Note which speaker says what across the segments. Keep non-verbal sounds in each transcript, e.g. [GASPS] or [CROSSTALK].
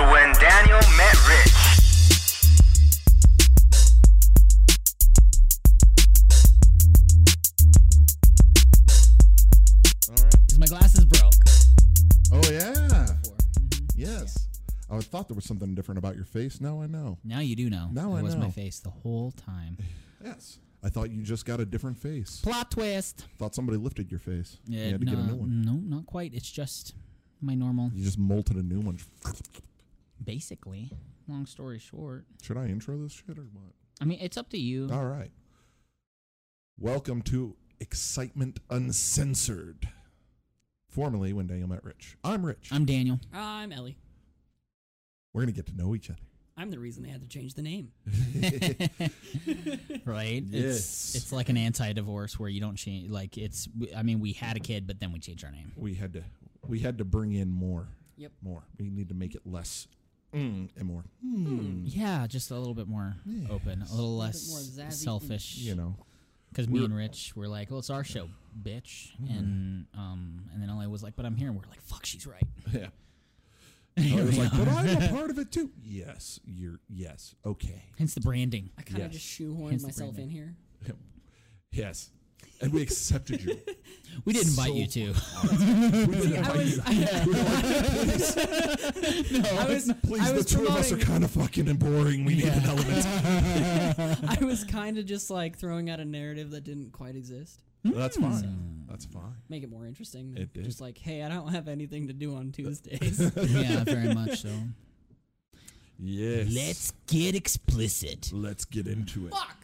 Speaker 1: Daniel met Rich.
Speaker 2: All right.
Speaker 3: Because my glasses broke.
Speaker 2: Oh yeah.
Speaker 3: before.
Speaker 2: Yes. I thought there was something different about your face. Now I know.
Speaker 3: Now you do know.
Speaker 2: Now
Speaker 3: it
Speaker 2: I
Speaker 3: was my
Speaker 2: know.
Speaker 3: face the whole
Speaker 2: [LAUGHS]
Speaker 3: time.
Speaker 2: Yes. I thought you just got a different face.
Speaker 3: Plot twist.
Speaker 2: Thought somebody lifted your face.
Speaker 3: Yeah,
Speaker 2: you had to
Speaker 3: no,
Speaker 2: get a new one.
Speaker 3: no, not quite. It's just my normal.
Speaker 2: You just molted a new one. [LAUGHS]
Speaker 3: Basically, long story short,
Speaker 2: Should I intro this shit or what?
Speaker 3: I mean, it's up to you.
Speaker 2: All right. Welcome to Excitement Uncensored. Formerly when Daniel met Rich. I'm Rich.
Speaker 3: I'm Daniel.
Speaker 4: I'm Ellie.
Speaker 2: We're gonna get to know
Speaker 3: [LAUGHS]
Speaker 2: each other. [LAUGHS]
Speaker 4: I'm the reason they had to change the name.
Speaker 3: Right?
Speaker 2: Yes.
Speaker 3: It's, it's like an anti-divorce where you don't change. Like it's. I mean, we had a kid, but then we changed our name.
Speaker 2: We had to we had to bring in more.
Speaker 4: Yep.
Speaker 2: More. We need to make it less mm, and more.
Speaker 3: Hmm.
Speaker 2: Hmm.
Speaker 3: Yeah, just a little bit more open, a little
Speaker 4: bit more
Speaker 3: less
Speaker 4: zazzy.
Speaker 3: selfish.
Speaker 2: You know.
Speaker 3: Because me
Speaker 2: We're-
Speaker 3: and Rich were like, "Well, it's our show, bitch," and um, and then LA was like, "But I'm here," and we're like, "Fuck, she's right."
Speaker 2: [LAUGHS] Yeah.
Speaker 3: [LAUGHS]
Speaker 2: I was like, but I'm a part of it too. Yes, you're. Yes, okay.
Speaker 3: Hence the branding.
Speaker 4: I kind of
Speaker 2: Yes.
Speaker 4: just shoehorned
Speaker 3: Hence the
Speaker 4: myself
Speaker 3: brand
Speaker 2: [LAUGHS]
Speaker 4: in here.
Speaker 2: Yes, and we accepted you.
Speaker 3: We didn't invite
Speaker 2: So-
Speaker 3: you to. [LAUGHS]
Speaker 2: We didn't
Speaker 4: I
Speaker 2: invite
Speaker 4: was,
Speaker 2: you.
Speaker 4: [LAUGHS] I,
Speaker 2: We were like,
Speaker 4: I was,
Speaker 2: [LAUGHS] please,
Speaker 4: I
Speaker 2: please. The
Speaker 4: was
Speaker 2: two of us are
Speaker 4: promoting.
Speaker 2: kind of fucking and boring. We need an element.
Speaker 4: [LAUGHS] I was kind of just like throwing out a narrative that didn't quite exist.
Speaker 2: That's fine. That's fine.
Speaker 4: Make it more interesting. Than
Speaker 2: It did.
Speaker 4: Just like, hey, I don't have anything to do
Speaker 2: [LAUGHS]
Speaker 4: on Tuesdays.
Speaker 3: yeah, very much so.
Speaker 2: Yes.
Speaker 3: Let's get explicit.
Speaker 2: let's get into it.
Speaker 4: Fuck.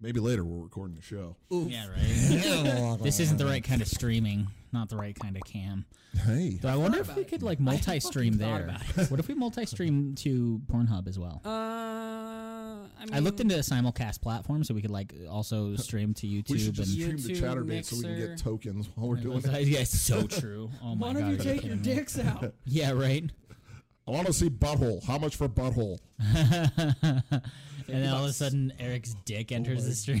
Speaker 2: Maybe later we're recording the show.
Speaker 3: Yeah, right. this isn't the right kind of streaming. Not the right kind of cam.
Speaker 2: Hey,
Speaker 3: Though I wonder if we could like multi-stream
Speaker 4: fucking thought
Speaker 3: there. What if we multi-stream to Pornhub as well?
Speaker 4: Uh, I, mean,
Speaker 3: I looked into a simulcast platform so we could like [LAUGHS] also stream to YouTube.
Speaker 2: we should just
Speaker 3: and
Speaker 2: stream the
Speaker 4: YouTube,
Speaker 2: chatter date so we can
Speaker 4: Mixer.
Speaker 2: get tokens while
Speaker 3: [LAUGHS]
Speaker 2: we're doing it.
Speaker 3: yeah, it's so true. Oh my
Speaker 4: One
Speaker 3: god.
Speaker 4: of you
Speaker 3: are
Speaker 4: take your
Speaker 3: kidding me? [LAUGHS]
Speaker 4: dicks out.
Speaker 3: Yeah, right.
Speaker 2: I want to see butthole. How much for butthole?
Speaker 3: [LAUGHS] and then all of a sudden, Eric's dick enters the stream.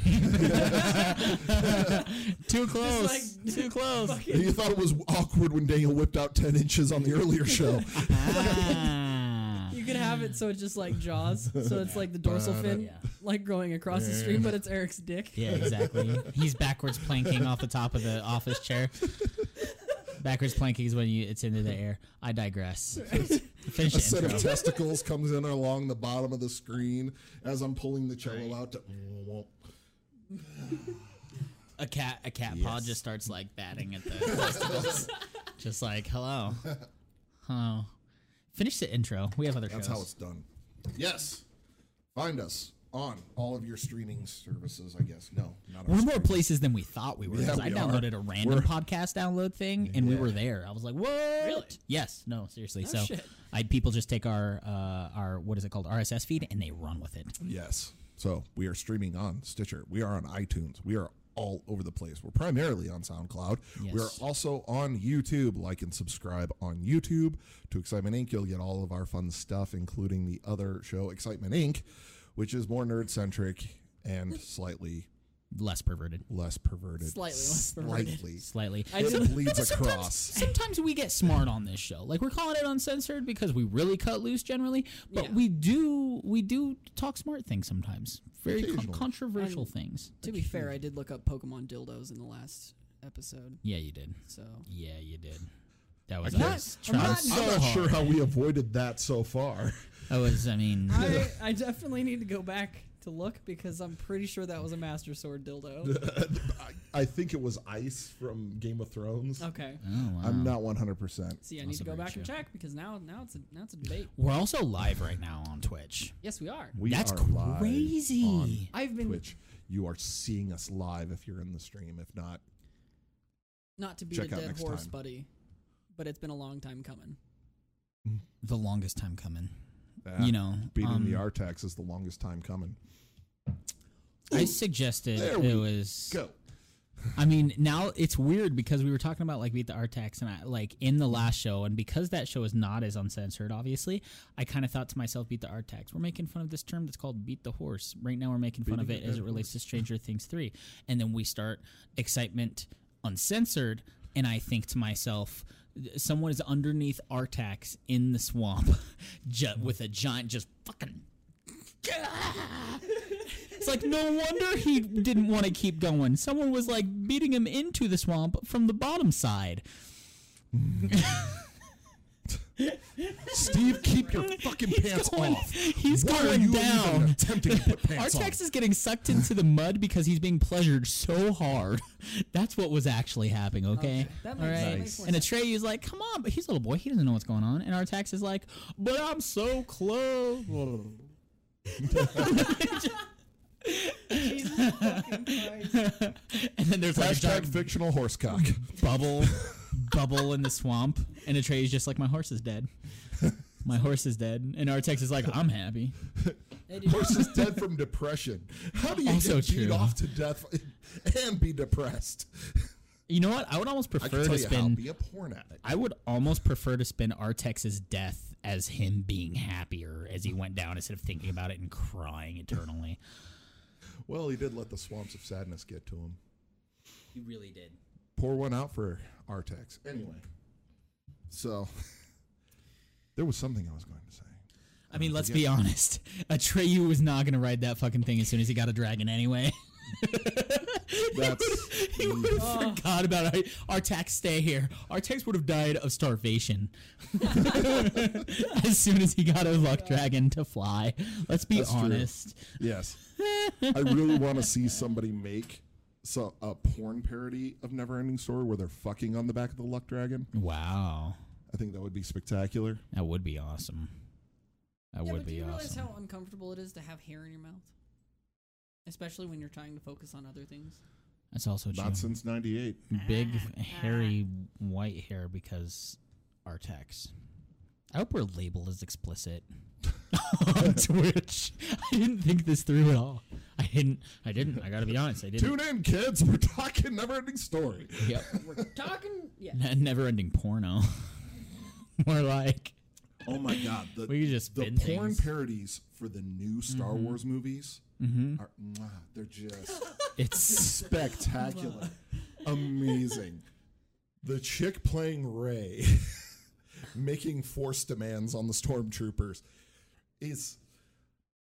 Speaker 3: too close.
Speaker 4: like-
Speaker 3: too close.
Speaker 2: You thought it was awkward when Daniel whipped out ten inches on the earlier show.
Speaker 3: Ah.
Speaker 4: You could have it so it's just like Jaws. So it's like the dorsal fin,
Speaker 3: Yeah.
Speaker 4: like going across the stream, but it's Eric's dick.
Speaker 3: Yeah, exactly. He's backwards planking off the top of the office chair. Backwards planking is when you it's into the air. I digress. Finish
Speaker 2: a
Speaker 3: the
Speaker 2: set
Speaker 3: intro.
Speaker 2: of
Speaker 3: [LAUGHS]
Speaker 2: testicles comes in along the bottom of the screen as I'm pulling the cello out to.
Speaker 3: A cat, a cat paw just starts like batting at the
Speaker 2: [LAUGHS]
Speaker 3: testicles, just like hello, hello. Finish the intro. We have other
Speaker 2: That's
Speaker 3: shows.
Speaker 2: how it's done. Yes. Find us on all of your streaming services, I guess. No, not
Speaker 3: We're
Speaker 2: on
Speaker 3: more places than we thought we were.
Speaker 2: Yeah,
Speaker 3: 'cause I
Speaker 2: we are.
Speaker 3: downloaded a random podcast download thing, and we were there. I was like, "What?
Speaker 4: Really?
Speaker 3: Yes. No. Seriously.
Speaker 4: Oh,
Speaker 3: so,
Speaker 4: shit.
Speaker 3: I people just take our uh, our what is it called RSS feed, and they run with it.
Speaker 2: Yes. So we are streaming on Stitcher. We are on iTunes. We are all over the place. We're primarily on SoundCloud. We are
Speaker 3: Yes.
Speaker 2: also on YouTube. Like and subscribe on YouTube to Excitement Inc. You'll get all of our fun stuff, including the other show, Excitement Inc., which is more nerd centric
Speaker 3: [LAUGHS]
Speaker 2: and slightly
Speaker 3: Less perverted,
Speaker 2: less perverted.
Speaker 4: Slightly less perverted.
Speaker 2: Slightly.
Speaker 3: slightly.
Speaker 4: I
Speaker 2: It
Speaker 4: just,
Speaker 2: bleeds
Speaker 3: sometimes-
Speaker 2: across.
Speaker 3: Sometimes we get smart on this show. Like we're calling it uncensored because we really cut loose generally, but
Speaker 4: Yeah.
Speaker 3: we do we do talk smart things sometimes. Very con-
Speaker 2: Occasionally.
Speaker 3: controversial things.
Speaker 4: to be fair, I did look up Pokemon dildos in the last episode.
Speaker 3: Yeah, you did.
Speaker 4: So
Speaker 3: Yeah, you did. That was
Speaker 2: I'm
Speaker 3: I
Speaker 2: not-
Speaker 3: was
Speaker 4: I'm
Speaker 3: trying-
Speaker 4: not-
Speaker 2: I'm not sure how we avoided that so far. [LAUGHS]
Speaker 3: I was. I mean,
Speaker 4: I, I definitely need to go back to look because I'm pretty sure that was a Master
Speaker 2: [LAUGHS]
Speaker 4: Sword dildo.
Speaker 2: I, I think it was ice from Game of Thrones.
Speaker 4: Okay.
Speaker 3: oh, wow.
Speaker 2: I'm not 100%.
Speaker 4: See, I need to go back and check because now now it's a now it's a debate.
Speaker 3: We're also live right now on Twitch.
Speaker 4: Yes, we are.
Speaker 2: We
Speaker 3: That's
Speaker 2: are live on
Speaker 3: crazy.
Speaker 4: I've been
Speaker 2: Twitch. You are seeing us live if you're in the stream. If not,
Speaker 4: not to be a
Speaker 2: Check out
Speaker 4: dead
Speaker 2: next
Speaker 4: horse,
Speaker 2: time.
Speaker 4: buddy, but it's been a long time coming.
Speaker 3: The longest time coming.
Speaker 2: uh,
Speaker 3: you know,
Speaker 2: beating
Speaker 3: um,
Speaker 2: the Artax is the longest time coming.
Speaker 3: I suggested
Speaker 2: There we
Speaker 3: it was.
Speaker 2: Go.
Speaker 3: I mean, now it's weird because we were talking about like beat the Artax and I like in the last show, and because that show is not as uncensored, obviously, I kind of thought to myself, beat the Artax. We're making fun of this term that's called beat the horse. Right now, we're making fun of it as it relates to Stranger Things three, and then we start excitement uncensored, and I think to myself. someone is underneath Artax in the swamp, [LAUGHS] ju- with a giant just fucking. It's like no wonder he didn't want to keep going. Someone was like beating him into the swamp from the bottom side.
Speaker 2: Steve, keep your fucking pants
Speaker 3: going-
Speaker 2: off.
Speaker 3: he's
Speaker 2: Why are
Speaker 3: going
Speaker 2: you
Speaker 3: down.
Speaker 2: Even attempting to put pants
Speaker 3: Artax
Speaker 2: on.
Speaker 3: is getting sucked into the mud because he's being pleasured so hard. [LAUGHS] That's what was actually happening, okay?
Speaker 4: Okay, that makes-
Speaker 2: that makes more
Speaker 3: And Atreyu is like, come on, but he's a little boy. He doesn't know what's going on. And Artax is like, but I'm so
Speaker 2: [LAUGHS]
Speaker 3: close.
Speaker 4: Jesus fucking
Speaker 2: [LAUGHS]
Speaker 4: Christ.
Speaker 3: And then there's like a
Speaker 2: Hashtag
Speaker 3: giant
Speaker 2: fictional horse cock.
Speaker 3: bubble, bubble in the swamp. And Atreyu's just like, my horse is dead. My horse is dead. And Artax is
Speaker 2: [LAUGHS]
Speaker 3: like, I'm happy.
Speaker 4: Hey, dude,
Speaker 2: Horse is dead from depression. How do you
Speaker 3: Also
Speaker 2: get beat
Speaker 3: true.
Speaker 2: off to death [LAUGHS] and be depressed?
Speaker 3: You know what? I would almost
Speaker 2: I can
Speaker 3: prefer
Speaker 2: tell
Speaker 3: to
Speaker 2: you how.
Speaker 3: spend
Speaker 2: Be a porn addict.
Speaker 3: I would almost prefer to spin Artex's death as him being happier as he went down instead of thinking about it and crying
Speaker 4: [LAUGHS]
Speaker 3: eternally.
Speaker 2: Well, he did let the swamps of sadness get to him.
Speaker 3: He really did.
Speaker 2: Pour one out for Artax. Anyway, so [LAUGHS] there was something I was going
Speaker 3: [LAUGHS]
Speaker 2: to say.
Speaker 3: I mean, let's be honest. [LAUGHS] Atreyu was not going to ride that fucking thing as soon as he got a dragon anyway. [LAUGHS]
Speaker 2: That's [LAUGHS]
Speaker 3: he would have
Speaker 4: Oh.
Speaker 3: forgot about it. Artax, stay here. Artax would have died of
Speaker 4: [LAUGHS]
Speaker 3: starvation as soon as he got a luck dragon to fly. Let's be
Speaker 2: That's true.
Speaker 3: honest.
Speaker 2: yes. I really want to see somebody make so a porn parody of Neverending Story where they're fucking on the back of the Luck Dragon.
Speaker 3: Wow.
Speaker 2: I think that would be spectacular.
Speaker 3: That would be awesome. That
Speaker 4: yeah,
Speaker 3: would
Speaker 4: but
Speaker 3: be
Speaker 4: do you
Speaker 3: awesome.
Speaker 4: realize how uncomfortable it is to have hair in your mouth? Especially when you're trying to focus on other things.
Speaker 3: That's also true.
Speaker 2: Not since '98.
Speaker 3: Big hairy white hair because Artax. I hope our label is explicit [LAUGHS] on Twitch. I didn't think this through at all. I didn't. I didn't. I gotta be honest. I didn't.
Speaker 2: Tune in, kids. [LAUGHS] We're talking Neverending Story.
Speaker 3: Yep.
Speaker 2: [LAUGHS]
Speaker 4: We're talking. Yeah.
Speaker 3: Never-ending porno. [LAUGHS] More like
Speaker 2: Oh my god, the,
Speaker 3: We could just
Speaker 2: the
Speaker 3: spin
Speaker 2: porn
Speaker 3: things. Mm-hmm.
Speaker 2: parodies for the new Star Wars movies are mwah, they're just
Speaker 3: [LAUGHS] it's [LAUGHS]
Speaker 2: spectacular, amazing. The chick playing Ray, [LAUGHS] making force demands on the stormtroopers, is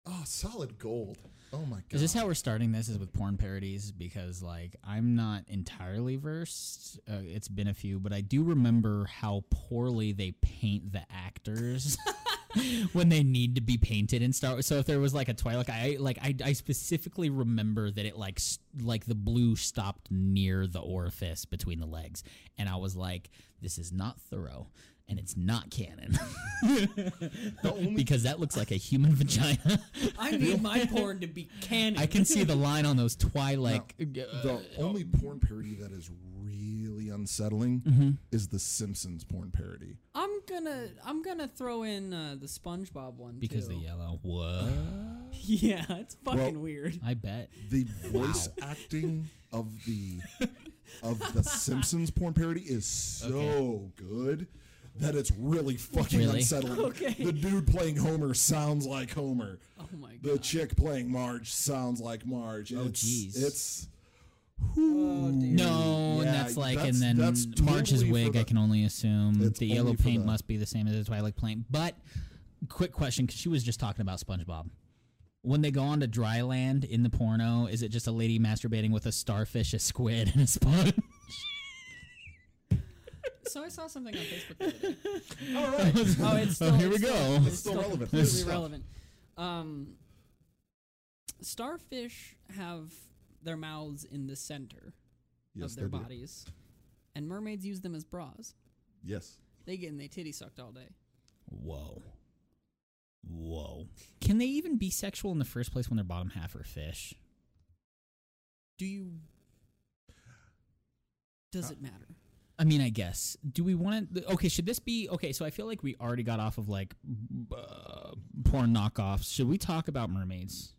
Speaker 2: oh solid gold. Oh my god!
Speaker 3: Is this how we're starting this? Is with porn parodies because like I'm not entirely versed. Uh, it's been a few, but I do remember how poorly they paint the actors [LAUGHS] when they need to be painted and Star. Wars. So if there was like a Twilight, I like I, I specifically remember that it like s- like the blue stopped near the orifice between the legs, and I was like, this is not thorough. And it's not canon [LAUGHS] because that looks like a human vagina.
Speaker 4: I need my porn to be canon.
Speaker 3: I can see
Speaker 2: [LAUGHS]
Speaker 3: the line on those Twilight. uh,
Speaker 2: the
Speaker 3: oh.
Speaker 2: only porn parody that is really unsettling is the Simpsons porn parody.
Speaker 4: I'm gonna I'm gonna throw in uh, the SpongeBob one
Speaker 3: Because
Speaker 4: too.
Speaker 3: the yellow. What?
Speaker 4: [LAUGHS] yeah, it's fucking
Speaker 2: Well-
Speaker 4: weird.
Speaker 3: I bet.
Speaker 2: the voice acting of the of the Simpsons porn parody is so good that it's really fucking
Speaker 3: Really?
Speaker 2: unsettling.
Speaker 4: Okay.
Speaker 2: The dude playing Homer sounds like Homer.
Speaker 4: Oh my god.
Speaker 2: The chick playing Marge sounds like Marge. it's
Speaker 3: Oh, jeez.
Speaker 2: it's
Speaker 4: Oh,
Speaker 3: No, and
Speaker 2: Yeah,
Speaker 3: that's like,
Speaker 2: that's-
Speaker 3: and then
Speaker 2: that's
Speaker 3: Marge's
Speaker 2: totally for
Speaker 3: wig. I
Speaker 2: the-
Speaker 3: can only assume
Speaker 2: It's
Speaker 3: the yellow
Speaker 2: only for
Speaker 3: paint
Speaker 2: the-
Speaker 3: must be the same as the Twilight paint. But quick question, because she was just talking about SpongeBob. When they go on to dry land in the porno, is it just a lady masturbating with a starfish, a squid, and a sponge? [LAUGHS]
Speaker 4: So I saw something on Facebook. The other day.
Speaker 2: all right.
Speaker 4: [LAUGHS] Oh, it's
Speaker 3: Oh,
Speaker 4: still,
Speaker 3: [LAUGHS] here we
Speaker 4: it's
Speaker 3: go.
Speaker 4: Still,
Speaker 3: It's
Speaker 2: still relevant. This
Speaker 4: Completely
Speaker 2: stuff.
Speaker 4: relevant. Um, starfish have their mouths in the center
Speaker 2: yes,
Speaker 4: of their
Speaker 2: they do.
Speaker 4: bodies, and mermaids use them as bras.
Speaker 2: Yes.
Speaker 4: They get in they titty sucked all day.
Speaker 3: Whoa. Whoa. Can they even be sexual in the first place when their bottom half are fish?
Speaker 4: Do you? Does it matter?
Speaker 3: I mean, I guess. Do we want to? Okay, should this be okay? So I feel like we already got off of like b- uh, porn knockoffs. Should we talk about mermaids?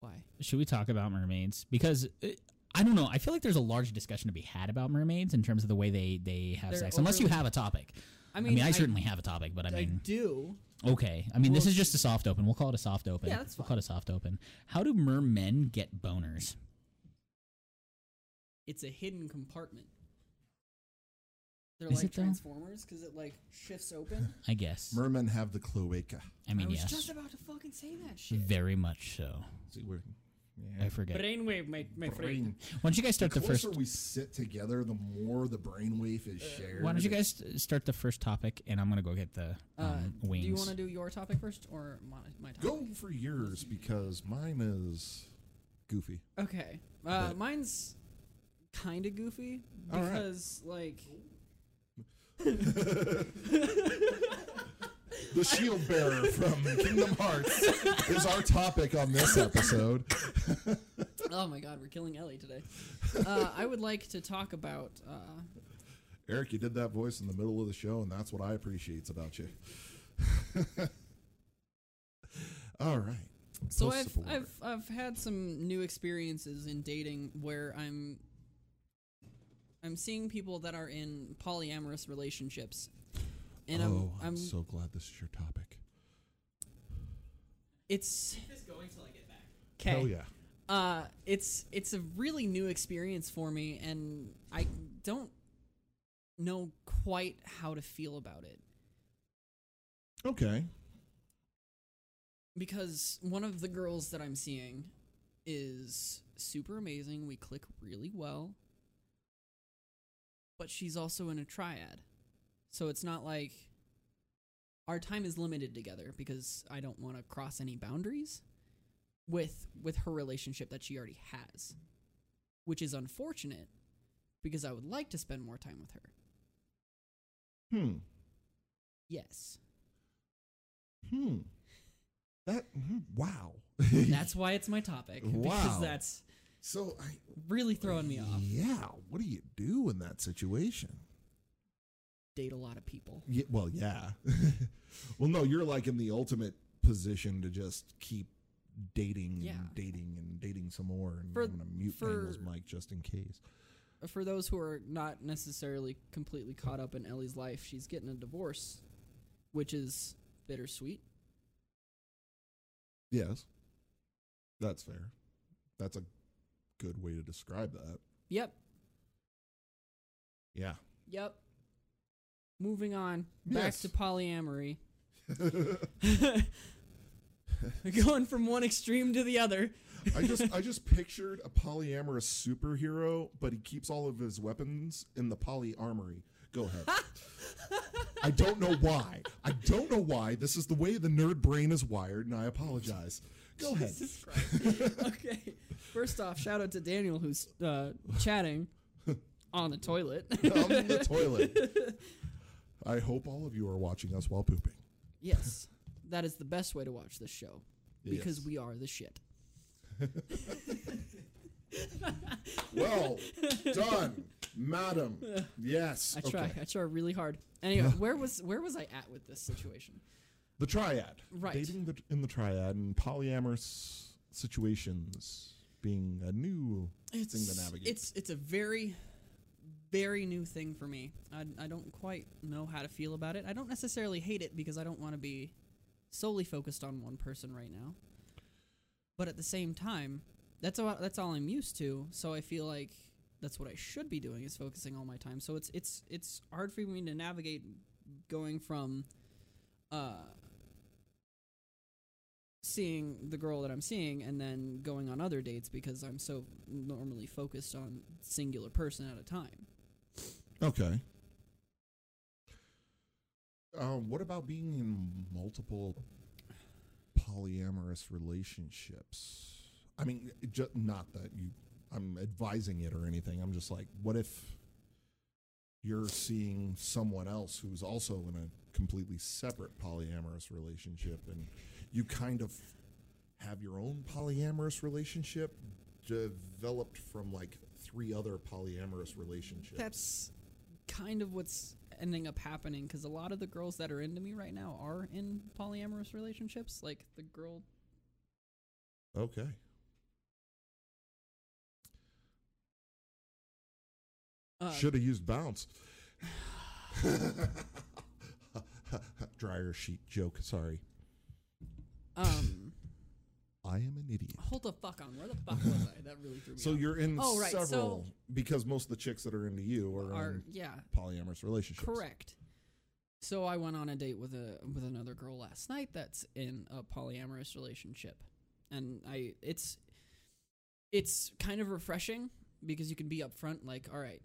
Speaker 4: Why?
Speaker 3: Should we talk about mermaids? Because uh, I don't know. I feel like there's a large discussion to be had about mermaids in terms of the way they they have
Speaker 4: They're
Speaker 3: sex. Unless you
Speaker 4: overly-
Speaker 3: have a topic.
Speaker 4: I
Speaker 3: I
Speaker 4: mean,
Speaker 3: mean, I, certainly have a topic, but I
Speaker 4: I
Speaker 3: mean,
Speaker 4: do.
Speaker 3: okay. I mean, this
Speaker 4: Well,
Speaker 3: is just a soft open. We'll call it a soft open.
Speaker 4: Yeah, that's
Speaker 3: We'll call it a soft open. How do mermen get boners?
Speaker 4: It's a hidden compartment. They're
Speaker 3: Is
Speaker 4: like
Speaker 3: it though?
Speaker 4: Transformers because it like shifts open.
Speaker 3: I guess.
Speaker 2: Mermen have the cloaca.
Speaker 3: [LAUGHS] I
Speaker 4: I
Speaker 3: mean,
Speaker 4: was
Speaker 3: yes. Mm,
Speaker 4: just about to fucking say that shit.
Speaker 3: Very much so.
Speaker 2: See, we're,
Speaker 3: I forget.
Speaker 4: Brainwave, my, my friend.
Speaker 2: brain.
Speaker 3: Why don't you guys
Speaker 2: The
Speaker 3: start the, first?
Speaker 2: closer we sit together, the more the brainwave
Speaker 4: Uh,
Speaker 2: is shared.
Speaker 3: Why don't you guys st- start the first topic, and I'm gonna go get the
Speaker 4: Uh,
Speaker 3: um,
Speaker 4: do
Speaker 3: wings.
Speaker 4: you want to do your topic first or my, my topic?
Speaker 2: go for yours because mine is goofy?
Speaker 4: Okay. Uh,
Speaker 2: But-
Speaker 4: mine's kind of goofy
Speaker 2: All right.
Speaker 4: because, like,
Speaker 2: The shield bearer from Kingdom Hearts is our topic on this episode.
Speaker 4: oh my god, we're killing Ellie today. Uh, I would like to talk about. Uh,
Speaker 2: Eric, you did that voice in the middle of the show, and that's what I appreciate about you. [LAUGHS] All right.
Speaker 4: so
Speaker 2: Post
Speaker 4: I've
Speaker 2: support.
Speaker 4: I've I've had some new experiences in dating where I'm I'm seeing people that are in polyamorous relationships, and
Speaker 2: oh,
Speaker 4: I'm I'm
Speaker 2: so glad this is your topic.
Speaker 4: it's okay.
Speaker 2: Hell yeah.
Speaker 4: uh, it's it's a really new experience for me, and I don't know quite how to feel about it
Speaker 2: Okay.
Speaker 4: because one of the girls that I'm seeing is super amazing. We click really well, but she's also in a triad, so it's not like our time is limited together because I don't want to cross any boundaries with with her relationship that she already has, which is unfortunate because I would like to spend more time with her.
Speaker 2: Hmm.
Speaker 4: Yes.
Speaker 2: Hmm. That. hmm, Wow.
Speaker 4: That's why it's my topic because
Speaker 2: Wow.
Speaker 4: that's
Speaker 2: [LAUGHS] so I.
Speaker 4: really throwing me off.
Speaker 2: Yeah. What do you do in that situation?
Speaker 4: Date a lot of people.
Speaker 2: Yeah, well, yeah. [LAUGHS] well, no, you're like in the ultimate position to just keep dating
Speaker 4: Yeah.
Speaker 2: and dating and dating some more. And
Speaker 4: For-
Speaker 2: I'm going to mute
Speaker 4: for-
Speaker 2: Daniel's mic just in case.
Speaker 4: for those who are not necessarily completely caught up in Ellie's life, she's getting a divorce, which is bittersweet.
Speaker 2: Yes. That's fair. That's a good way to describe that.
Speaker 4: Yep,
Speaker 2: Yeah.
Speaker 4: yep. Moving on
Speaker 2: Yes.
Speaker 4: back
Speaker 2: [LAUGHS]
Speaker 4: to polyamory. [LAUGHS] Going from one extreme to the other.
Speaker 2: I just I just pictured a polyamorous superhero, but he keeps all of his weapons in the poly armory. Go ahead. I don't know why. I don't know why. This is the way the nerd brain is wired, and I apologize. Go ahead.
Speaker 4: Jesus Christ. [LAUGHS] okay. First off, shout out to Daniel who's uh, chatting on the toilet.
Speaker 2: [LAUGHS] On the toilet. I hope all of you are watching us while pooping.
Speaker 4: yes, that is the best way to watch this show because
Speaker 2: Yes.
Speaker 4: we are the shit.
Speaker 2: well done, madam. Yes.
Speaker 4: I try.
Speaker 2: Okay.
Speaker 4: I try really hard. Anyway, where was where was I at with this situation?
Speaker 2: The triad.
Speaker 4: Right.
Speaker 2: Dating the, in the triad and polyamorous situations being a new
Speaker 4: It's
Speaker 2: thing to navigate.
Speaker 4: it's it's a very very new thing for me. I I don't quite know how to feel about it. I don't necessarily hate it because I don't want to be solely focused on one person right now. But at the same time, that's all that's all I'm used to, so I feel like that's what I should be doing is focusing all my time. So it's it's it's hard for me to navigate going from uh seeing the girl that I'm seeing and then going on other dates because I'm so normally focused on singular person at a time.
Speaker 2: Okay. Um, what about being in multiple polyamorous relationships? I mean, it ju- not that you, I'm advising it or anything. I'm just like, what if you're seeing someone else who's also in a completely separate polyamorous relationship and you kind of have your own polyamorous relationship developed from like three other polyamorous relationships?
Speaker 4: That's kind of what's ending up happening because a lot of the girls that are into me right now are in polyamorous relationships. Like the girl,
Speaker 2: Okay.
Speaker 4: uh,
Speaker 2: Should have used
Speaker 4: [SIGHS]
Speaker 2: bounce. Dryer sheet joke. Sorry.
Speaker 4: um,
Speaker 2: I I am an idiot.
Speaker 4: Hold the fuck on. Where the fuck was I? That really threw me
Speaker 2: So
Speaker 4: off.
Speaker 2: you're in
Speaker 4: Oh, right, so-
Speaker 2: several because most of the chicks that are into you are,
Speaker 4: Are,
Speaker 2: in
Speaker 4: yeah,
Speaker 2: polyamorous relationships.
Speaker 4: correct. So I went on a date with a with another girl last night that's in a polyamorous relationship. And I it's it's kind of refreshing because you can be upfront like, all right,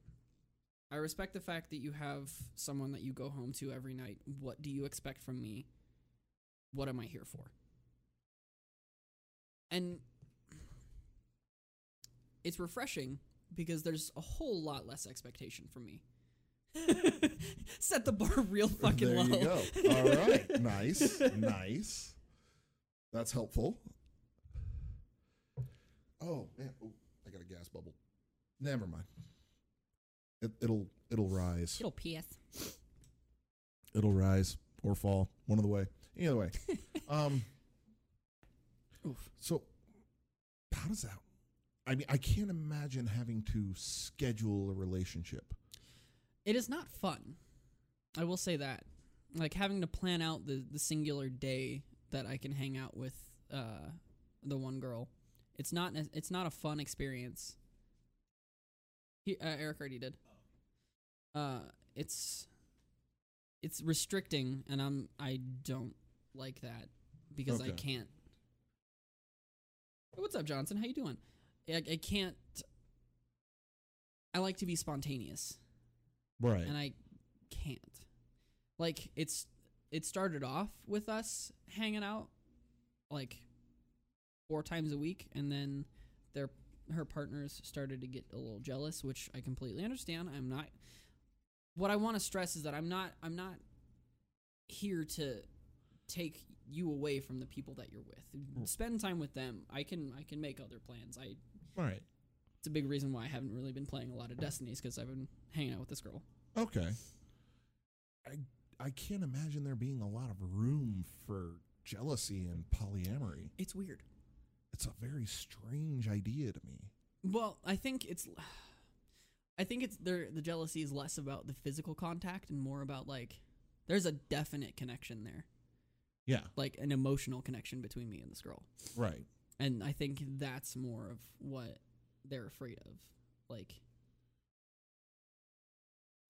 Speaker 4: I respect the fact that you have someone that you go home to every night. What do you expect from me? What am I here for? And it's refreshing because there's a whole lot less expectation from me. [LAUGHS] Set the bar real fucking
Speaker 2: there
Speaker 4: low.
Speaker 2: you go. All right. [LAUGHS] Nice. Nice. That's helpful. Oh man. Oh, I got a gas bubble. Never mind. It, it'll it'll rise.
Speaker 4: It'll PS.
Speaker 2: It'll rise or fall. One of the way. Either
Speaker 4: [LAUGHS]
Speaker 2: way. Um.
Speaker 4: Oof.
Speaker 2: So how does that? I mean, I can't imagine having to schedule a relationship.
Speaker 4: It is not fun. I will say that. Like having to plan out the, the singular day that I can hang out with uh, the one girl. It's not ne- it's not a fun experience. He, uh, Eric already did. Uh, it's it's restricting, and I'm I don't like that because I
Speaker 2: Okay.
Speaker 4: can't. Hey, What's up, Johnson? How you doing? I, I can't. I like to be spontaneous
Speaker 2: Right.
Speaker 4: and I can't. Like it's it started off with us hanging out like four times a week and then their her partners started to get a little jealous, which I completely understand. I'm not what I want to stress is that I'm not I'm not here to take you away from the people that you're with. Spend time with them. I can I can make other plans. I
Speaker 2: right.
Speaker 4: it's a big reason why I haven't really been playing a lot of Destinies because I've been hanging out with this girl.
Speaker 2: Okay. I I can't imagine there being a lot of room for jealousy and polyamory.
Speaker 4: It's weird.
Speaker 2: It's a very strange idea to me.
Speaker 4: Well, I think it's, I think it's there. The jealousy is less about the physical contact and more about like, there's a definite connection there,
Speaker 2: Yeah.
Speaker 4: like an emotional connection between me and this girl,
Speaker 2: Right.
Speaker 4: and I think that's more of what they're afraid of. Like,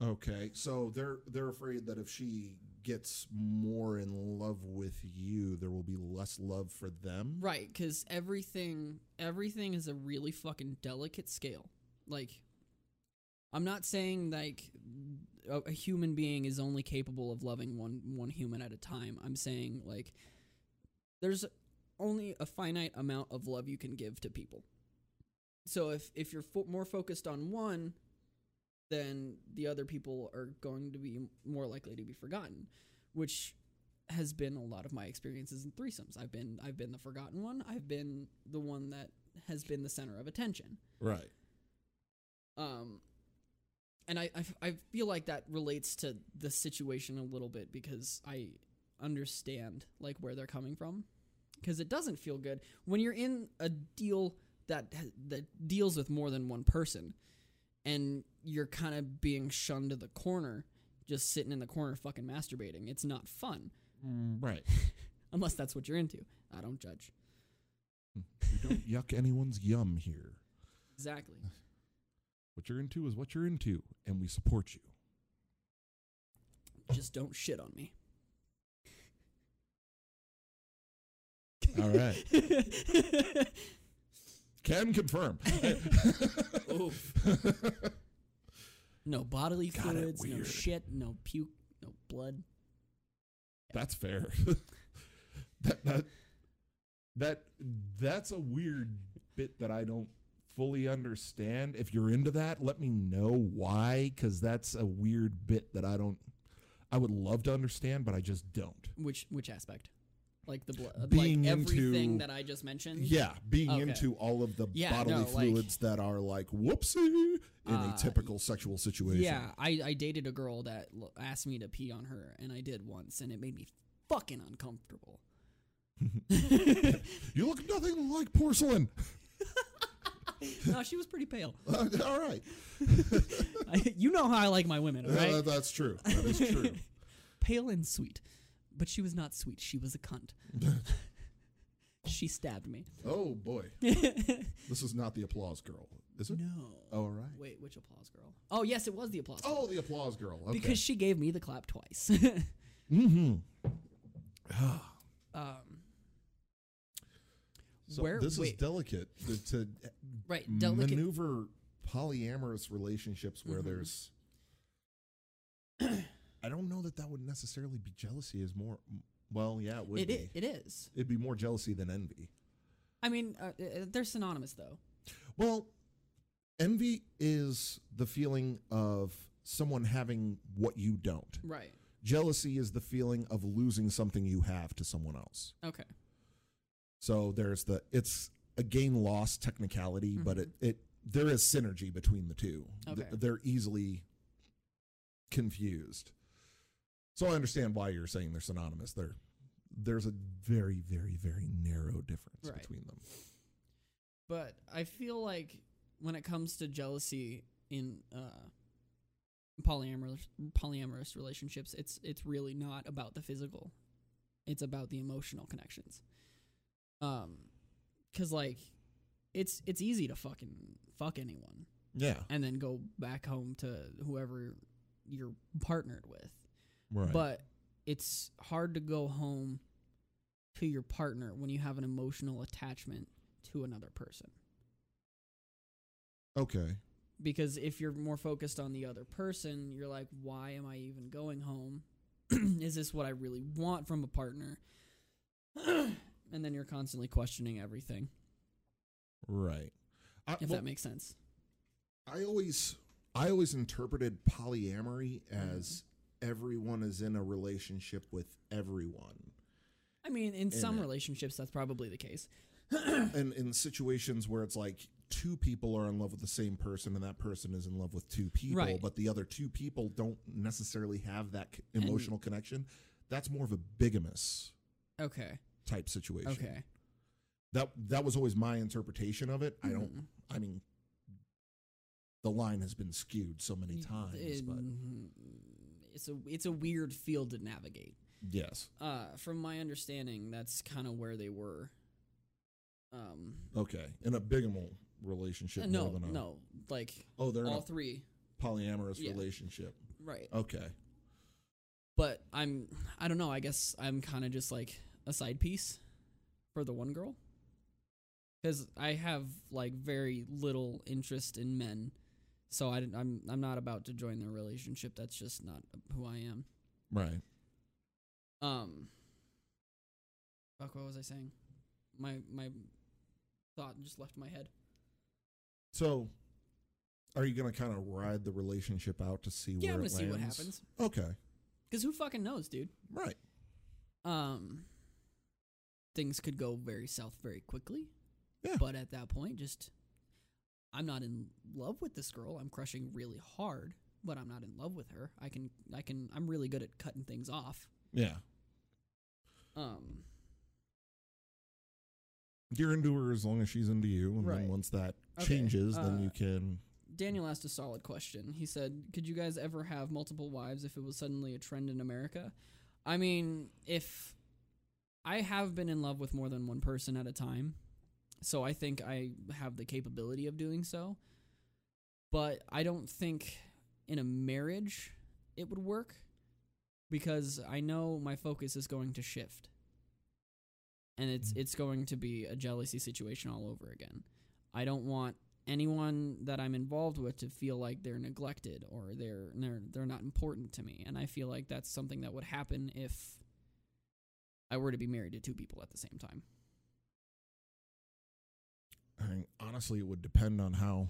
Speaker 2: Okay. So they're they're afraid that if she gets more in love with you, there will be less love for them.
Speaker 4: right? Because everything, everything is a really fucking delicate scale. Like, I'm not saying like a, a human being is only capable of loving one one human at a time. I'm saying like there's only a finite amount of love you can give to people. So if if you're fo- more focused on one, then the other people are going to be more likely to be forgotten, which has been a lot of my experiences in threesomes. I've been I've been the forgotten one. I've been the one that has been the center of attention.
Speaker 2: Right.
Speaker 4: Um, and I, I, f- I feel like that relates to the situation a little bit because I understand like where they're coming from because it doesn't feel good when you're in a deal that ha- that deals with more than one person and you're kind of being shunned to the corner just sitting in the corner fucking masturbating it's not fun
Speaker 2: Right.
Speaker 4: unless that's what you're into i don't judge
Speaker 2: You don't yuck anyone's yum here.
Speaker 4: [LAUGHS] exactly
Speaker 2: What you're into is what you're into, and we support you.
Speaker 4: just don't shit on me
Speaker 2: All right. Can confirm.
Speaker 4: [LAUGHS] Oof. no bodily
Speaker 2: Got it
Speaker 4: fluids, no
Speaker 2: weird.
Speaker 4: shit, no puke, no blood.
Speaker 2: That's fair. [LAUGHS] that that that that's a weird bit that I don't fully understand. If you're into that, let me know why cuz that's a weird bit that I don't I would love to understand, but I just don't.
Speaker 4: Which which aspect? Like the blood,
Speaker 2: Being
Speaker 4: like everything
Speaker 2: into-
Speaker 4: that I just mentioned.
Speaker 2: Yeah, being
Speaker 4: Okay.
Speaker 2: into all of the
Speaker 4: Yeah,
Speaker 2: bodily
Speaker 4: no, like-
Speaker 2: fluids that are like whoopsie in
Speaker 4: Uh,
Speaker 2: a typical sexual situation.
Speaker 4: Yeah, I, I dated a girl that l- asked me to pee on her, and I did once, and it made me fucking uncomfortable.
Speaker 2: You look nothing like porcelain. [LAUGHS]
Speaker 4: no, she was pretty pale. [LAUGHS]
Speaker 2: all right.
Speaker 4: I, you know how I like my women, all
Speaker 2: Uh,
Speaker 4: right?
Speaker 2: that's true. That is true. [LAUGHS]
Speaker 4: pale and sweet. But she was not sweet. She was a cunt. She stabbed me.
Speaker 2: Oh
Speaker 4: [LAUGHS]
Speaker 2: boy, this is not the applause girl, is it?
Speaker 4: No.
Speaker 2: Oh, all right.
Speaker 4: Wait, which applause girl? Oh, yes, it was the applause. girl.
Speaker 2: Oh, the applause girl. Okay.
Speaker 4: Because she gave me the clap twice. [LAUGHS]
Speaker 2: mm-hmm.
Speaker 4: um,
Speaker 2: so
Speaker 4: Where-
Speaker 2: this is
Speaker 4: wait.
Speaker 2: delicate to, to
Speaker 4: right, delicate. Mm-hmm.
Speaker 2: maneuver polyamorous relationships where there's. [CLEARS THROAT] I don't know that that would necessarily be jealousy. Is more well, yeah, it would
Speaker 4: It,
Speaker 2: be.
Speaker 4: i- it is.
Speaker 2: It'd be more jealousy than envy.
Speaker 4: I mean, uh, uh, they're synonymous, though.
Speaker 2: Well, envy is the feeling of someone having what you don't.
Speaker 4: Right.
Speaker 2: Jealousy is the feeling of losing something you have to someone else.
Speaker 4: Okay.
Speaker 2: So there's the it's a gain loss technicality, but it it there is synergy between the two. Th-
Speaker 4: Mm-hmm. Okay.
Speaker 2: They're easily confused. So I understand why you're saying they're synonymous. They're there's a very, very, very narrow difference
Speaker 4: Right.
Speaker 2: between them.
Speaker 4: But I feel like when it comes to jealousy in uh, polyamorous polyamorous relationships, it's it's really not about the physical; it's about the emotional connections. Um, because like, it's it's easy to fucking fuck anyone
Speaker 2: Yeah.
Speaker 4: and then go back home to whoever you're partnered with.
Speaker 2: Right.
Speaker 4: but it's hard to go home to your partner when you have an emotional attachment to another person
Speaker 2: okay.
Speaker 4: because if you're more focused on the other person you're like why am i even going home [CLEARS THROAT] is this what i really want from a partner [CLEARS THROAT] and then you're constantly questioning everything
Speaker 2: Right. I,
Speaker 4: if
Speaker 2: well,
Speaker 4: that makes sense
Speaker 2: I always I always interpreted polyamory as everyone is in a relationship with
Speaker 4: [CLEARS THROAT]
Speaker 2: everyone.
Speaker 4: i mean in some
Speaker 2: it.
Speaker 4: relationships that's probably the case
Speaker 2: and in situations where it's like two people are in love with the same person and that person is in love with two people,
Speaker 4: Right.
Speaker 2: but the other two people don't necessarily have that c- emotional connection, that's more of a bigamous
Speaker 4: okay
Speaker 2: type situation.
Speaker 4: okay
Speaker 2: That that was always my interpretation of it. I don't
Speaker 4: Mm-hmm.
Speaker 2: I mean the line has been skewed so many times, but
Speaker 4: Mhm. it's a it's a weird field to navigate
Speaker 2: yes.
Speaker 4: uh, from my understanding, that's kind of where they were. Um,
Speaker 2: Okay, in a bigamal relationship.
Speaker 4: no,
Speaker 2: more than a,
Speaker 4: no, like
Speaker 2: Oh, they're in
Speaker 4: all
Speaker 2: a
Speaker 4: three,
Speaker 2: polyamorous
Speaker 4: Yeah.
Speaker 2: relationship.
Speaker 4: right?
Speaker 2: Okay.
Speaker 4: But I'm, I don't know. I guess I'm kind of just like a side piece for the one girl, because I have like very little interest in men, so I, didn't- I'm, I'm not about to join their relationship. That's just not who I am.
Speaker 2: Right.
Speaker 4: Um. Fuck, what was I saying? My my thought just left my head.
Speaker 2: So, are you going to kind of ride the relationship out to see where
Speaker 4: Yeah, I'm gonna
Speaker 2: it
Speaker 4: see what
Speaker 2: lands?
Speaker 4: happens.
Speaker 2: Okay.
Speaker 4: Because who fucking knows, dude?
Speaker 2: Right.
Speaker 4: Um, things could go very south very quickly.
Speaker 2: Yeah.
Speaker 4: But at that point, just I'm not in love with this girl. I'm crushing really hard, but I'm not in love with her. I can, I can, I'm really good at cutting things off.
Speaker 2: Yeah.
Speaker 4: Um,
Speaker 2: You're into her as long as she's into you, and
Speaker 4: Right.
Speaker 2: then once that
Speaker 4: Okay,
Speaker 2: changes, then
Speaker 4: uh,
Speaker 2: you can.
Speaker 4: Daniel asked a solid question. He said, "Could you guys ever have multiple wives if it was suddenly a trend in America?" I mean, if I have been in love with more than one person at a time, so I think I have the capability of doing so. But I don't think in a marriage it would work because I know my focus is going to shift. And it's it's going to be a jealousy situation all over again. I don't want anyone that I'm involved with to feel like they're neglected or they're they're they're not important to me. And I feel like that's something that would happen if I were to be married to two people at the same time.
Speaker 2: I mean, honestly, it would depend on how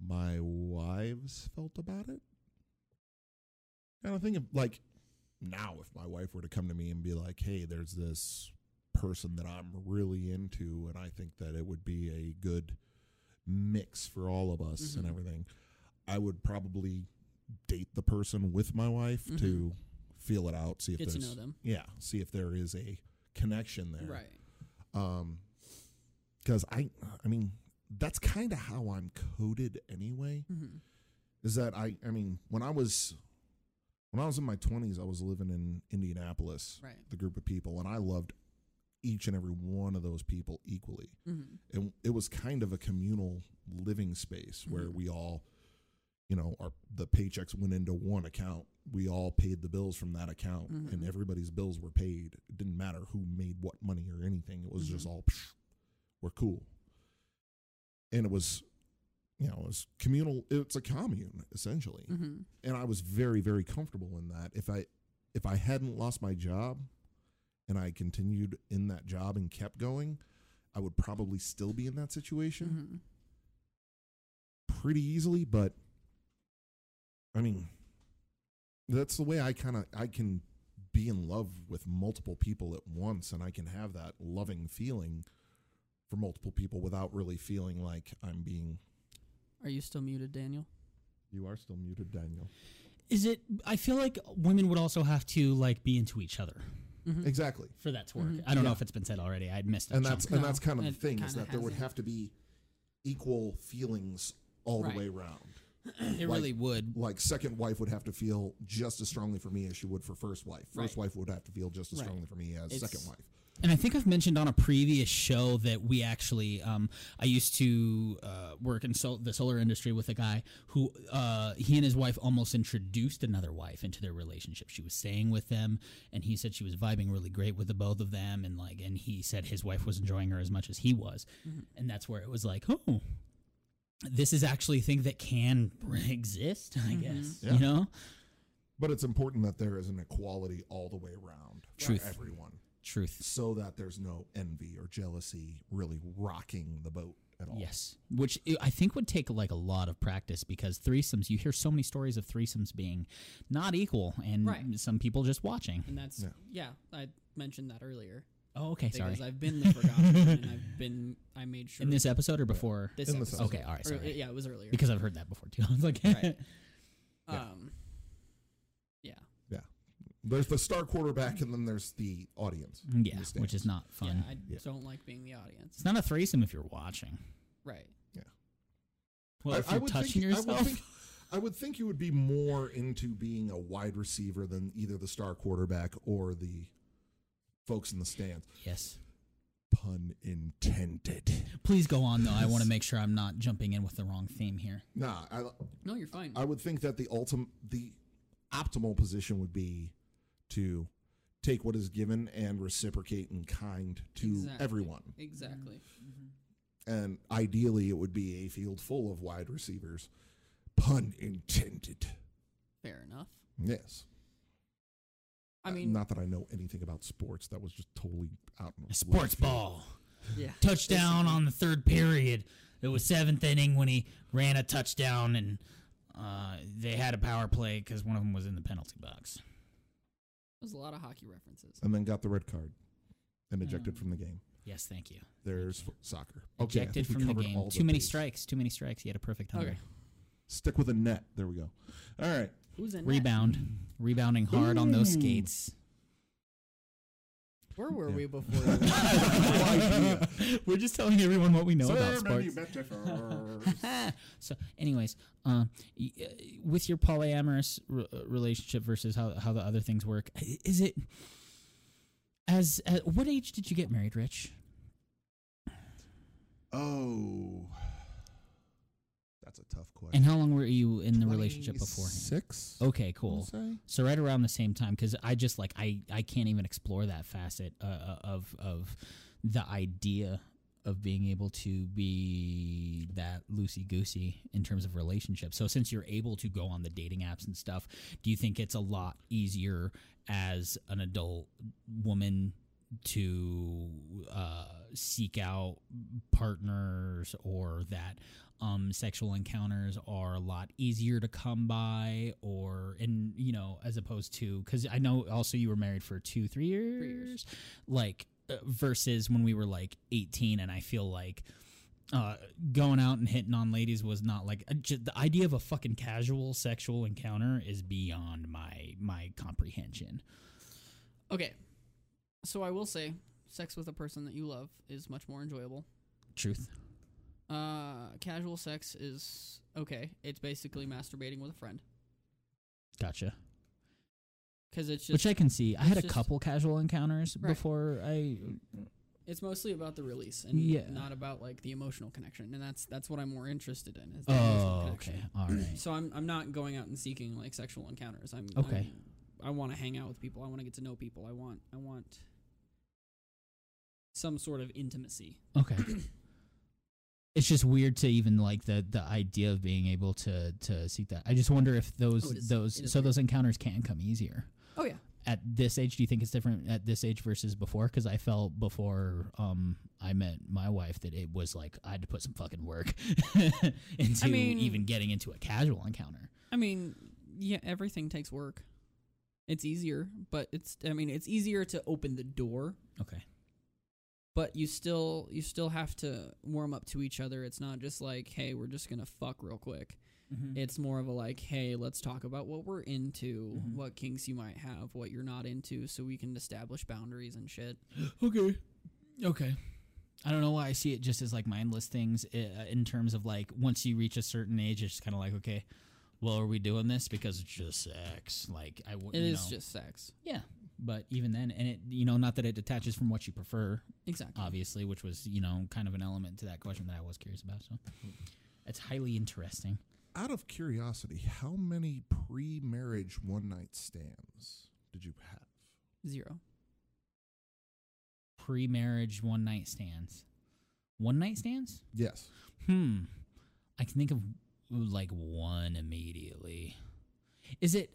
Speaker 2: my wives felt about it. And I think, of, like, now if my wife were to come to me and be like, hey, there's this person that I'm really into, and I think that it would be a good mix for all of us and
Speaker 4: Mhm.
Speaker 2: everything, I would probably date the person with my wife
Speaker 4: Mhm.
Speaker 2: to feel it out, see if
Speaker 4: Get to
Speaker 2: there's.
Speaker 4: know them.
Speaker 2: Yeah, see if there is a connection there
Speaker 4: Right.
Speaker 2: um because i i mean that's kind of how i'm coded anyway
Speaker 4: Mm-hmm.
Speaker 2: is that i i mean when i was when i was in my 20s i was living in indianapolis
Speaker 4: Right.
Speaker 2: the group of people and i loved each and every one of those people equally.
Speaker 4: Mhm.
Speaker 2: And it was kind of a communal living space where
Speaker 4: Mhm.
Speaker 2: we all, you know, our the paychecks went into one account. We all paid the bills from that account, and
Speaker 4: Mhm.
Speaker 2: everybody's bills were paid. It didn't matter who made what money or anything. It was just
Speaker 4: Mhm.
Speaker 2: all psh, we're cool. And it was, you know, it was communal. It's a commune essentially
Speaker 4: Mhm.
Speaker 2: and I was very very comfortable in that. If I if I hadn't lost my job and I continued in that job and kept going, I would probably still be in that situation
Speaker 4: Mhm.
Speaker 2: pretty easily, but I mean that's the way I kind of I can be in love with multiple people at once and I can have that loving feeling for multiple people without really feeling like I'm being
Speaker 4: Are you still muted, Daniel?
Speaker 2: you are still muted, Daniel.
Speaker 3: Is it? I feel like women would also have to like be into each other
Speaker 4: Mhm.
Speaker 2: Exactly.
Speaker 3: for that to work.
Speaker 4: Mhm.
Speaker 3: I don't know
Speaker 2: Yeah.
Speaker 3: if it's been said already. I'd missed it.
Speaker 2: and that's and
Speaker 4: No,
Speaker 2: that's kind of the
Speaker 4: it
Speaker 2: thing is
Speaker 4: kinda
Speaker 2: that there would
Speaker 4: hasn't.
Speaker 2: have to be equal feelings all
Speaker 4: Right.
Speaker 2: the way around.
Speaker 3: [LAUGHS] it
Speaker 2: like-
Speaker 3: really would.
Speaker 2: Like second wife would have to feel just as strongly for me as she would for first wife. First wife would have to feel just as
Speaker 3: Right.
Speaker 2: strongly for me as second
Speaker 3: It's-
Speaker 2: wife.
Speaker 3: And I think I've mentioned on a previous show that we actually, um, I used to uh, work in sol- the solar industry with a guy who uh, he and his wife almost introduced another wife into their relationship. She was staying with them, and he said she was vibing really great with the both of them, and like, and he said his wife was enjoying her as much as he was, and that's where it was like, oh. This is actually a thing that can [LAUGHS] exist, I guess.
Speaker 2: Yeah.
Speaker 3: You know,
Speaker 2: But it's important that there is an equality all the way around
Speaker 3: Truth.
Speaker 2: for everyone,
Speaker 3: truth.
Speaker 2: so that there's no envy or jealousy really rocking the boat at all.
Speaker 3: Yes, which i- I think would take like a lot of practice because threesomes. You hear so many stories of threesomes being not equal, and
Speaker 4: Right.
Speaker 3: some people just watching.
Speaker 4: And that's
Speaker 2: Yeah.
Speaker 4: yeah. I mentioned that earlier
Speaker 3: Oh, okay, sorry.
Speaker 4: because I've been the forgotten one and I've been. I made sure
Speaker 3: In this episode or before?
Speaker 4: this
Speaker 2: In this
Speaker 4: episode.
Speaker 3: okay, all right,
Speaker 4: Or,
Speaker 3: sorry.
Speaker 4: yeah, it was earlier.
Speaker 3: Because I've heard that before too. [LAUGHS] I was like,
Speaker 4: Right.
Speaker 2: Yeah.
Speaker 4: um, yeah,
Speaker 2: There's the star quarterback, and then there's the audience. in
Speaker 3: yeah,
Speaker 2: the stands.
Speaker 3: which is not fun.
Speaker 4: yeah. I
Speaker 2: Yeah.
Speaker 4: don't like being the audience.
Speaker 3: It's not a threesome if you're watching.
Speaker 4: Right.
Speaker 3: Well, if you're touching
Speaker 2: think, I
Speaker 3: yourself,
Speaker 2: would, think, [LAUGHS] I would think you would be more into being a wide receiver than either the star quarterback or the folks in the stands.
Speaker 3: [LAUGHS] yes.
Speaker 2: Pun intended.
Speaker 3: Please go on though. I want to make sure I'm not jumping in with the wrong theme
Speaker 2: [LAUGHS]
Speaker 3: here.
Speaker 2: Nah, I,
Speaker 4: No, you're fine.
Speaker 2: I would think that the ultimate, the optimal position would be to take what is given and reciprocate in kind to
Speaker 4: Exactly.
Speaker 2: everyone.
Speaker 4: exactly.
Speaker 2: And ideally, it would be a field full of wide receivers. Pun intended.
Speaker 4: Fair enough.
Speaker 2: Yes.
Speaker 4: I
Speaker 2: Uh,
Speaker 4: mean,
Speaker 2: not that I know anything about sports. That was just totally out. in left
Speaker 3: Sports
Speaker 2: field.
Speaker 3: ball.
Speaker 4: yeah.
Speaker 3: touchdown on the third period. It was seventh inning when he ran a touchdown, and uh, they had a power play because one of them was in the penalty box.
Speaker 4: There's a lot of hockey references.
Speaker 2: and then got the red card and ejected
Speaker 4: Oh.
Speaker 2: from the game.
Speaker 3: Yes, thank you.
Speaker 2: There's fo- soccer. Okay, I
Speaker 3: Ejected
Speaker 2: think we
Speaker 3: from the
Speaker 2: covered
Speaker 3: game.
Speaker 2: all
Speaker 3: Too many
Speaker 2: bases.
Speaker 3: strikes. Too many strikes. He had a perfect hundred.
Speaker 4: Okay.
Speaker 2: Stick with a net. There we go. All right.
Speaker 4: Who's in that?
Speaker 3: Rebound, rebounding hard on those
Speaker 2: Ooh.
Speaker 3: skates.
Speaker 2: [LAUGHS]
Speaker 3: [LAUGHS]
Speaker 4: Where were
Speaker 2: Yeah. [LAUGHS]
Speaker 4: we before?
Speaker 2: idea.
Speaker 3: We're just telling everyone what we know about
Speaker 2: Sir, many
Speaker 3: sports. [LAUGHS]
Speaker 2: metaphors.
Speaker 3: so, anyways, um, y- uh, with your polyamorous re- uh, relationship versus how how the other things work, i- is it as at what age did you get married, Rich?
Speaker 2: oh, that's a tough question.
Speaker 3: And how long were you in the relationship before?
Speaker 2: Six.
Speaker 3: Okay,
Speaker 2: I wanna
Speaker 3: cool.
Speaker 2: say?
Speaker 3: So right around the same time, because I just like I I can't even explore that facet uh, uh, of of the idea of being able to be that loosey goosey in terms of relationships. So since you're able to go on the dating apps and stuff, do you think it's a lot easier as an adult woman to uh, seek out partners or that um, sexual encounters are a lot easier to come by or and you know as opposed to because i know also you were married for two three years,
Speaker 4: years.
Speaker 3: like uh, versus when we were like 18 and i feel like uh, going out and hitting on ladies was not like uh, ju- the idea of a fucking casual sexual encounter is beyond my my comprehension.
Speaker 4: okay. So I will say, sex with a person that you love is much more enjoyable.
Speaker 3: Truth.
Speaker 4: Uh, casual sex is okay. It's basically masturbating with a friend
Speaker 3: Gotcha.
Speaker 4: because it's just
Speaker 3: which I can see. I had a
Speaker 4: just-
Speaker 3: couple casual encounters
Speaker 4: Right.
Speaker 3: before I.
Speaker 4: it's mostly about the release and
Speaker 3: Yeah.
Speaker 4: not about like the emotional connection, and that's that's what I'm more interested in. Is the emotional
Speaker 3: Oh,
Speaker 4: connection.
Speaker 3: okay, all right.
Speaker 4: [CLEARS THROAT] So I'm I'm not going out and seeking like sexual encounters. I'm
Speaker 3: Okay.
Speaker 4: I'm- i want to hang out with people. I want to get to know people. I want I want some sort of intimacy.
Speaker 3: Okay. It's just weird to even like the the idea of being able to to seek that. I just wonder if those
Speaker 4: Oh, it is- it
Speaker 3: those
Speaker 4: is
Speaker 3: so
Speaker 4: weird.
Speaker 3: those encounters can come easier
Speaker 4: Oh yeah.
Speaker 3: at this age. Do you think it's different at this age versus before? Because I felt before um I met my wife that it was like I had to put some fucking work [LAUGHS] into
Speaker 4: mean-
Speaker 3: even getting into a casual encounter.
Speaker 4: I mean, yeah, everything takes work. It's easier, but it's I mean, it's easier to open the door,
Speaker 3: Okay.
Speaker 4: but you still you still have to warm up to each other. It's not just like, "Hey, we're just going to fuck real quick." It's more of a like, "Hey, let's talk about what we're into,
Speaker 3: Mhm.
Speaker 4: what kinks you might have, what you're not into so we can establish boundaries and shit."
Speaker 3: Okay. Okay. I don't know why I see it just as like mindless things i- uh, in terms of like once you reach a certain age, it's kind of like, okay, well, are we doing this because it's just sex? Like, I would.
Speaker 4: It
Speaker 3: you
Speaker 4: is
Speaker 3: know.
Speaker 4: just sex.
Speaker 3: Yeah. But even then, and it, you know, not that it detaches from what you prefer,
Speaker 4: Exactly.
Speaker 3: obviously, which was, you know, kind of an element to that question that I was curious about. So it's highly interesting.
Speaker 2: Out of curiosity, how many pre-marriage one-night stands did you have?
Speaker 4: Zero.
Speaker 3: Pre marriage one night stands. One night stands?
Speaker 2: Yes.
Speaker 3: Hmm. I can think of like one immediately. Is it?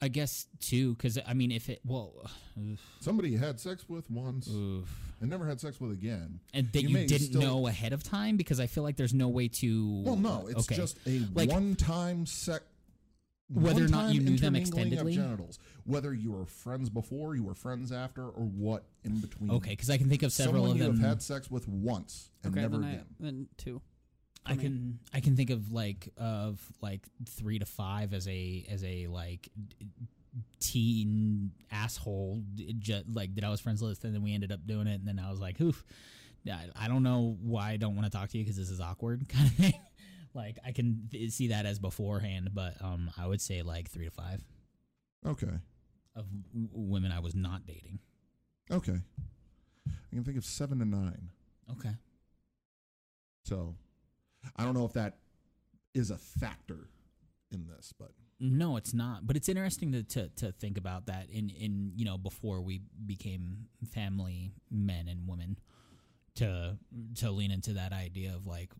Speaker 3: I guess two, because I mean, if it well, oof,
Speaker 2: Somebody you had sex with once
Speaker 3: oof.
Speaker 2: and never had sex with again.
Speaker 3: and that
Speaker 2: You
Speaker 3: you,
Speaker 2: may
Speaker 3: didn't
Speaker 2: still-
Speaker 3: know ahead of time, because I feel like there's no way to.
Speaker 2: Well, no, it's
Speaker 3: okay.
Speaker 2: just a
Speaker 3: Like-
Speaker 2: one-time sex.
Speaker 3: Whether or not you knew them extendedly?
Speaker 2: of genitals, whether you were friends before, you were friends after, or what in between.
Speaker 3: okay, because I can think of several
Speaker 2: Someone
Speaker 3: of
Speaker 2: you
Speaker 3: them.
Speaker 2: have had sex with once and
Speaker 4: Okay,
Speaker 2: never
Speaker 4: then I,
Speaker 2: again.
Speaker 4: then two.
Speaker 3: I
Speaker 4: for me.
Speaker 3: can I can think of like of like three to five as a as a like d- teen asshole d- ju- like that I was friends with, and then we ended up doing it, and then I was like, oof, I, I don't know why I don't want to talk to you because this is awkward [LAUGHS] kind of thing. like I can th- see that as beforehand, but um, I would say like three to five
Speaker 2: Okay.
Speaker 3: of w- women I was not dating.
Speaker 2: Okay. I can think of seven to nine.
Speaker 3: Okay,
Speaker 2: So I don't know if that is a factor in this, but
Speaker 3: no, it's not, but it's interesting to to, to think about that in in you know before we became family men and women to to lean into that idea of like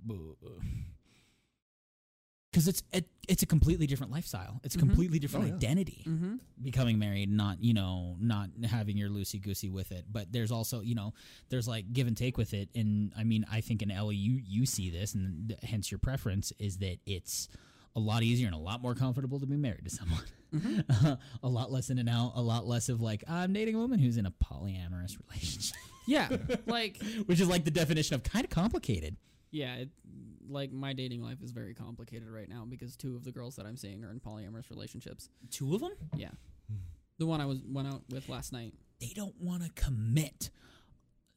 Speaker 3: because it's it, it's a completely different lifestyle it's a
Speaker 4: Mhm.
Speaker 3: completely different
Speaker 2: Oh, yeah.
Speaker 3: identity
Speaker 4: Mm-hmm.
Speaker 3: becoming married not you know not having your loosey goosey with it but there's also you know there's like give and take with it and i mean i think in ellie you you see this and th- hence your preference is that it's a lot easier and a lot more comfortable to be married to someone [LAUGHS] a lot less in and out a lot less of like i'm dating a woman who's in a polyamorous relationship [LAUGHS]
Speaker 4: Yeah, like
Speaker 3: which is like the definition of kind of complicated
Speaker 4: yeah, it, like my dating life is very complicated right now because two of the girls that I'm seeing are in polyamorous relationships.
Speaker 3: two of them
Speaker 4: Yeah, the one I was went out with last night.
Speaker 3: they don't want to commit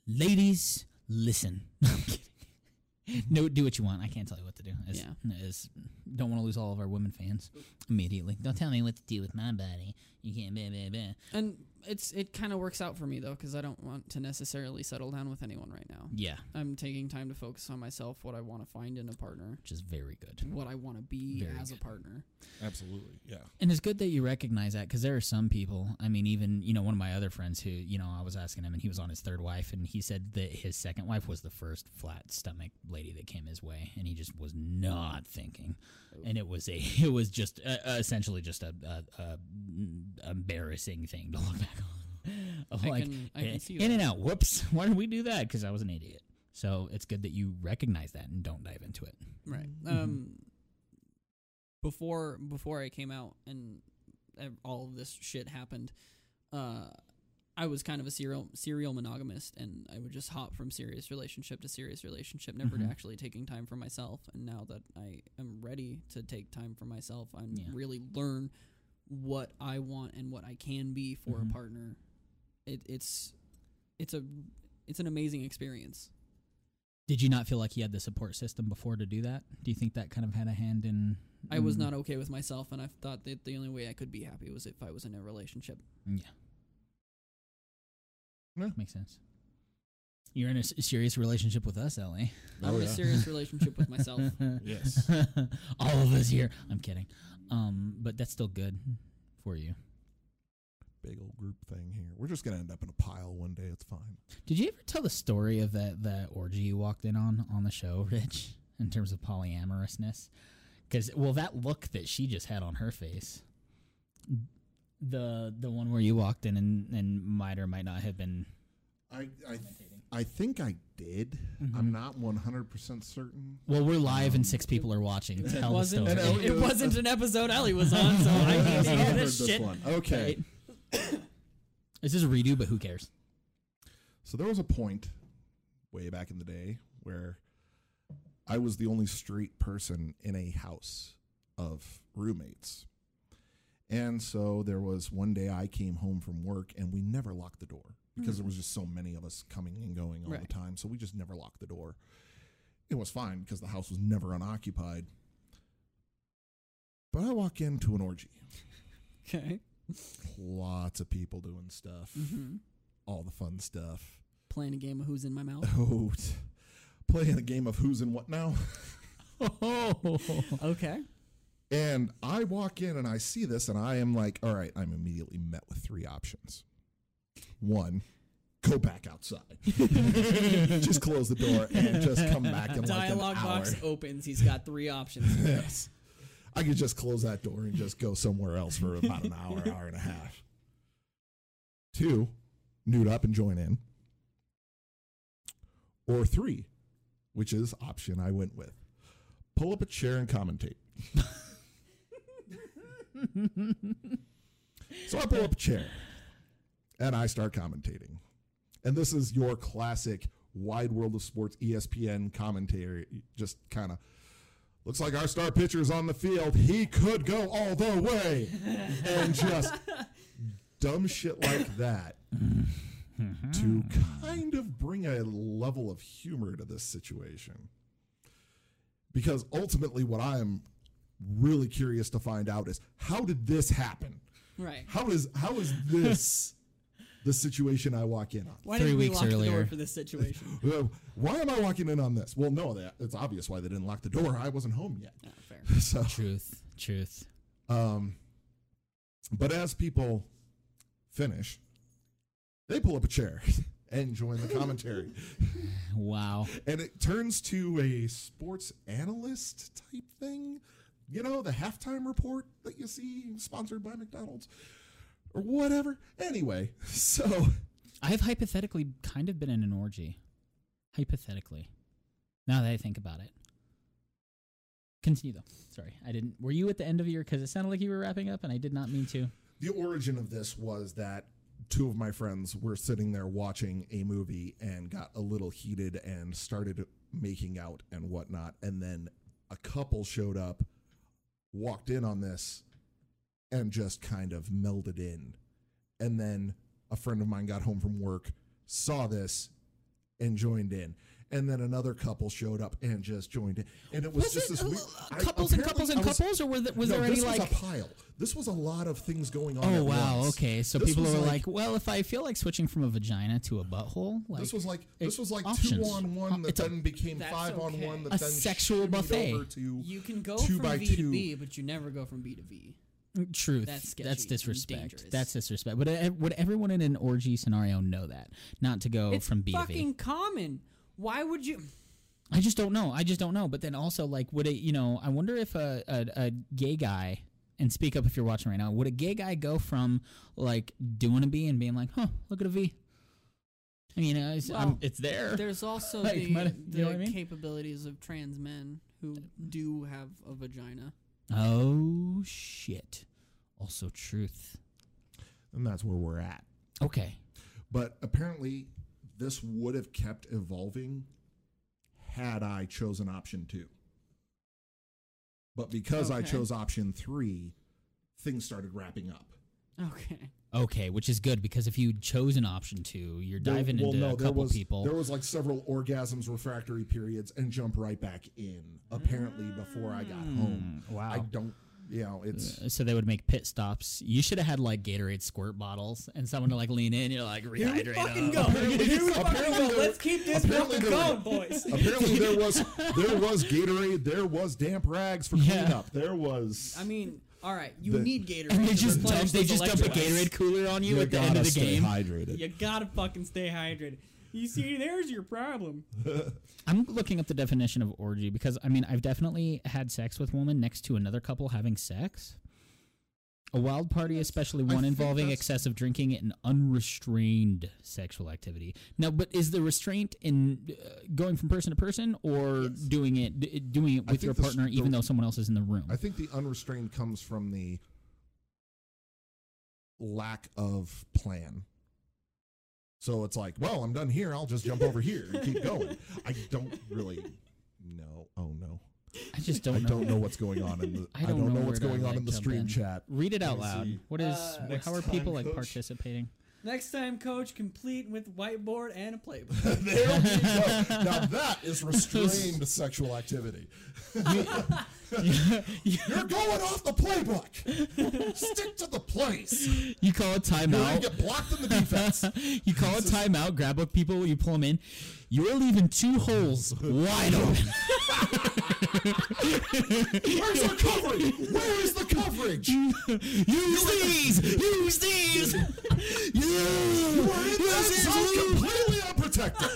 Speaker 3: ladies listen [LAUGHS] No, I'm kidding. no do what you want i can't tell you what to do It's- it's- don't want to lose all of our women fans immediately don't tell me what to do with my body you can't blah, blah, blah.
Speaker 4: And it's it kind of works out for me though because I don't want to necessarily settle down with anyone right now.
Speaker 3: yeah
Speaker 4: I'm taking time to focus on myself, what I want to find in a partner,
Speaker 3: which is very good
Speaker 4: what I want to be
Speaker 3: Very
Speaker 4: as a
Speaker 3: good.
Speaker 4: partner.
Speaker 2: absolutely, yeah.
Speaker 3: And it's good that you recognize that because there are some people. I mean, even you know, one of my other friends who you know, I was asking him, and he was on his third wife, and he said that his second wife was the first flat stomach lady that came his way, and he just was not thinking, and it was a, [LAUGHS] it was just uh, uh, essentially just a, a, a embarrassing thing to look back on. [LAUGHS] Of
Speaker 4: I
Speaker 3: like
Speaker 4: can- I can
Speaker 3: eh,
Speaker 4: see
Speaker 3: in
Speaker 4: that.
Speaker 3: and out. Whoops, [LAUGHS] why did we do that? Because I was an idiot. So it's good that you recognize that and don't dive into it.
Speaker 4: Right. Um. Before before I came out and ev- all of this shit happened, uh, I was kind of a serial serial monogamist, and I would just hop from serious relationship to serious relationship, never
Speaker 3: Mhm.
Speaker 4: actually taking time for myself. And now that I am ready to take time for myself, I'm
Speaker 3: Yeah.
Speaker 4: really learn what I want and what I can be for
Speaker 3: Mhm.
Speaker 4: a partner. It, it's it's a it's an amazing experience.
Speaker 3: Did you not feel like he had the support system before to do that? Do you think that kind of had a hand in
Speaker 4: I was
Speaker 3: Mm.
Speaker 2: Mm-hmm.
Speaker 4: not okay with myself, and I thought that the only way I could be happy was if I was in a relationship.
Speaker 3: Mm, Yeah.
Speaker 2: Yeah.
Speaker 3: Makes sense. You're in a s- serious relationship with us, LA.
Speaker 4: I'm
Speaker 2: Oh,
Speaker 4: in a
Speaker 2: yeah.
Speaker 4: serious [LAUGHS] relationship
Speaker 3: [LAUGHS]
Speaker 2: [LAUGHS]
Speaker 4: with [LAUGHS] myself.
Speaker 2: Yes.
Speaker 3: All of us here. I'm kidding. Um, but that's still good for you.
Speaker 2: Big old group thing here. We're just gonna end up in a pile one day. It's fine.
Speaker 3: Did you ever tell the story of that that orgy you walked in on on the show, [LAUGHS] Rich? In terms of polyamorousness, because well, that look that she just had on her face, the the one where you walked in and and might or might not have been.
Speaker 2: I I, I think I did.
Speaker 4: Mm-hmm.
Speaker 2: I'm not 100 percent certain.
Speaker 3: Well, we're live and six people are watching. Tell the
Speaker 4: wasn't
Speaker 3: story.
Speaker 4: it,
Speaker 2: And
Speaker 4: [LAUGHS]
Speaker 2: I-
Speaker 4: it wasn't an episode Ellie was on,
Speaker 2: [LAUGHS]
Speaker 4: so I [LAUGHS] need to hear this shit.
Speaker 2: Okay.
Speaker 3: Right. This is a redo, but who cares?
Speaker 2: So there was a point way back in the day where I was the only straight person in a house of roommates. And so there was one day I came home from work and we never locked the door because there was just so many of us coming and going all
Speaker 4: Right.
Speaker 2: the time. So we just never locked the door. It was fine because the house was never unoccupied. But I walk into an orgy,
Speaker 4: Okay.
Speaker 2: lots of people doing stuff,
Speaker 4: hmm
Speaker 2: all the fun stuff.
Speaker 4: Playing a game of Who's in My Mouth.
Speaker 2: Oh, t- [LAUGHS] playing a game of who's and what
Speaker 4: [LAUGHS]
Speaker 2: now. [LAUGHS]
Speaker 4: Okay.
Speaker 2: And I walk in and I see this, and I am like, all right, I'm immediately met with three options. One, go back
Speaker 4: [LAUGHS]
Speaker 2: outside. [LAUGHS] just close the door and just come back in
Speaker 4: Dialogue
Speaker 2: [LAUGHS] like an hour.
Speaker 4: box opens. He's got
Speaker 2: [LAUGHS]
Speaker 4: three options.
Speaker 2: Yes. I could just close that door and just go somewhere else for about an hour, hour and a half. Two, nude up and join in. Or three, which is option I went with. Pull up a chair and commentate. so I pull up a chair and I start commentating. And this is your classic wide world of sports E ESPN commentary, just kind of Looks like our star pitcher's on the field. He could go all the way. and just dumb shit like that to kind of bring a level of humor to this situation. Because ultimately, what I'm really curious to find out is how did this happen?
Speaker 4: Right.
Speaker 2: How is how is this the situation I walk in on?
Speaker 4: Why
Speaker 3: Three
Speaker 4: did we
Speaker 3: weeks
Speaker 4: lock the door
Speaker 3: earlier.
Speaker 4: for this situation?
Speaker 2: [LAUGHS] Uh, Why am I walking in on this? Well, no, that it's obvious why they didn't lock the door. I wasn't home yet. [LAUGHS]
Speaker 4: Oh, fair.
Speaker 2: So
Speaker 3: Truth, truth.
Speaker 2: Um, but as people finish, they pull up a chair [LAUGHS] and join the commentary.
Speaker 3: Wow.
Speaker 2: and it turns to a sports analyst type thing. You know, the halftime report that you see sponsored by McDonald's or whatever. Anyway, [LAUGHS] so
Speaker 3: I've hypothetically kind of been in an orgy. Hypothetically. Now that I think about it. Continue though. Sorry, I didn't. Were you at the end of your? Because it sounded like you were wrapping up, and I did not mean to.
Speaker 2: the origin of this was that two of my friends were sitting there watching a movie and got a little heated and started making out and whatnot. And then a couple showed up, walked in on this, and just kind of melded in. And then a friend of mine got home from work, saw this, and joined in. And then another couple showed up and just joined in. And it was, just this weird, I-
Speaker 3: couples and
Speaker 2: apparently
Speaker 3: couples
Speaker 2: I
Speaker 3: and
Speaker 2: was-
Speaker 3: couples, or were th- was
Speaker 2: no,
Speaker 3: there any
Speaker 2: this was
Speaker 3: like?
Speaker 2: a pile? This was a lot of things going on.
Speaker 3: Oh
Speaker 2: at
Speaker 3: wow,
Speaker 2: once.
Speaker 3: okay. So
Speaker 2: This
Speaker 3: people
Speaker 2: was
Speaker 3: are like, well, if I feel like switching from a vagina to a butthole, like
Speaker 2: this was like this was like
Speaker 3: options.
Speaker 2: two on one that
Speaker 3: It's a-
Speaker 2: then became
Speaker 4: That's
Speaker 2: five on one
Speaker 4: okay.
Speaker 2: that
Speaker 3: A
Speaker 2: then
Speaker 3: sexual
Speaker 2: shimmied
Speaker 3: buffet.
Speaker 2: Over to
Speaker 4: You can go
Speaker 2: Two
Speaker 4: from
Speaker 2: by
Speaker 4: B
Speaker 2: two.
Speaker 4: to B, but you never go from B to V.
Speaker 3: truth.
Speaker 4: That's
Speaker 3: That's,
Speaker 4: sketchy and
Speaker 3: disrespect.
Speaker 4: dangerous.
Speaker 3: That's disrespect. Would e- would everyone in an orgy scenario know that? Not to go
Speaker 4: It's
Speaker 3: from B to V.
Speaker 4: fucking common. Why would you?
Speaker 3: I just don't know. I just don't know. But then also, like, would it? You know, I wonder if a a, a gay guy and speak up if you're watching right now. Would a gay guy go from like doing a B and being like, huh, look at a V? I mean, uh, it's, I'm,
Speaker 4: Well,
Speaker 3: it's there.
Speaker 4: There's also
Speaker 3: [LAUGHS] Like,
Speaker 4: the,
Speaker 3: might- you
Speaker 4: the
Speaker 3: know what I mean?
Speaker 4: capabilities of trans men who do have a vagina.
Speaker 3: Oh shit. Also, truth.
Speaker 2: and that's where we're at.
Speaker 3: Okay.
Speaker 2: But apparently, this would have kept evolving had I chosen option two. But because I
Speaker 4: Okay.
Speaker 2: chose option three, things started wrapping up.
Speaker 4: Okay.
Speaker 3: Okay, which is good because if you chose an option two, you're diving
Speaker 2: Well,
Speaker 3: into
Speaker 2: no,
Speaker 3: a
Speaker 2: there
Speaker 3: couple
Speaker 2: was,
Speaker 3: people.
Speaker 2: There was like several orgasms, refractory periods, and jump right back in. Apparently, before I got home,
Speaker 3: Mm, wow.
Speaker 2: I don't. You know, it's
Speaker 4: [LAUGHS]
Speaker 3: so they would make pit stops. You should have had like Gatorade squirt bottles and someone to like lean in. You're like
Speaker 4: Here we
Speaker 3: rehydrate.
Speaker 4: fucking
Speaker 3: [LAUGHS]
Speaker 4: go.
Speaker 3: up."
Speaker 4: Here
Speaker 2: Apparently-
Speaker 4: we fucking
Speaker 2: apparently
Speaker 4: go.
Speaker 2: there-
Speaker 4: Let's keep this
Speaker 2: apparently
Speaker 4: fucking
Speaker 2: there-
Speaker 4: going,
Speaker 2: [LAUGHS]
Speaker 4: boys.
Speaker 3: [LAUGHS]
Speaker 2: Apparently there was there was Gatorade, there was damp rags for
Speaker 3: Yeah.
Speaker 2: cleanup. There was
Speaker 4: I mean, all right, you
Speaker 2: The-
Speaker 4: need Gatorade.
Speaker 3: And they
Speaker 4: to
Speaker 3: just
Speaker 4: replenish
Speaker 3: dump, they
Speaker 4: those
Speaker 3: just dump a
Speaker 4: electrolytes.
Speaker 3: Gatorade cooler on you,
Speaker 2: You
Speaker 3: at the end of
Speaker 2: gotta
Speaker 3: the
Speaker 2: stay
Speaker 3: game.
Speaker 2: hydrated.
Speaker 4: You gotta fucking stay hydrated. You see, there's your problem.
Speaker 3: I'm looking up the definition of orgy because I mean I've definitely had sex with a woman next to another couple having sex. A wild party, especially one
Speaker 2: think
Speaker 3: involving
Speaker 2: that's-
Speaker 3: excessive drinking and unrestrained sexual activity. Now, but is the restraint in uh, going from person to person or doing it d- doing it
Speaker 2: I
Speaker 3: with
Speaker 2: think
Speaker 3: your
Speaker 2: the s-
Speaker 3: partner,
Speaker 2: the-
Speaker 3: even though someone else is in the room?
Speaker 2: I think the unrestrained comes from the lack of plan. So it's like, well, I'm done here. I'll just jump over here and [LAUGHS] keep going. I don't really know. Oh no,
Speaker 3: I just don't
Speaker 2: I
Speaker 3: know.
Speaker 2: don't know what's going on in the. I don't, know,
Speaker 3: where
Speaker 2: what's
Speaker 3: to,
Speaker 2: going on
Speaker 3: like,
Speaker 2: in the
Speaker 3: jump
Speaker 2: stream [LAUGHS] chat.
Speaker 3: Read it out
Speaker 2: Let me
Speaker 3: loud.
Speaker 2: see.
Speaker 3: What is?
Speaker 4: Uh,
Speaker 3: wh- how are
Speaker 2: next time,
Speaker 3: people like
Speaker 2: coach.
Speaker 3: participating?
Speaker 4: Next time, coach, complete with whiteboard and a playbook. [LAUGHS]
Speaker 2: there we go. Now that is [LAUGHS] restrained sexual [LAUGHS] activity. You're going off the playbook. Stick to the place.
Speaker 3: You call a
Speaker 2: You're going
Speaker 3: timeout.
Speaker 2: to get blocked in the defense.
Speaker 3: [LAUGHS] you call a timeout, grab up people, you pull them in. You're leaving two holes wide open. [LAUGHS]
Speaker 2: Where's our coverage? Where is the coverage? You
Speaker 3: Use these! Use these! [LAUGHS]
Speaker 2: were in
Speaker 3: Use!
Speaker 2: that zone completely [LAUGHS] unprotected.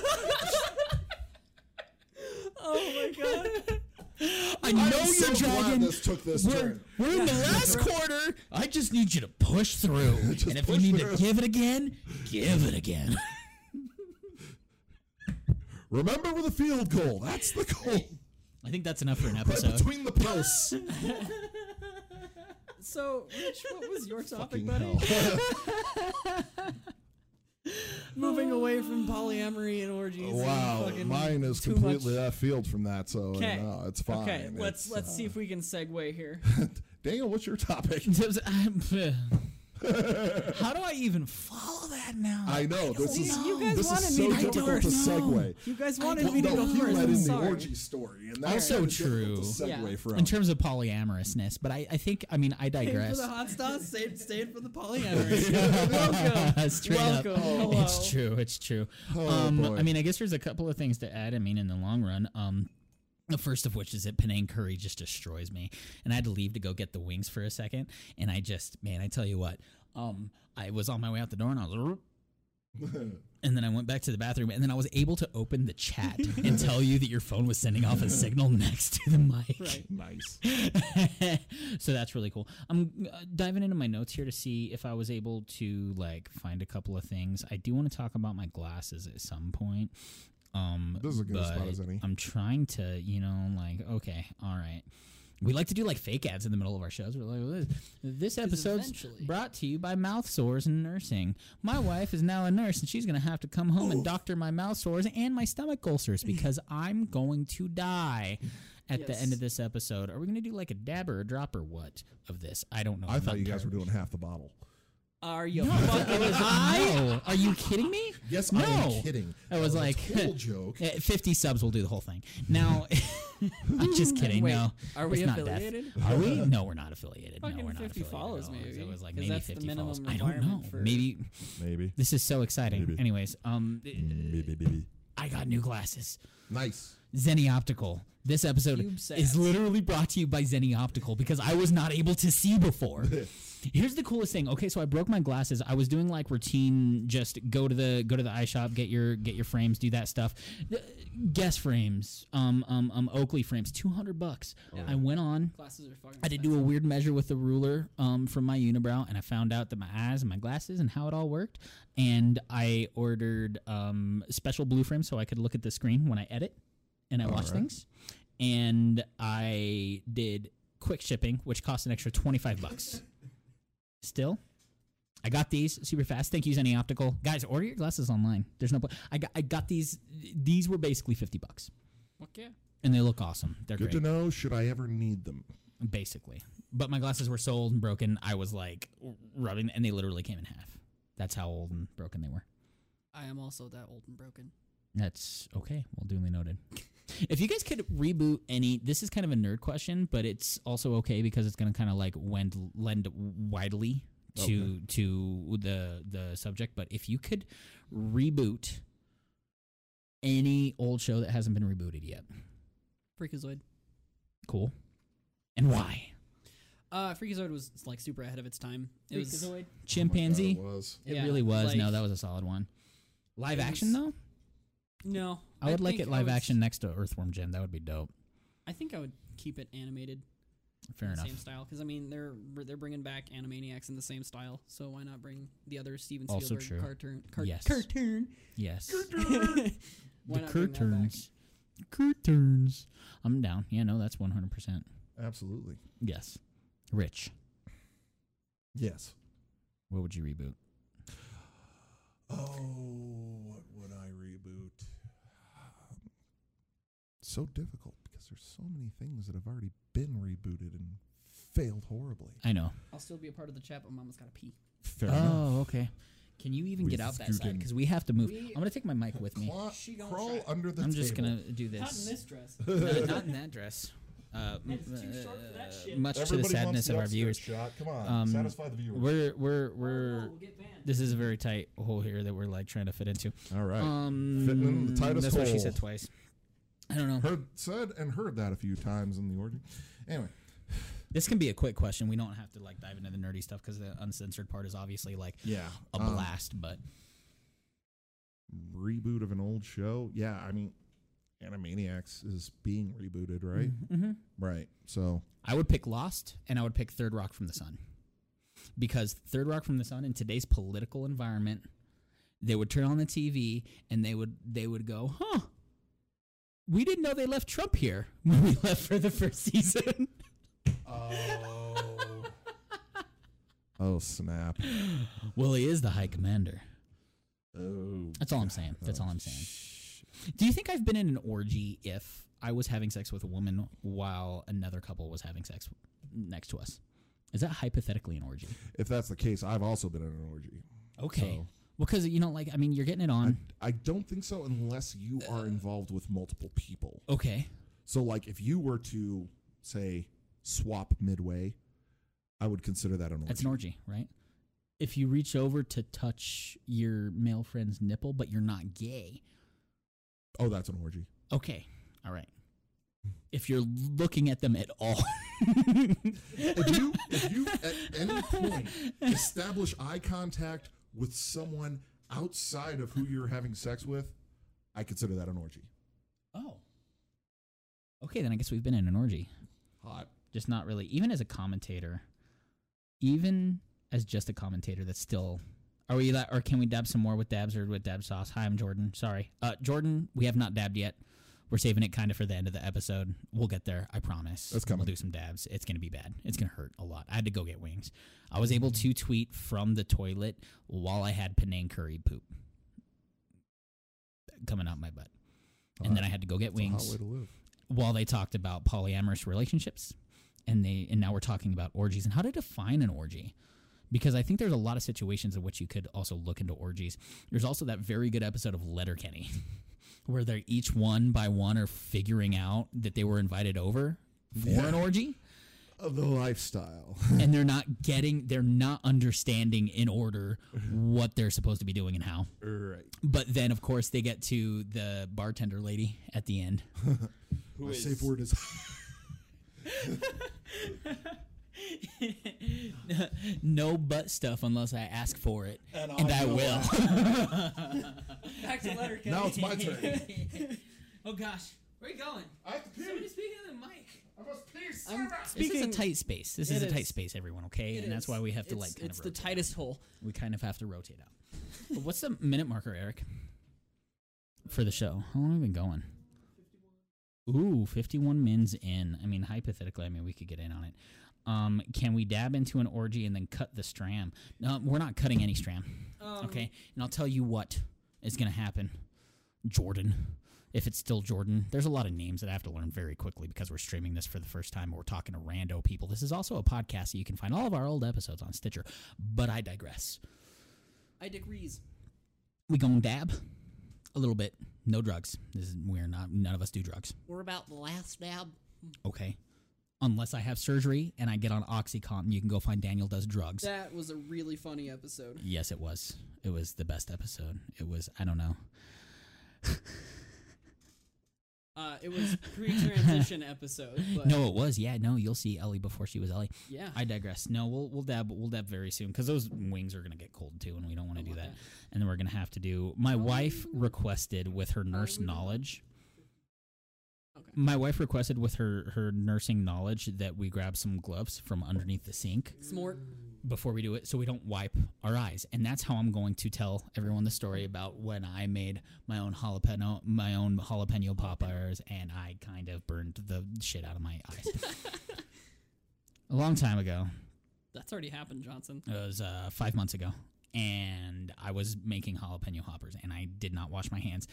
Speaker 4: oh my god.
Speaker 3: I
Speaker 2: I'm
Speaker 3: know
Speaker 2: so
Speaker 3: you're
Speaker 2: glad
Speaker 3: dragging.
Speaker 2: this took this
Speaker 3: We're,
Speaker 2: turn.
Speaker 3: we're in the last quarter. I just need you to push through. [LAUGHS] and if you
Speaker 2: push
Speaker 3: need
Speaker 2: through.
Speaker 3: to give it again, give it again.
Speaker 2: Remember with a field goal. That's the goal.
Speaker 3: [LAUGHS] I think that's enough for an
Speaker 2: Right
Speaker 3: [LAUGHS] episode.
Speaker 2: between the
Speaker 4: [LAUGHS]
Speaker 2: posts.
Speaker 4: So, Rich, what was your
Speaker 2: Fucking
Speaker 4: topic, buddy?
Speaker 2: hell.
Speaker 4: Moving away from polyamory and orgies.
Speaker 2: [LAUGHS]
Speaker 4: and
Speaker 2: Wow,
Speaker 4: fucking
Speaker 2: mine is
Speaker 4: too
Speaker 2: completely
Speaker 4: much-
Speaker 2: left field from that, so uh,
Speaker 4: Okay.
Speaker 2: no, it's fine.
Speaker 4: Okay, let's
Speaker 2: It's,
Speaker 4: let's
Speaker 2: uh,
Speaker 4: see if we can segue here.
Speaker 2: Daniel, what's your topic?
Speaker 4: [LAUGHS]
Speaker 3: How do I even follow that now?
Speaker 2: I know this is
Speaker 4: You guys
Speaker 2: this
Speaker 4: wanted
Speaker 2: is
Speaker 4: me
Speaker 2: so
Speaker 4: to go
Speaker 2: difficult to
Speaker 4: first.
Speaker 2: segue.
Speaker 4: You guys wanted
Speaker 2: Well,
Speaker 4: me to
Speaker 2: no,
Speaker 4: go
Speaker 2: he
Speaker 4: first.
Speaker 2: let
Speaker 4: I'm
Speaker 2: in the
Speaker 4: sorry.
Speaker 2: orgy story, and that's
Speaker 3: Also
Speaker 2: kinda difficult
Speaker 3: true.
Speaker 2: To segue
Speaker 4: Yeah.
Speaker 2: from.
Speaker 3: in terms of polyamorousness, but I, I think I mean I
Speaker 4: Came for
Speaker 3: digress. [LAUGHS]
Speaker 4: the hot sauce, stayed, stayed for the polyamory. Welcome.
Speaker 3: Straight
Speaker 4: Welcome.
Speaker 3: up,
Speaker 4: Hello.
Speaker 3: it's true. It's true.
Speaker 2: Oh,
Speaker 3: um,
Speaker 2: boy.
Speaker 3: I mean, I guess there's a couple of things to add. I mean, in the long run, um, the first of which is that Penang curry just destroys me, and I had to leave to go get the wings for a second, and I just, man, I tell you what, um, I was on my way out the door and I was.
Speaker 2: [LAUGHS]
Speaker 3: And then I went back to the bathroom, and then I was able to open the chat and tell you that your phone was sending off a signal next to the mic.
Speaker 4: Right.
Speaker 2: nice.
Speaker 3: [LAUGHS] so that's really cool. I'm uh, diving into my notes here to see if I was able to like find a couple of things. I do want to talk about my glasses at some point. Um,
Speaker 2: This is as good a spot
Speaker 3: but
Speaker 2: as any.
Speaker 3: I'm trying to, you know, like okay, all right. We like to do like fake ads in the middle of our shows. We're like, this episode's
Speaker 4: eventually-
Speaker 3: brought to you by mouth sores and nursing. My wife is now a nurse, and she's gonna have to come home and doctor my mouth sores and my stomach ulcers
Speaker 2: [LAUGHS]
Speaker 3: because I'm going to die at the end
Speaker 4: Yes.
Speaker 3: of this episode. Are we gonna do like a dab or a drop or what of this? I don't know.
Speaker 2: I
Speaker 3: I'm
Speaker 2: thought
Speaker 3: not
Speaker 2: you guys were
Speaker 3: entirely-
Speaker 2: doing half the bottle.
Speaker 4: Are you
Speaker 2: [LAUGHS]
Speaker 4: fucking
Speaker 3: No, are you kidding me?
Speaker 2: Yes,
Speaker 3: no.
Speaker 2: I'm kidding.
Speaker 3: I was
Speaker 2: That
Speaker 3: like, [LAUGHS]
Speaker 2: a total joke.
Speaker 3: Eh, Fifty subs will do the whole thing.
Speaker 4: [LAUGHS]
Speaker 3: Now, [LAUGHS] I'm just kidding.
Speaker 4: Wait,
Speaker 3: no,
Speaker 4: are we
Speaker 3: it's not death.
Speaker 4: affiliated?
Speaker 3: Are we? No, we're not affiliated. no,
Speaker 4: Fucking
Speaker 3: we're not
Speaker 4: 50
Speaker 3: affiliated
Speaker 4: follows,
Speaker 3: at all.
Speaker 4: maybe,
Speaker 3: It was like
Speaker 4: 'cause
Speaker 3: maybe
Speaker 4: that's the
Speaker 3: 50
Speaker 4: minimum
Speaker 3: follows. I don't know.
Speaker 4: requirement for-
Speaker 3: Maybe
Speaker 2: Maybe.
Speaker 3: this is so exciting.
Speaker 2: Maybe. Mm.
Speaker 3: Anyways, um,
Speaker 2: Maybe, maybe.
Speaker 3: I got new glasses.
Speaker 2: Nice.
Speaker 3: Zenny Optical. This episode
Speaker 4: Cube sats.
Speaker 3: is literally brought to you by Zenny Optical because I was not able to see
Speaker 4: [LAUGHS]
Speaker 3: before. Here's the coolest thing. Okay, so I broke my glasses. I was doing like routine, just go to the go to the eye shop, get your get your frames, do that stuff. The- Guess frames, um, um, um, Oakley frames, two hundred bucks. I went on.
Speaker 4: Classes are fucking.
Speaker 3: I did do a weird measure with the ruler um, from my unibrow, and I found out that my eyes and my glasses and how it all worked. And I ordered um, special blue frame so I could look at the screen when I edit and I watch
Speaker 2: right.
Speaker 3: things. And I did quick shipping, which cost an extra twenty five bucks. Still, I got these super fast. Thank you, Zenny Optical guys. Order your glasses online. There's no. pla- I got I got these. These were basically fifty bucks,
Speaker 4: Fuck yeah.
Speaker 3: and they look awesome. They're
Speaker 2: Good
Speaker 3: great.
Speaker 2: to know. Should I ever need them?
Speaker 3: basically. But my glasses were so old and broken, I was like rubbing, and they literally came in half. That's how old and broken they were.
Speaker 4: I am also that old and broken.
Speaker 3: That's okay. Well, duly noted. [LAUGHS] If you guys could reboot any, this is kind of a nerd question, but it's also okay because it's going to kind of like wend, lend widely to
Speaker 2: Okay.
Speaker 3: to the the subject. But if you could reboot any old show that hasn't been rebooted yet,
Speaker 4: Freakazoid.
Speaker 3: cool, and why?
Speaker 4: Uh, Freakazoid was like super ahead of its time. It was
Speaker 3: Chimpanzee.
Speaker 2: Oh my God, it was.
Speaker 3: It
Speaker 4: Yeah,
Speaker 3: really was. no,
Speaker 4: like-
Speaker 3: that was a solid one. Live
Speaker 4: It
Speaker 3: action
Speaker 4: was-
Speaker 3: though,
Speaker 4: no.
Speaker 3: I would like
Speaker 4: think
Speaker 3: it
Speaker 4: I
Speaker 3: live
Speaker 4: was-
Speaker 3: action next to Earthworm Jim. That would be dope.
Speaker 4: I think I would keep it animated.
Speaker 3: Fair
Speaker 4: in the
Speaker 3: enough.
Speaker 4: Same style, because I mean they're they're bringing back Animaniacs in the same style, so why not bring the other Steven
Speaker 3: Also
Speaker 4: Spielberg
Speaker 3: true.
Speaker 4: cartoon? Car-
Speaker 3: Yes.
Speaker 4: Cartoon. [LAUGHS]
Speaker 3: Yes.
Speaker 4: why
Speaker 3: the
Speaker 4: not bring that back?
Speaker 3: curtains. Curtains. I'm down. Yeah, no, that's 100%.
Speaker 2: Absolutely.
Speaker 3: Yes. Rich,
Speaker 2: Yes.
Speaker 3: what would you reboot?
Speaker 2: Oh, what would I reboot? [SIGHS] So difficult because there's so many things that have already been rebooted and failed horribly.
Speaker 3: I know.
Speaker 4: I'll still be a part of the chat, but Mama's gotta pee.
Speaker 2: Fair
Speaker 3: oh, okay. Can you even
Speaker 2: We
Speaker 3: get out that
Speaker 2: scoot
Speaker 3: side?
Speaker 2: in.
Speaker 3: Because we have to move.
Speaker 4: We-
Speaker 3: I'm going to take my mic with me.
Speaker 2: Claw,
Speaker 4: She gonna
Speaker 2: crawl
Speaker 4: try.
Speaker 2: under the
Speaker 3: I'm just
Speaker 2: table.
Speaker 3: going to do
Speaker 4: Not in
Speaker 3: this. [LAUGHS]
Speaker 4: this dress.
Speaker 3: No, not in that dress. Uh, m-
Speaker 4: It's too short for that
Speaker 3: uh,
Speaker 4: shit. Oh,
Speaker 3: much to the
Speaker 2: Everybody wants
Speaker 3: sadness
Speaker 2: the
Speaker 3: of our
Speaker 2: upstairs
Speaker 3: viewers.
Speaker 2: Shot. Come on,
Speaker 3: Um,
Speaker 2: satisfy the viewers.
Speaker 3: We're, we're, we're,
Speaker 4: we'll get banned.
Speaker 3: this is a very tight hole here that we're like trying to fit into.
Speaker 2: All right.
Speaker 3: Um,
Speaker 2: Fitting in the tightest
Speaker 3: that's what she
Speaker 2: hole.
Speaker 3: said twice. I don't know.
Speaker 2: heard said and heard that a few times in the orgy. Anyway,
Speaker 3: This can be a quick question. We don't have to like dive into the nerdy stuff because the uncensored part is obviously like
Speaker 2: yeah,
Speaker 3: a
Speaker 2: um,
Speaker 3: blast. But
Speaker 2: reboot of an old show. Yeah, I mean, Animaniacs is being rebooted, right?
Speaker 3: mm-hmm.
Speaker 2: Right. So
Speaker 3: I would pick Lost, and I would pick Third Rock from the Sun, because Third Rock from the Sun in today's political environment, they would turn on the TV and they would they would go, huh. We didn't know they left Trump here [LAUGHS] when we left for the first season.
Speaker 2: Oh. oh snap.
Speaker 3: well, he is the high commander.
Speaker 2: Oh.
Speaker 3: That's all I'm saying. That's all I'm saying. Do you think I've been in an orgy if I was having sex with a woman while another couple was having sex next to us? Is that hypothetically an orgy?
Speaker 2: If that's the case, I've also been in an orgy.
Speaker 3: Okay.
Speaker 2: So-
Speaker 3: Because you know, like I mean, you're getting it on.
Speaker 2: I don't think so unless you
Speaker 3: Uh.
Speaker 2: are involved with multiple people.
Speaker 3: okay.
Speaker 2: So like if you were to say swap midway, I would consider that an orgy.
Speaker 3: That's an orgy, right? If you reach over to touch your male friend's nipple, but you're not gay.
Speaker 2: oh, that's an orgy.
Speaker 3: Okay. All right. If you're looking at them at all. [LAUGHS]
Speaker 2: If you if [LAUGHS] you at any point establish eye contact with someone outside of who you're having sex with, I consider that an orgy.
Speaker 3: oh. Okay, then I guess we've been in an orgy.
Speaker 2: Hot.
Speaker 3: just not really even as a commentator even as just a commentator that's still are we la- or can we dab some more with dabs or with dab sauce hi i'm jordan sorry uh jordan we have not dabbed yet we're saving it kind of for the end of the episode we'll get there i promise
Speaker 2: It's coming.
Speaker 3: we'll do some dabs it's gonna be bad it's gonna hurt a lot i had to go get wings i was able to tweet from the toilet while i had penang curry poop coming out my butt and then i had to go get
Speaker 2: Uh-huh. It's a hot
Speaker 3: wings
Speaker 2: way to live.
Speaker 3: while they talked about polyamorous relationships and they and now we're talking about orgies and how to define an orgy because I think there's a lot of situations in which you could also look into orgies. There's also that very good episode of Letterkenny [LAUGHS] where they're each one by one are figuring out that they were invited over for
Speaker 2: Yeah.
Speaker 3: an orgy
Speaker 2: Of the lifestyle.
Speaker 3: and they're not getting they're not understanding in order what they're supposed to be doing and how.
Speaker 2: right.
Speaker 3: But then of course they get to the bartender lady at the end
Speaker 2: My safe word is
Speaker 3: no butt stuff unless I ask for it, and, I, will. [LAUGHS]
Speaker 4: Back to letter. K.
Speaker 2: now it's my turn.
Speaker 4: [LAUGHS]
Speaker 3: oh gosh, where are you going?
Speaker 2: I have to pee.
Speaker 3: speaking to the mic.
Speaker 2: I must pee. so
Speaker 4: I'm
Speaker 2: bad.
Speaker 3: This is a
Speaker 4: speaking.
Speaker 3: tight space. This
Speaker 4: It
Speaker 3: is a tight
Speaker 4: is.
Speaker 3: space, everyone. Okay,
Speaker 4: It
Speaker 3: and that's
Speaker 4: is.
Speaker 3: why we have to
Speaker 4: It's-
Speaker 3: like kind
Speaker 4: it's
Speaker 3: of
Speaker 4: the
Speaker 3: rotate.
Speaker 4: tightest hole.
Speaker 3: we kind of have to rotate out. [LAUGHS] But What's the minute marker, Eric? For the show, how long have we been going? Ooh, 51 mins in. I mean, hypothetically, I mean, we could get in on it. Um, can we dab into an orgy and then cut the stram? No, we're not cutting any stram.
Speaker 4: Um,
Speaker 3: Okay, and I'll tell you what is going to happen, Jordan, if it's still Jordan. There's a lot of names that I have to learn very quickly because we're streaming this for the first time. We're talking to rando people. This is also a podcast that you can find all of our old episodes on Stitcher. But I digress.
Speaker 4: I degrees.
Speaker 3: We going dab a little bit. No drugs. This is, we're not. None of us do drugs.
Speaker 4: We're about the last dab.
Speaker 3: Okay. Unless I have surgery and I get on OxyContin, you can go find Daniel does drugs.
Speaker 4: That was a really funny episode.
Speaker 3: Yes, it was. It was the best episode. It was. I don't know.
Speaker 4: Uh, it was
Speaker 3: [LAUGHS]
Speaker 4: pre-transition episode, but
Speaker 3: No, it was. Yeah, no. You'll see Ellie before she was Ellie.
Speaker 4: yeah,
Speaker 3: I digress. No, we'll we'll dab we'll dab very soon because those wings are gonna get cold too, and we don't want to do
Speaker 4: want
Speaker 3: that.
Speaker 4: that.
Speaker 3: And then we're gonna have to do. My
Speaker 4: How are we
Speaker 3: wife
Speaker 4: doing that?
Speaker 3: requested with her nurse
Speaker 4: we doing that?
Speaker 3: knowledge.
Speaker 4: Okay.
Speaker 3: My wife requested with her her nursing knowledge that we grab some gloves from underneath the sink
Speaker 4: smart.
Speaker 3: before we do it, so we don't wipe our eyes. And that's how I'm going to tell everyone the story about when I made my own jalapeno my own jalapeno poppers, and I kind of burned the shit out of my eyes. A long time ago,
Speaker 4: That's already happened, Johnson.
Speaker 3: it was uh, five months ago, and I was making jalapeno hoppers, and I did not wash my hands,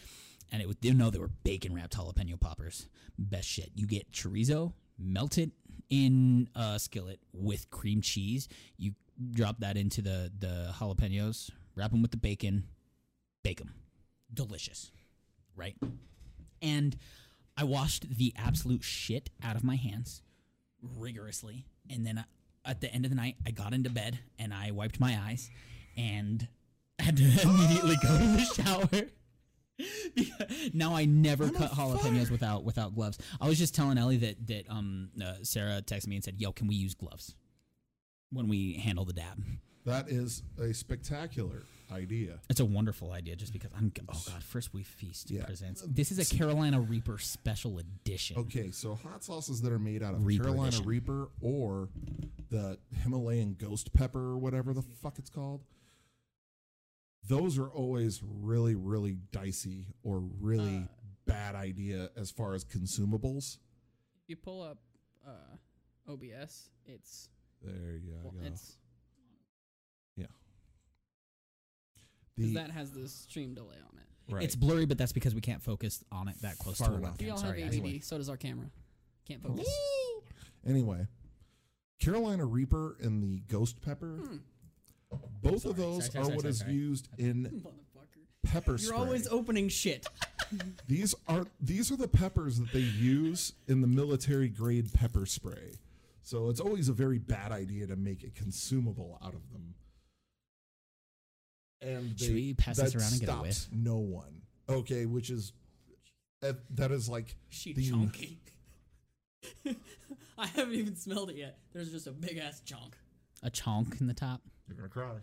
Speaker 3: and it was you know they were bacon wrapped jalapeno poppers, best shit. You get chorizo, melt it in a skillet with cream cheese. You drop that into the the jalapenos, wrap them with the bacon, bake them, delicious, right? And I washed the absolute shit out of my hands rigorously. And then I, at the end of the night, I got into bed and I wiped my eyes and [LAUGHS] had to immediately go to the
Speaker 2: [LAUGHS]
Speaker 3: shower. [LAUGHS] now I never cut jalapenos without without gloves. I was just telling Ellie that that um uh, Sarah texted me and said, "Yo, can we use gloves when we handle the dab?"
Speaker 2: That is a spectacular idea.
Speaker 3: It's a wonderful idea, just because I'm. Oh God! First we feast
Speaker 2: Yeah.
Speaker 3: presents. This is a Carolina Reaper special edition.
Speaker 2: Okay, so hot sauces that are made out of
Speaker 3: Reaper
Speaker 2: Carolina
Speaker 3: edition.
Speaker 2: Reaper or the Himalayan ghost pepper or whatever the fuck it's called. Those are always really, really dicey or really bad idea as far as consumables.
Speaker 4: If you pull up uh, OBS, it's
Speaker 2: There you
Speaker 4: well,
Speaker 2: go.
Speaker 4: it's
Speaker 2: The-
Speaker 4: because that has the stream delay on it.
Speaker 2: right.
Speaker 3: It's blurry, but that's because we can't focus on it that close
Speaker 2: Far
Speaker 3: to a
Speaker 2: enough.
Speaker 3: webcam.
Speaker 4: We all
Speaker 3: Sorry,
Speaker 4: have
Speaker 3: guys.
Speaker 4: ADD, so does our camera. Can't focus.
Speaker 2: Anyway, Carolina Reaper and the ghost pepper, both
Speaker 3: Sorry, sorry,
Speaker 2: of those
Speaker 3: sorry,
Speaker 2: are
Speaker 3: sorry,
Speaker 2: what
Speaker 3: sorry,
Speaker 2: is
Speaker 3: sorry.
Speaker 2: used in
Speaker 4: Motherfucker.
Speaker 2: pepper
Speaker 4: Hmm. You're
Speaker 2: spray.
Speaker 4: always
Speaker 2: [LAUGHS]
Speaker 4: opening shit.
Speaker 2: These are these are the peppers that they use in the military grade pepper spray. So it's always a very bad idea to make it consumable out of them. And
Speaker 3: Should
Speaker 2: they-
Speaker 3: we pass this
Speaker 2: that
Speaker 3: around and get a
Speaker 2: stops No one. Okay, which is that, that is like
Speaker 4: She
Speaker 2: The-
Speaker 4: chunky. [LAUGHS] I haven't even smelled it yet. There's just a big ass chunk.
Speaker 3: a chonk in the top.
Speaker 2: you're gonna cry.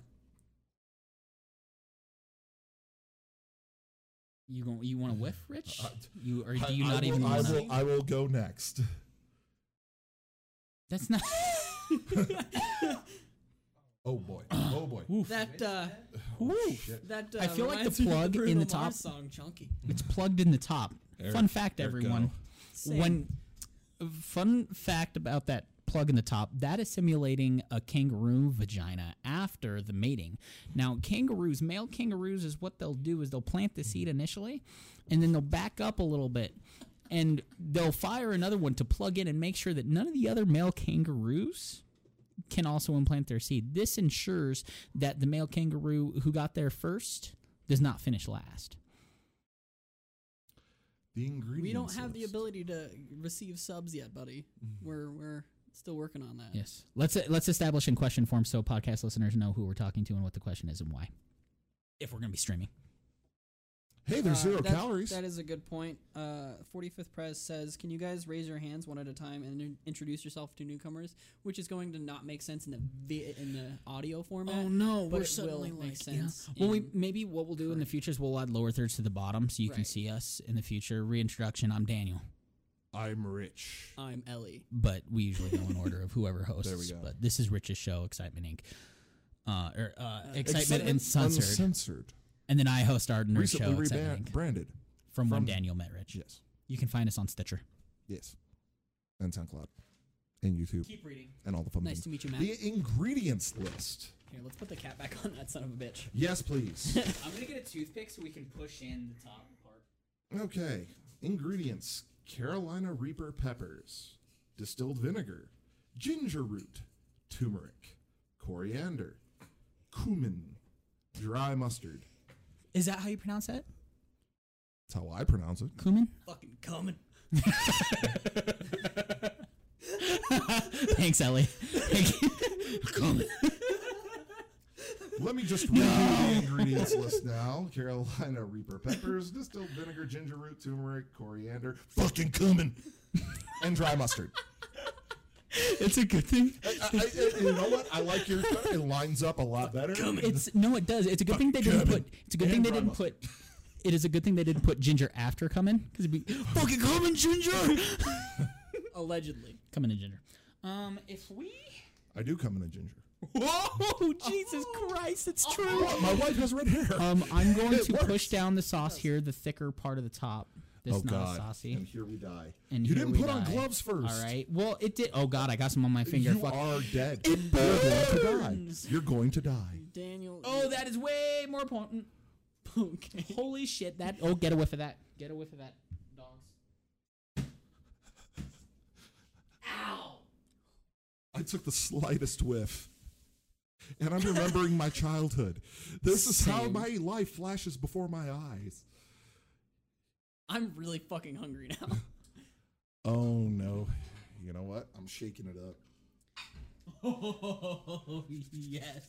Speaker 3: You going you want to
Speaker 2: [LAUGHS]
Speaker 3: whiff, Rich?
Speaker 2: Uh,
Speaker 3: you or do
Speaker 2: I-
Speaker 3: you
Speaker 2: I
Speaker 3: not
Speaker 2: will-
Speaker 3: even
Speaker 2: I
Speaker 3: want to?
Speaker 2: will, I will go next.
Speaker 3: That's not.
Speaker 2: Oh boy. Oh boy. [SIGHS]
Speaker 4: That uh,
Speaker 3: Woo.
Speaker 2: Shit.
Speaker 4: that uh,
Speaker 3: I feel like the
Speaker 4: reminds me of
Speaker 3: plug in
Speaker 4: Bruno
Speaker 3: the top-
Speaker 4: Mars song chunky.
Speaker 3: It's plugged in the top.
Speaker 2: There-
Speaker 3: fun fact,
Speaker 2: there
Speaker 3: everyone.
Speaker 2: go.
Speaker 4: Same.
Speaker 3: When fun fact about that plug in the top, that is simulating a kangaroo vagina after the mating. Now, kangaroos, male kangaroos, is what they'll do is they'll plant the seed initially, and then they'll back up a little bit, and they'll fire another one to plug in and make sure that none of the other male kangaroos can also implant their seed. This ensures that the male kangaroo who got there first does not finish last.
Speaker 2: The ingredients.
Speaker 4: we don't have the
Speaker 2: list.
Speaker 4: ability to receive subs yet, buddy.
Speaker 2: Mm-hmm.
Speaker 4: We're we're still working on that.
Speaker 3: Yes. Let's let's establish in question form so podcast listeners know who we're talking to and what the question is and why. If we're going to be streaming.
Speaker 2: Hey, there's
Speaker 4: Uh,
Speaker 2: zero
Speaker 4: that's-
Speaker 2: calories.
Speaker 4: That is a good point. Uh, 45th Prez says, "Can you guys raise your hands one at a time and in- introduce yourself to newcomers?" Which is going to not make sense in the vi- in the audio format.
Speaker 3: Oh, no,
Speaker 4: But Oh, we're it will suddenly, make like, sense yeah.
Speaker 3: Well, we
Speaker 4: in
Speaker 3: maybe what we'll do in the future is we'll add lower thirds to the bottom so you can
Speaker 4: Right.
Speaker 3: see us in the future. Reintroduction, I'm Daniel,
Speaker 2: I'm rich.
Speaker 4: I'm Ellie.
Speaker 3: but we usually go in order of whoever hosts.
Speaker 2: There we go.
Speaker 3: But this is Rich's show, Excitement Inc. Uh, or uh, Excitement, and
Speaker 2: Excitement
Speaker 3: Censored.
Speaker 2: Uncensored.
Speaker 3: and then I host our nerd
Speaker 2: Recently
Speaker 3: show, Excitement Inc.
Speaker 2: rebranded.
Speaker 3: From, when
Speaker 2: from-
Speaker 3: Daniel met Rich.
Speaker 2: Yes.
Speaker 3: You can find us on Stitcher.
Speaker 2: Yes. And SoundCloud. And YouTube.
Speaker 4: Keep reading.
Speaker 2: And all the fun
Speaker 4: Nice
Speaker 2: things.
Speaker 4: to meet you, Matt.
Speaker 2: The ingredients list.
Speaker 4: Here, let's put the cat back on that son of a bitch. [LAUGHS]
Speaker 2: Yes, please.
Speaker 1: I'm gonna get a toothpick so we can push in the top part.
Speaker 2: okay. Ingredients Carolina Reaper peppers, distilled vinegar, ginger root, turmeric, coriander, cumin, dry mustard.
Speaker 3: Is that how you pronounce that?
Speaker 2: That's how I
Speaker 4: [LAUGHS]
Speaker 2: pronounce it.
Speaker 3: Cumin? [LAUGHS]
Speaker 1: Fucking coming.
Speaker 3: Thanks, Ellie.
Speaker 2: [LAUGHS]
Speaker 3: Cumin.
Speaker 2: Let me just read you the ingredients
Speaker 4: [LAUGHS]
Speaker 2: list now Carolina Reaper peppers, distilled vinegar, ginger root, turmeric, coriander, fucking cumin, [LAUGHS] and dry mustard.
Speaker 3: It's a good thing.
Speaker 2: I, I- I- you know what? I like your cut. It lines up a lot better.
Speaker 3: It's no, it does. It's a good thing they didn't
Speaker 2: Cumin.
Speaker 3: put. It's a good thing
Speaker 2: And
Speaker 3: they
Speaker 2: dry
Speaker 3: didn't
Speaker 2: [LAUGHS]
Speaker 3: put. It is a good thing they didn't put ginger after cumin because it'd be fucking cumin
Speaker 2: [LAUGHS]
Speaker 3: ginger.
Speaker 1: Allegedly.
Speaker 3: cumin and ginger. Um, if we.
Speaker 2: I do come in a ginger.
Speaker 3: Whoa, [LAUGHS] Jesus Christ! It's true.
Speaker 2: What? My wife has red hair.
Speaker 3: Um, I'm going
Speaker 2: Oh. It
Speaker 3: to
Speaker 2: works.
Speaker 3: push down the sauce here, the thicker part of the top. This
Speaker 2: oh
Speaker 3: not
Speaker 2: God! And
Speaker 3: saucy.
Speaker 2: here we die.
Speaker 3: And
Speaker 2: you
Speaker 3: here
Speaker 2: didn't
Speaker 3: we
Speaker 2: put on
Speaker 3: die.
Speaker 2: gloves first.
Speaker 3: All right. Well, it did. Oh God, I got some on my finger.
Speaker 2: You
Speaker 3: Fuck.
Speaker 2: are dead. You're going to die. You're going to die.
Speaker 1: Daniel.
Speaker 3: Oh,
Speaker 4: [LAUGHS]
Speaker 3: that is way more potent.
Speaker 1: Okay.
Speaker 3: Holy shit! That. Oh, get a whiff of that. Get a whiff of that. Dogs.
Speaker 2: I took the slightest whiff. And I'm remembering my childhood. This is how
Speaker 3: Same.
Speaker 2: my life flashes before my eyes.
Speaker 1: I'm really fucking hungry now.
Speaker 2: Oh no. You know what? I'm shaking it up.
Speaker 1: [LAUGHS]
Speaker 3: Oh yes.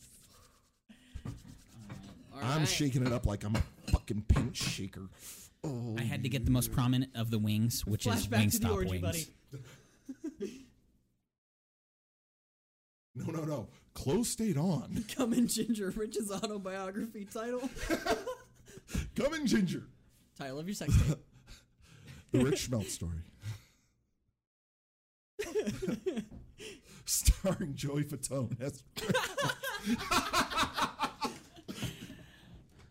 Speaker 2: I'm shaking it up like I'm a fucking pinch shaker. Oh,
Speaker 3: I had to get the most prominent of the wings, which is
Speaker 1: Flashback to the
Speaker 3: Wingstop
Speaker 1: orgy,
Speaker 3: wings.
Speaker 1: buddy.
Speaker 2: No, no, no. Clothes stayed
Speaker 4: [LAUGHS]
Speaker 2: on.
Speaker 1: Come in Ginger Rich's autobiography title.
Speaker 2: Come in, Ginger.
Speaker 1: title of your sex
Speaker 2: [LAUGHS]
Speaker 1: tape.
Speaker 2: The Rich Schmelz story. Starring Joey Fatone. That's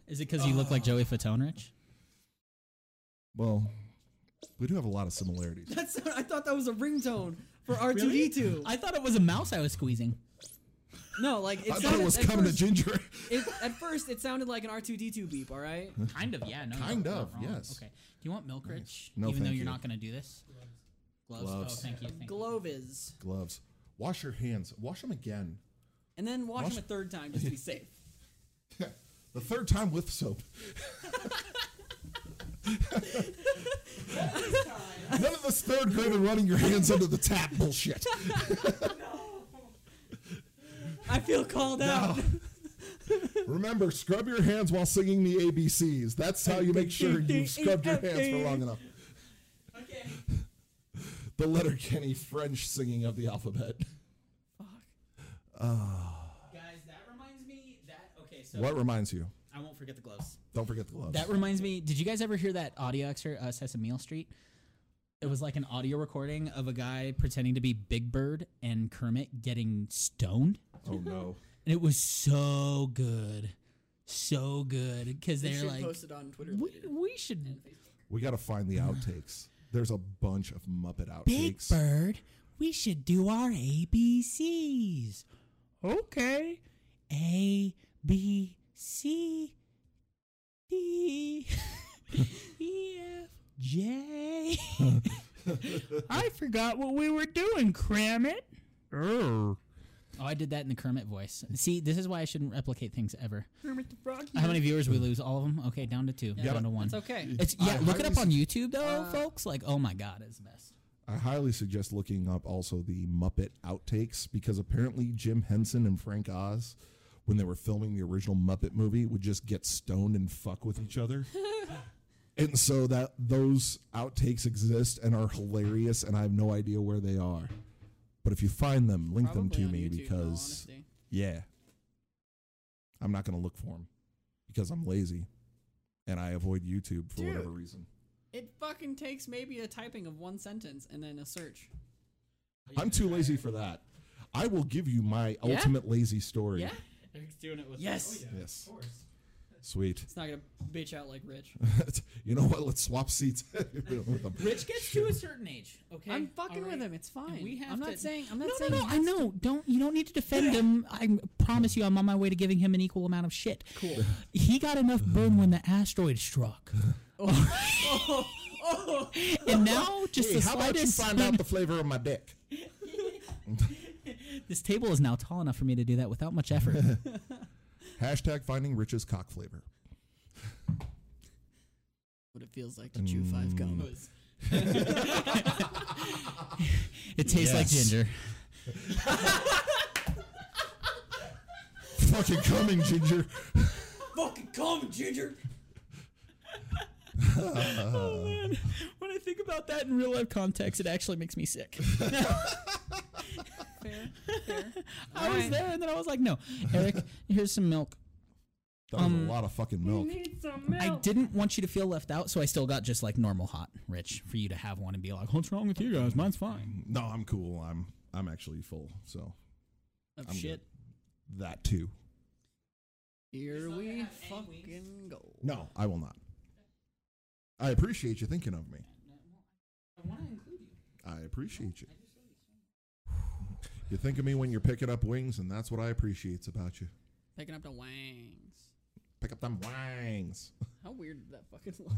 Speaker 3: Is it because you look like Joey Fatone, Rich?
Speaker 2: well, we do have a lot of similarities.
Speaker 1: That's I thought that was a ringtone for R2D2.
Speaker 3: I thought it was a mouse I was squeezing.
Speaker 1: no, like it
Speaker 2: I thought
Speaker 1: sounded
Speaker 2: it was
Speaker 1: at
Speaker 2: coming to
Speaker 1: first,
Speaker 2: Ginger. [LAUGHS]
Speaker 1: it, at first it sounded like an R2D2 beep, all right?
Speaker 3: Kind of, yeah. No, you're
Speaker 2: Kind
Speaker 3: not
Speaker 2: of,
Speaker 3: wrong.
Speaker 2: yes.
Speaker 3: Okay. Do you want milk, Rich?
Speaker 2: No,
Speaker 3: Even though
Speaker 2: thank
Speaker 3: you're
Speaker 2: you.
Speaker 3: not going to do this. Gloves.
Speaker 2: Gloves.
Speaker 3: Oh, thank you. Thank you.
Speaker 1: Glovis.
Speaker 2: Gloves. Wash your hands. Wash them again.
Speaker 1: And then watch
Speaker 2: Wash-
Speaker 1: him a third time just to be safe.
Speaker 2: The third time with soap. [LAUGHS] None of this third grade and running your hands under the tap bullshit.
Speaker 1: I feel called
Speaker 2: [LAUGHS]
Speaker 1: out.
Speaker 2: Remember, scrub your hands while singing the ABCs. That's how you make sure you've scrubbed your hands for long enough.
Speaker 1: Okay.
Speaker 2: The letter Kenny French singing of the alphabet.
Speaker 3: Guys, that reminds me that. Okay, so
Speaker 2: What reminds you?
Speaker 3: I won't forget the gloves.
Speaker 2: Don't forget the gloves.
Speaker 3: That reminds me. Did you guys ever hear that audio excerpt, uh, Sesame Meal Street? It was like an audio recording of a guy pretending to be Big Bird and Kermit getting stoned,
Speaker 2: oh no.
Speaker 3: and it was so good, so good because
Speaker 1: They
Speaker 3: they're
Speaker 1: should
Speaker 3: like,
Speaker 1: post it on Twitter
Speaker 3: we,
Speaker 1: later.
Speaker 3: we should
Speaker 2: [LAUGHS] We gotta find the outtakes. There's a bunch of Muppet
Speaker 3: Big
Speaker 2: outtakes.
Speaker 3: Bird, we should do our ABCs. Okay, A B C D E F J. [LAUGHS] I forgot what we were doing, Kermit. Oh, I did that in the Kermit voice. See, this is why I shouldn't replicate things ever.
Speaker 1: Kermit the Frog.
Speaker 3: How many viewers we lose? All of them? Okay, down to two. down to one.
Speaker 1: It's okay.
Speaker 3: It's yeah.
Speaker 2: I
Speaker 3: look it
Speaker 2: highly
Speaker 3: up on YouTube though, folks. Like, oh my God, it's the best.
Speaker 2: I highly suggest looking up also the Muppet outtakes because apparently Jim Henson and Frank Oz, when they were filming the original Muppet movie, would just get stoned and fuck with each
Speaker 1: [LAUGHS]
Speaker 2: other. and so that those outtakes exist and are hilarious, and I have no idea where they are. But if you find them, link them to
Speaker 1: on YouTube,
Speaker 2: me
Speaker 1: in all
Speaker 2: because
Speaker 1: honesty.
Speaker 2: yeah, I'm not going to look for them because I'm lazy and I avoid YouTube for whatever
Speaker 1: Dude.
Speaker 2: reason.
Speaker 1: it fucking takes maybe a typing of one sentence and then a search.
Speaker 2: I'm too lazy for that. I will give you my ultimate lazy story.
Speaker 1: Yeah.
Speaker 3: Eric's doing it with
Speaker 1: Yes.
Speaker 2: Yes. Sweet. [LAUGHS]
Speaker 1: It's not gonna bitch out like Rich.
Speaker 2: you know what? Let's swap seats [LAUGHS] with them.
Speaker 3: Rich gets to a certain age. Okay,
Speaker 1: I'm fucking
Speaker 3: All right.
Speaker 1: with him. It's fine.
Speaker 3: we have
Speaker 1: I'm not
Speaker 3: to-
Speaker 1: saying. I'm not
Speaker 3: No,
Speaker 1: saying.
Speaker 3: no, no. I know. Don't you don't need to defend him. I promise you, I'm on my way to giving him an equal amount of [LAUGHS] shit. Cool. He got enough burn when the asteroid struck.
Speaker 1: Oh,
Speaker 3: [LAUGHS] and now just
Speaker 2: Hey,
Speaker 3: the
Speaker 2: how about you
Speaker 3: slightest.
Speaker 2: find out the flavor of my dick?
Speaker 3: This table is now tall enough for me to do that without much effort.
Speaker 2: Hashtag finding Rich's cock flavor.
Speaker 4: what it feels like to chew five gum.
Speaker 3: Mm. It tastes like
Speaker 2: Yes.
Speaker 3: ginger.
Speaker 2: Fucking coming, Ginger.
Speaker 1: Fucking come, Ginger.
Speaker 3: [LAUGHS] When I think about that in real life context, it actually makes me sick. [LAUGHS]
Speaker 4: Fair, fair.
Speaker 3: I was there, and then I was like, "No, Eric, here's some milk."
Speaker 2: That was a lot of fucking milk.
Speaker 5: need some milk.
Speaker 3: I didn't want you to feel left out, so I still got just like normal hot, Rich, for you to have one and be like, "What's wrong with you guys? Mine's fine."
Speaker 2: No, I'm cool. I'm I'm actually full. So
Speaker 4: Of
Speaker 2: I'm good.
Speaker 4: shit.
Speaker 2: That too.
Speaker 4: Here we fucking go.
Speaker 2: No, I will not. I appreciate you thinking of me. I appreciate you. You think of me when you're picking up wings, and that's what I appreciate about you.
Speaker 4: Picking up the wangs.
Speaker 2: Pick up them wings.
Speaker 4: How weird did that fucking look?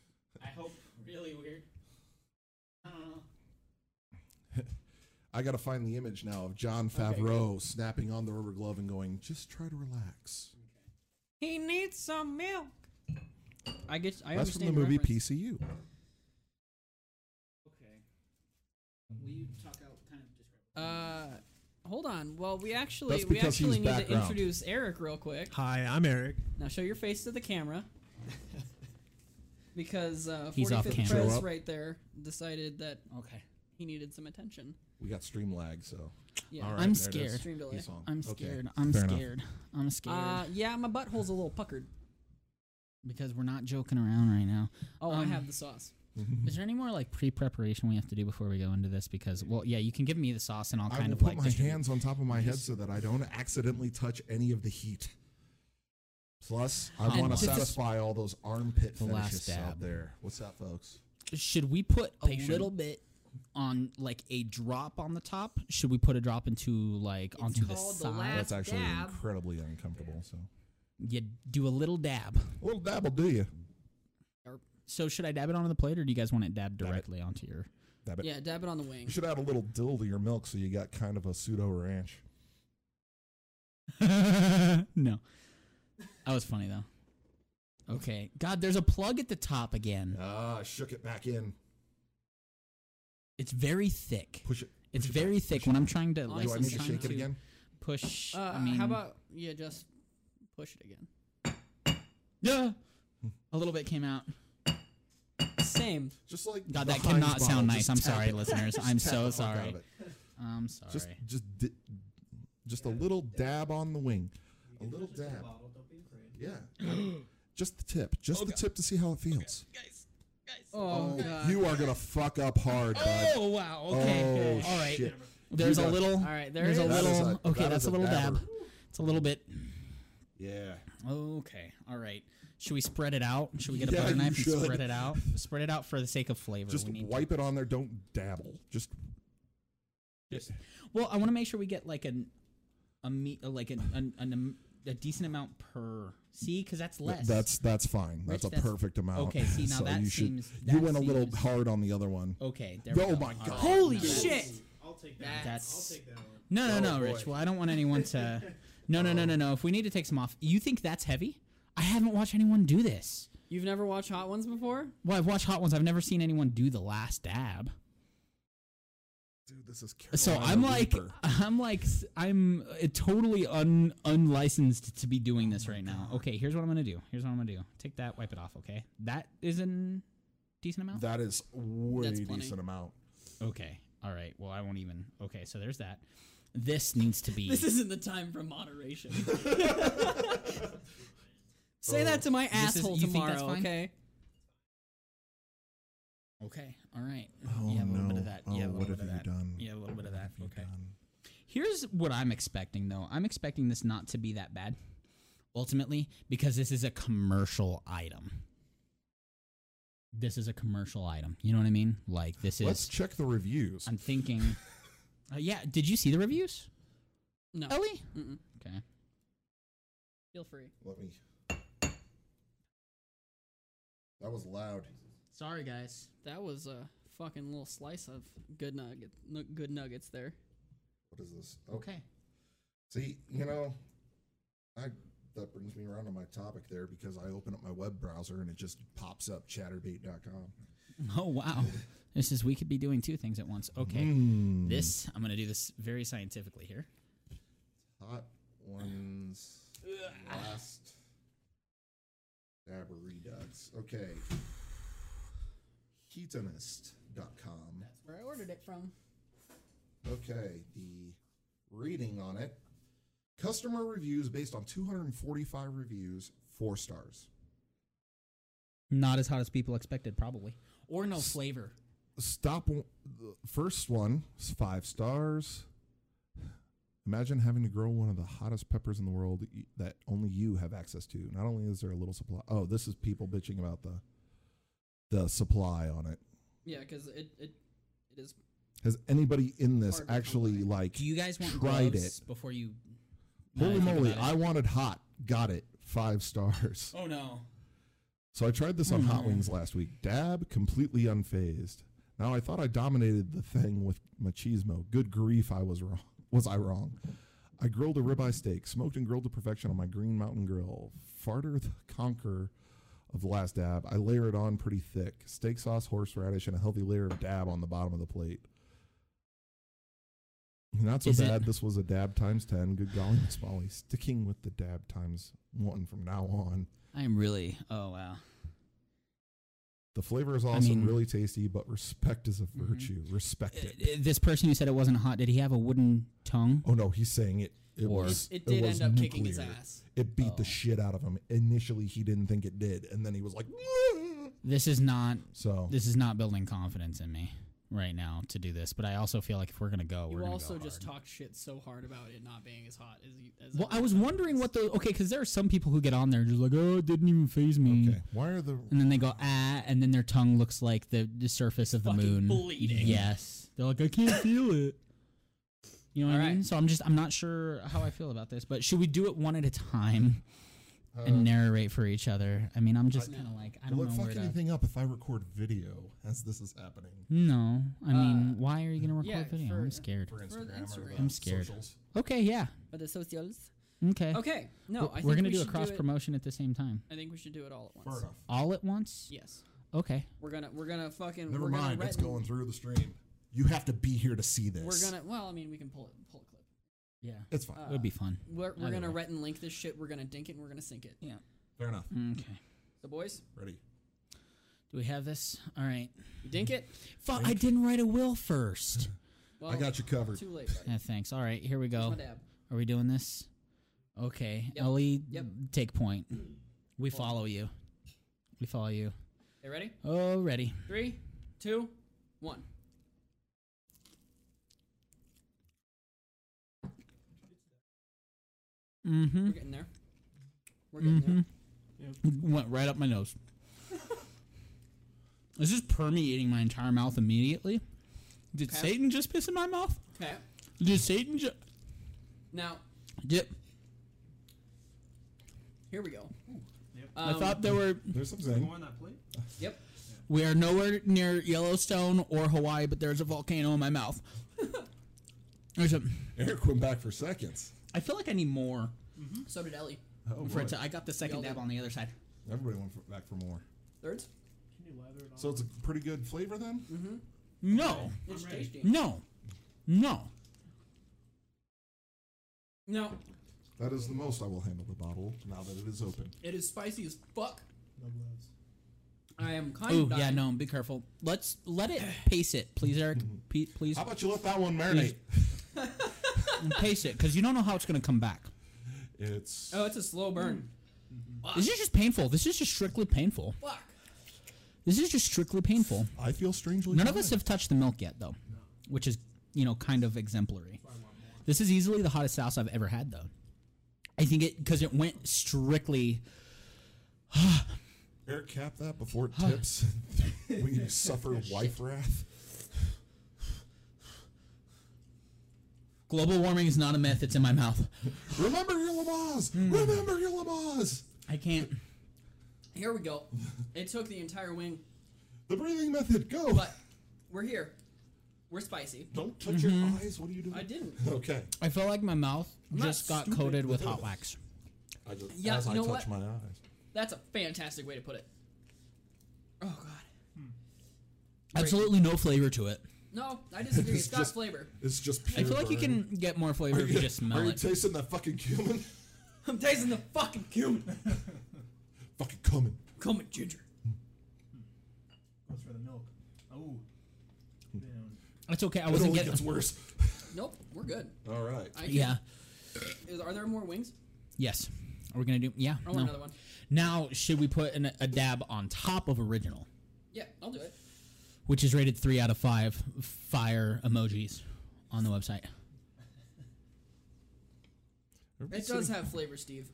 Speaker 4: [LAUGHS]
Speaker 1: I hope really weird. I don't know.
Speaker 2: I got to find the image now of John Favreau snapping on the rubber glove and going, just try to relax.
Speaker 4: He needs some milk. I get. I
Speaker 2: That's from the
Speaker 4: understand
Speaker 2: movie
Speaker 4: reference.
Speaker 2: PCU.
Speaker 1: Okay. Will you talk out kind of describe?
Speaker 4: Uh, hold on. Well, we actually
Speaker 2: That's
Speaker 4: we
Speaker 2: because he
Speaker 4: actually
Speaker 2: was
Speaker 4: need to
Speaker 2: background.
Speaker 4: introduce Eric real quick.
Speaker 6: Hi, I'm Eric.
Speaker 4: Now show your face to the camera. Because uh,
Speaker 3: He's off
Speaker 4: 45th
Speaker 3: camera.
Speaker 2: Show
Speaker 4: Press
Speaker 2: up.
Speaker 4: right there decided that
Speaker 3: Okay.
Speaker 4: he needed some attention.
Speaker 2: We got stream lag, so.
Speaker 4: Yeah.
Speaker 2: All
Speaker 3: I'm
Speaker 2: there it is.
Speaker 3: scared.
Speaker 4: Stream delay.
Speaker 2: He's on.
Speaker 3: I'm
Speaker 2: Okay.
Speaker 3: scared. I'm
Speaker 2: Fair enough.
Speaker 3: scared. I'm scared
Speaker 4: Uh, yeah, my butthole's a little puckered.
Speaker 3: because we're not joking around right now.
Speaker 4: Oh, I
Speaker 3: Um,
Speaker 4: have the sauce.
Speaker 3: Is there any more like pre-preparation we have to do before we go into this? Because well, yeah, you can give me the sauce and I'll
Speaker 2: I
Speaker 3: kind
Speaker 2: will
Speaker 3: of
Speaker 2: put
Speaker 3: like
Speaker 2: my
Speaker 3: distribute.
Speaker 2: hands on top of my head so that I don't accidentally touch any of the heat. Plus, I
Speaker 3: And
Speaker 2: want to
Speaker 3: this is-
Speaker 2: satisfy all those armpit
Speaker 3: The last
Speaker 2: finishes out
Speaker 3: dab.
Speaker 2: there. What's that, folks?
Speaker 3: Should we put a
Speaker 2: Patient.
Speaker 3: little bit on like a drop on the top? Should we put a drop into like onto the
Speaker 4: called the
Speaker 3: side?
Speaker 4: last-
Speaker 2: That's actually
Speaker 4: dab.
Speaker 2: incredibly uncomfortable. So,
Speaker 3: you do a little dab.
Speaker 2: a little dab will do you.
Speaker 3: So should I dab it onto the plate, or do you guys want it dabbed
Speaker 2: Dab it.
Speaker 3: directly onto your? [LAUGHS]
Speaker 2: Dab it.
Speaker 4: Yeah, dab it on the
Speaker 2: You
Speaker 4: wing.
Speaker 2: should add a little dill to your milk so you got kind of a pseudo ranch.
Speaker 3: no, that was funny though. Okay, God, there's a plug at the top again.
Speaker 2: Ah, I shook it back in.
Speaker 3: It's very thick.
Speaker 2: Push it.
Speaker 3: It's
Speaker 2: push it back,
Speaker 3: very thick.
Speaker 2: push
Speaker 3: When
Speaker 2: it
Speaker 3: I'm trying to,
Speaker 4: Do
Speaker 3: like,
Speaker 2: back. Do I
Speaker 3: I'm
Speaker 2: need to
Speaker 3: trying
Speaker 2: shake it again?
Speaker 3: Push.
Speaker 4: Uh,
Speaker 3: I mean,
Speaker 4: how about yeah, just push it again.
Speaker 3: yeah? A little bit came out.
Speaker 4: Same.
Speaker 2: Just like
Speaker 3: God,
Speaker 2: the
Speaker 3: that
Speaker 2: Heinz
Speaker 3: cannot
Speaker 2: bottle,
Speaker 3: sound nice.
Speaker 2: just
Speaker 3: I'm
Speaker 2: tap
Speaker 3: sorry,
Speaker 2: it. [LAUGHS]
Speaker 3: listeners.
Speaker 2: Just
Speaker 3: I'm so
Speaker 2: tap the fuck out
Speaker 3: sorry.
Speaker 2: of it.
Speaker 3: I'm sorry.
Speaker 2: Just, just, di- just a little dab on the wing, a little dab. Yeah, just the tip, just the tip to see how it feels.
Speaker 4: Oh, god.
Speaker 2: You are gonna fuck up hard, bud.
Speaker 3: oh wow. Okay.
Speaker 2: Oh,
Speaker 3: All right.
Speaker 2: shit.
Speaker 3: There's
Speaker 2: You
Speaker 3: a
Speaker 2: got-
Speaker 3: little.
Speaker 4: All right, there
Speaker 3: there's
Speaker 4: it
Speaker 3: a
Speaker 4: is.
Speaker 2: That is
Speaker 3: little.
Speaker 2: a-
Speaker 3: okay,
Speaker 2: that
Speaker 3: that's
Speaker 2: is
Speaker 3: a
Speaker 2: a
Speaker 3: little dab.
Speaker 2: dabber.
Speaker 3: It's a little bit.
Speaker 2: Yeah.
Speaker 3: Okay. All right. Should we spread it out? Should we get a
Speaker 2: Yeah,
Speaker 3: butter
Speaker 2: you
Speaker 3: knife
Speaker 2: should.
Speaker 3: and spread it out? Spread it out for the sake of flavor.
Speaker 2: Just
Speaker 3: we need
Speaker 2: wipe it on there. Don't dabble. Just
Speaker 3: Well, I want to make sure we get like an a meat like an, an, an am- a decent amount per. See, because that's
Speaker 2: th-
Speaker 3: less.
Speaker 2: that's that's fine.
Speaker 3: Rich,
Speaker 2: That's a
Speaker 3: that's-
Speaker 2: perfect amount.
Speaker 3: okay, see, now
Speaker 2: [LAUGHS] so
Speaker 3: that
Speaker 2: you should,
Speaker 3: seems-
Speaker 2: you
Speaker 3: that
Speaker 2: went a little
Speaker 3: seems-
Speaker 2: hard on the other one.
Speaker 3: okay. There we go.
Speaker 2: Oh my
Speaker 3: All
Speaker 2: god!
Speaker 4: Holy
Speaker 3: no.
Speaker 4: shit!
Speaker 6: I'll take
Speaker 4: that.
Speaker 3: That's-
Speaker 6: I'll take that one.
Speaker 3: No, no, no,
Speaker 2: Oh, boy. Oh.
Speaker 3: Rich. Well, I don't want anyone
Speaker 2: [LAUGHS]
Speaker 3: to. No, no, no, no, no. If we need to take some off, you think that's heavy? I haven't watched anyone do this.
Speaker 4: You've never watched Hot Ones before?
Speaker 3: [LAUGHS] Well, I've watched Hot Ones. I've never seen anyone do the last dab.
Speaker 2: Dude, this is
Speaker 3: So
Speaker 2: Carolina
Speaker 3: I'm like,
Speaker 2: Reaper.
Speaker 3: I'm like, s- I'm uh, totally un unlicensed to be doing
Speaker 2: Oh
Speaker 3: this right now. Okay, here's what I'm gonna do. Here's what I'm gonna do. Take that, wipe it off. Okay, that is an decent amount.
Speaker 2: that is way
Speaker 4: That's plenty.
Speaker 2: decent amount.
Speaker 3: Okay, all right. Well, I won't even. Okay, so there's that. This needs to
Speaker 2: [LAUGHS]
Speaker 3: be.
Speaker 4: This isn't the time
Speaker 3: [LAUGHS]
Speaker 4: for moderation. Say that to my
Speaker 3: is-
Speaker 4: asshole
Speaker 3: you think that's
Speaker 4: tomorrow,
Speaker 3: fine?
Speaker 4: okay?
Speaker 3: okay, all right.
Speaker 2: Oh
Speaker 3: you have a little
Speaker 2: no!
Speaker 3: bit of that.
Speaker 2: Oh,
Speaker 3: you have a little
Speaker 2: what
Speaker 3: bit
Speaker 2: have
Speaker 3: of
Speaker 2: you
Speaker 3: that.
Speaker 2: done?
Speaker 3: You have a little bit of
Speaker 2: What
Speaker 3: that.
Speaker 2: have you
Speaker 3: Okay.
Speaker 2: done?
Speaker 3: Here's what I'm expecting though. I'm expecting this not to be that bad ultimately because this is a commercial item. This is a commercial item. You know what I mean? Like this is
Speaker 2: Let's check the reviews.
Speaker 3: I'm
Speaker 2: [LAUGHS]
Speaker 3: thinking uh, yeah, did you see the reviews?
Speaker 4: No.
Speaker 3: Ellie?
Speaker 4: Mm-mm.
Speaker 3: Okay.
Speaker 4: Feel free.
Speaker 2: Let me. That was loud.
Speaker 3: Sorry, guys.
Speaker 4: That was a fucking little slice of good nugget, nu- good nuggets there.
Speaker 2: What is this? Okay.
Speaker 3: Okay.
Speaker 2: See, you know, I that brings me around to my topic there because I open up my web browser and it just pops up chatterbait.com.
Speaker 3: Oh wow. This is we could be doing two things at once. Okay.
Speaker 2: Hmm.
Speaker 3: This I'm gonna do this very scientifically here.
Speaker 2: Hot ones last dabberedux. Okay. Ketonist.com.
Speaker 4: That's where I ordered it from.
Speaker 2: Okay, the reading on it. Customer reviews based on 245 reviews, four stars.
Speaker 3: Not as hot as people expected, probably. Or no flavor.
Speaker 2: Stop. w- The first one is five stars. Imagine having to grow one of the hottest peppers in the world that you- that only you have access to. Not only is there a little supply. Oh, this is people bitching about the the supply on it.
Speaker 4: Yeah, because it, it it is
Speaker 2: Has anybody in this
Speaker 4: Hard to
Speaker 2: actually
Speaker 4: find.
Speaker 2: like?
Speaker 3: Do you guys want
Speaker 2: Tried
Speaker 3: gloves
Speaker 2: it.
Speaker 3: before you? now that
Speaker 2: Holy
Speaker 3: I think
Speaker 2: moly!
Speaker 3: about it.
Speaker 2: I wanted hot. Got it. Five stars.
Speaker 3: Oh no.
Speaker 2: So I tried this on Hot
Speaker 3: Hmm.
Speaker 2: Wings last week. Dab, completely unfazed. Now I thought I dominated the thing with machismo. Good grief, I was wrong. [LAUGHS] Was I wrong? I grilled a ribeye steak, smoked and grilled to perfection on my Green Mountain Grill. Farter the [LAUGHS] Conqueror of the last dab. I layer it on pretty thick. Steak sauce, horseradish, and a healthy layer of dab on the bottom of the plate. Not so
Speaker 3: Is it-
Speaker 2: bad. This was a dab times 10. Good golly, Miss Molly. Sticking with the dab times one from now on.
Speaker 3: I am really. Oh wow.
Speaker 2: The flavor is awesome,
Speaker 3: mean- mm-hmm.
Speaker 2: really tasty, but respect is a virtue. Respect
Speaker 3: Uh,
Speaker 2: it.
Speaker 3: This person who said it wasn't hot. Did he have a wooden tongue?
Speaker 2: Oh no, he's saying it. It
Speaker 3: Or-
Speaker 2: was.
Speaker 4: it did
Speaker 2: was
Speaker 4: end up kicking his
Speaker 2: nuclear.
Speaker 4: ass.
Speaker 2: It beat
Speaker 3: Oh.
Speaker 2: the shit out of him. Initially, he didn't think it did, and then he was like, "Wah!"
Speaker 3: This is not.
Speaker 2: so
Speaker 3: This is not building confidence in me right now to do this. But I also feel like if we're gonna go, we're
Speaker 4: You
Speaker 3: gonna
Speaker 4: also
Speaker 3: go
Speaker 4: just
Speaker 3: hard.
Speaker 4: talked shit so hard about it not being as hot as. you- as
Speaker 3: Well, I
Speaker 4: everyone
Speaker 3: was
Speaker 4: else.
Speaker 3: wondering what the okay, because there are some people who get on there and just like, oh, it didn't even phase me.
Speaker 2: okay. Why are the
Speaker 3: And then they go ah, and then their tongue looks like the, the surface of the
Speaker 4: Fucking
Speaker 3: moon.
Speaker 4: bleeding.
Speaker 3: Yes, they're like, I can't feel it. You know what
Speaker 4: All
Speaker 3: I mean?
Speaker 4: right.
Speaker 3: So I'm just I'm not sure how I feel about this, but should we do it one at a time
Speaker 2: uh,
Speaker 3: and narrate for each other? I mean, I'm just kind of like I don't
Speaker 2: look
Speaker 3: know
Speaker 2: fuck
Speaker 3: where to.
Speaker 2: anything up if I record video as this is happening
Speaker 3: No, I mean,
Speaker 4: Uh,
Speaker 3: why are you gonna record
Speaker 4: yeah,
Speaker 3: video?
Speaker 4: for-
Speaker 3: I'm scared.
Speaker 2: for Instagram?
Speaker 4: Instagram.
Speaker 2: Or the
Speaker 3: I'm scared.
Speaker 2: Socials.
Speaker 3: Okay, yeah,
Speaker 4: But the socials.
Speaker 3: okay.
Speaker 4: Okay, no,
Speaker 3: We're-
Speaker 4: I think
Speaker 3: we're gonna
Speaker 4: we
Speaker 3: do a
Speaker 4: should
Speaker 3: cross
Speaker 4: it-
Speaker 3: promotion at the same time,
Speaker 4: I think we should do it all at
Speaker 2: Fair
Speaker 4: once.
Speaker 2: enough.
Speaker 3: all at once.
Speaker 4: Yes,
Speaker 3: Okay.
Speaker 4: we're gonna we're gonna fucking.
Speaker 2: Never
Speaker 4: we're gonna
Speaker 2: mind. It's
Speaker 4: retin-
Speaker 2: going through the stream. You have to be here to see this.
Speaker 4: We're gonna. Well, I mean, we can pull it. Pull a clip.
Speaker 3: Yeah,
Speaker 2: It's fine.
Speaker 4: Uh,
Speaker 3: it would be fun.
Speaker 4: We're, we're
Speaker 3: Either
Speaker 4: gonna
Speaker 3: way.
Speaker 4: ret and link this shit. We're gonna dink it. and We're gonna sink it.
Speaker 3: Yeah.
Speaker 2: Fair enough.
Speaker 3: Okay.
Speaker 4: So boys,
Speaker 2: Ready.
Speaker 3: Do we have this? All right.
Speaker 4: you dink it.
Speaker 3: Fuck, I didn't write a will first.
Speaker 4: Well,
Speaker 2: I got you covered.
Speaker 4: Too late. Buddy.
Speaker 3: yeah, thanks. All right, here we
Speaker 4: Here's
Speaker 3: go.
Speaker 4: my dab.
Speaker 3: Are we doing this? Okay.
Speaker 4: Yep.
Speaker 3: Ellie,
Speaker 4: Yep.
Speaker 3: take point. We follow you. We follow you.
Speaker 4: Hey, ready?
Speaker 3: Oh, ready.
Speaker 4: Three, two, one.
Speaker 3: Mm-hmm.
Speaker 4: We're getting there. We're getting
Speaker 3: Mm-hmm.
Speaker 4: there.
Speaker 3: Went right up my
Speaker 4: [LAUGHS]
Speaker 3: nose. Is this permeating my entire mouth immediately? Did
Speaker 4: Okay.
Speaker 3: Satan just piss in my mouth?
Speaker 4: Okay.
Speaker 3: Did Satan just...
Speaker 4: Now
Speaker 3: Yep.
Speaker 4: here we go.
Speaker 5: Yep.
Speaker 4: Um,
Speaker 3: I thought there were...
Speaker 2: There's some
Speaker 5: Go
Speaker 2: zing.
Speaker 5: on that plate.
Speaker 4: Yep.
Speaker 3: We are nowhere near Yellowstone or Hawaii, but there's a volcano in my
Speaker 4: [LAUGHS]
Speaker 3: mouth. There's a...
Speaker 2: Eric went back for seconds.
Speaker 3: I feel like I need more
Speaker 4: So did Ellie.
Speaker 2: Oh,
Speaker 3: for
Speaker 2: boy.
Speaker 3: it to. I got the second
Speaker 4: Yelled
Speaker 3: dab
Speaker 4: it.
Speaker 3: on the other side.
Speaker 2: Everybody went for, back for more.
Speaker 4: Thirds.
Speaker 5: Can you lather it on?
Speaker 2: So it's a pretty good flavor then?
Speaker 3: No,
Speaker 4: It's
Speaker 5: ready.
Speaker 4: tasty.
Speaker 3: no, no.
Speaker 4: No,
Speaker 2: That is the most I will handle the bottle now that it is open.
Speaker 4: it is spicy as fuck.
Speaker 5: no gloves.
Speaker 4: I am kind
Speaker 3: Ooh,
Speaker 4: of.
Speaker 3: yeah, no. Be careful. Let's let it pace it, please, Eric. Pe- please
Speaker 2: How about you let that one marinate?
Speaker 3: [LAUGHS] pace it, because you don't know how it's gonna come back.
Speaker 2: It's
Speaker 4: Oh, it's a
Speaker 5: Mm.
Speaker 4: slow burn.
Speaker 3: This is just painful. This is just strictly painful.
Speaker 4: Fuck.
Speaker 3: This is just strictly painful.
Speaker 2: I feel strangely
Speaker 3: None of us
Speaker 2: tired.
Speaker 3: have touched the milk yet, though, which is you know kind of exemplary. This is easily the hottest sauce I've ever had, though. I think it because it went strictly.
Speaker 2: Eric cap that before it tips. [LAUGHS] when you suffer wife wrath.
Speaker 3: Global warming is not a myth. It's in my mouth.
Speaker 2: Remember your Lamaze!
Speaker 3: Hmm.
Speaker 2: Remember your Lamaze!
Speaker 3: I can't.
Speaker 5: [LAUGHS]
Speaker 4: Here we go. It took the entire wing.
Speaker 2: The breathing method, go.
Speaker 4: But we're here. We're spicy.
Speaker 2: Don't touch
Speaker 3: Mm-hmm.
Speaker 2: your eyes. What are you doing?
Speaker 4: I didn't.
Speaker 2: Okay.
Speaker 3: I felt like my mouth
Speaker 2: not
Speaker 3: just got
Speaker 2: stupid.
Speaker 3: coated with hot wax.
Speaker 2: I just,
Speaker 4: Yeah,
Speaker 2: as I
Speaker 4: you know
Speaker 2: touch
Speaker 4: what?
Speaker 2: my eyes.
Speaker 4: That's a fantastic way to put it. Oh god. Great.
Speaker 3: Absolutely no flavor to it.
Speaker 4: No, I
Speaker 3: [LAUGHS]
Speaker 4: disagree.
Speaker 2: It's
Speaker 4: It's got
Speaker 2: just-
Speaker 4: flavor.
Speaker 2: It's just
Speaker 3: I
Speaker 2: pure.
Speaker 3: feel like you
Speaker 2: burn.
Speaker 3: can get more flavor if you just smell
Speaker 2: Are you
Speaker 3: it.
Speaker 2: tasting that fucking cumin?
Speaker 4: I'm tasting the fucking cumin.
Speaker 2: fucking cumin.
Speaker 4: Cumin ginger.
Speaker 5: Goes for the milk. Oh. Man.
Speaker 3: It's okay. I
Speaker 2: It
Speaker 3: wasn't
Speaker 2: only
Speaker 3: getting.
Speaker 2: gets worse.
Speaker 4: Nope, we're good.
Speaker 2: All right.
Speaker 4: I
Speaker 3: [LAUGHS]
Speaker 4: can-
Speaker 3: Yeah.
Speaker 4: Is, are there more wings?
Speaker 3: Yes. Are we gonna do? Yeah.
Speaker 4: I want
Speaker 3: No.
Speaker 4: another one.
Speaker 3: Now, should we put an, a dab on top of original,
Speaker 4: Yeah, I'll do it.
Speaker 3: which is rated three out of five fire emojis on the website?
Speaker 4: It does have flavor, Steve.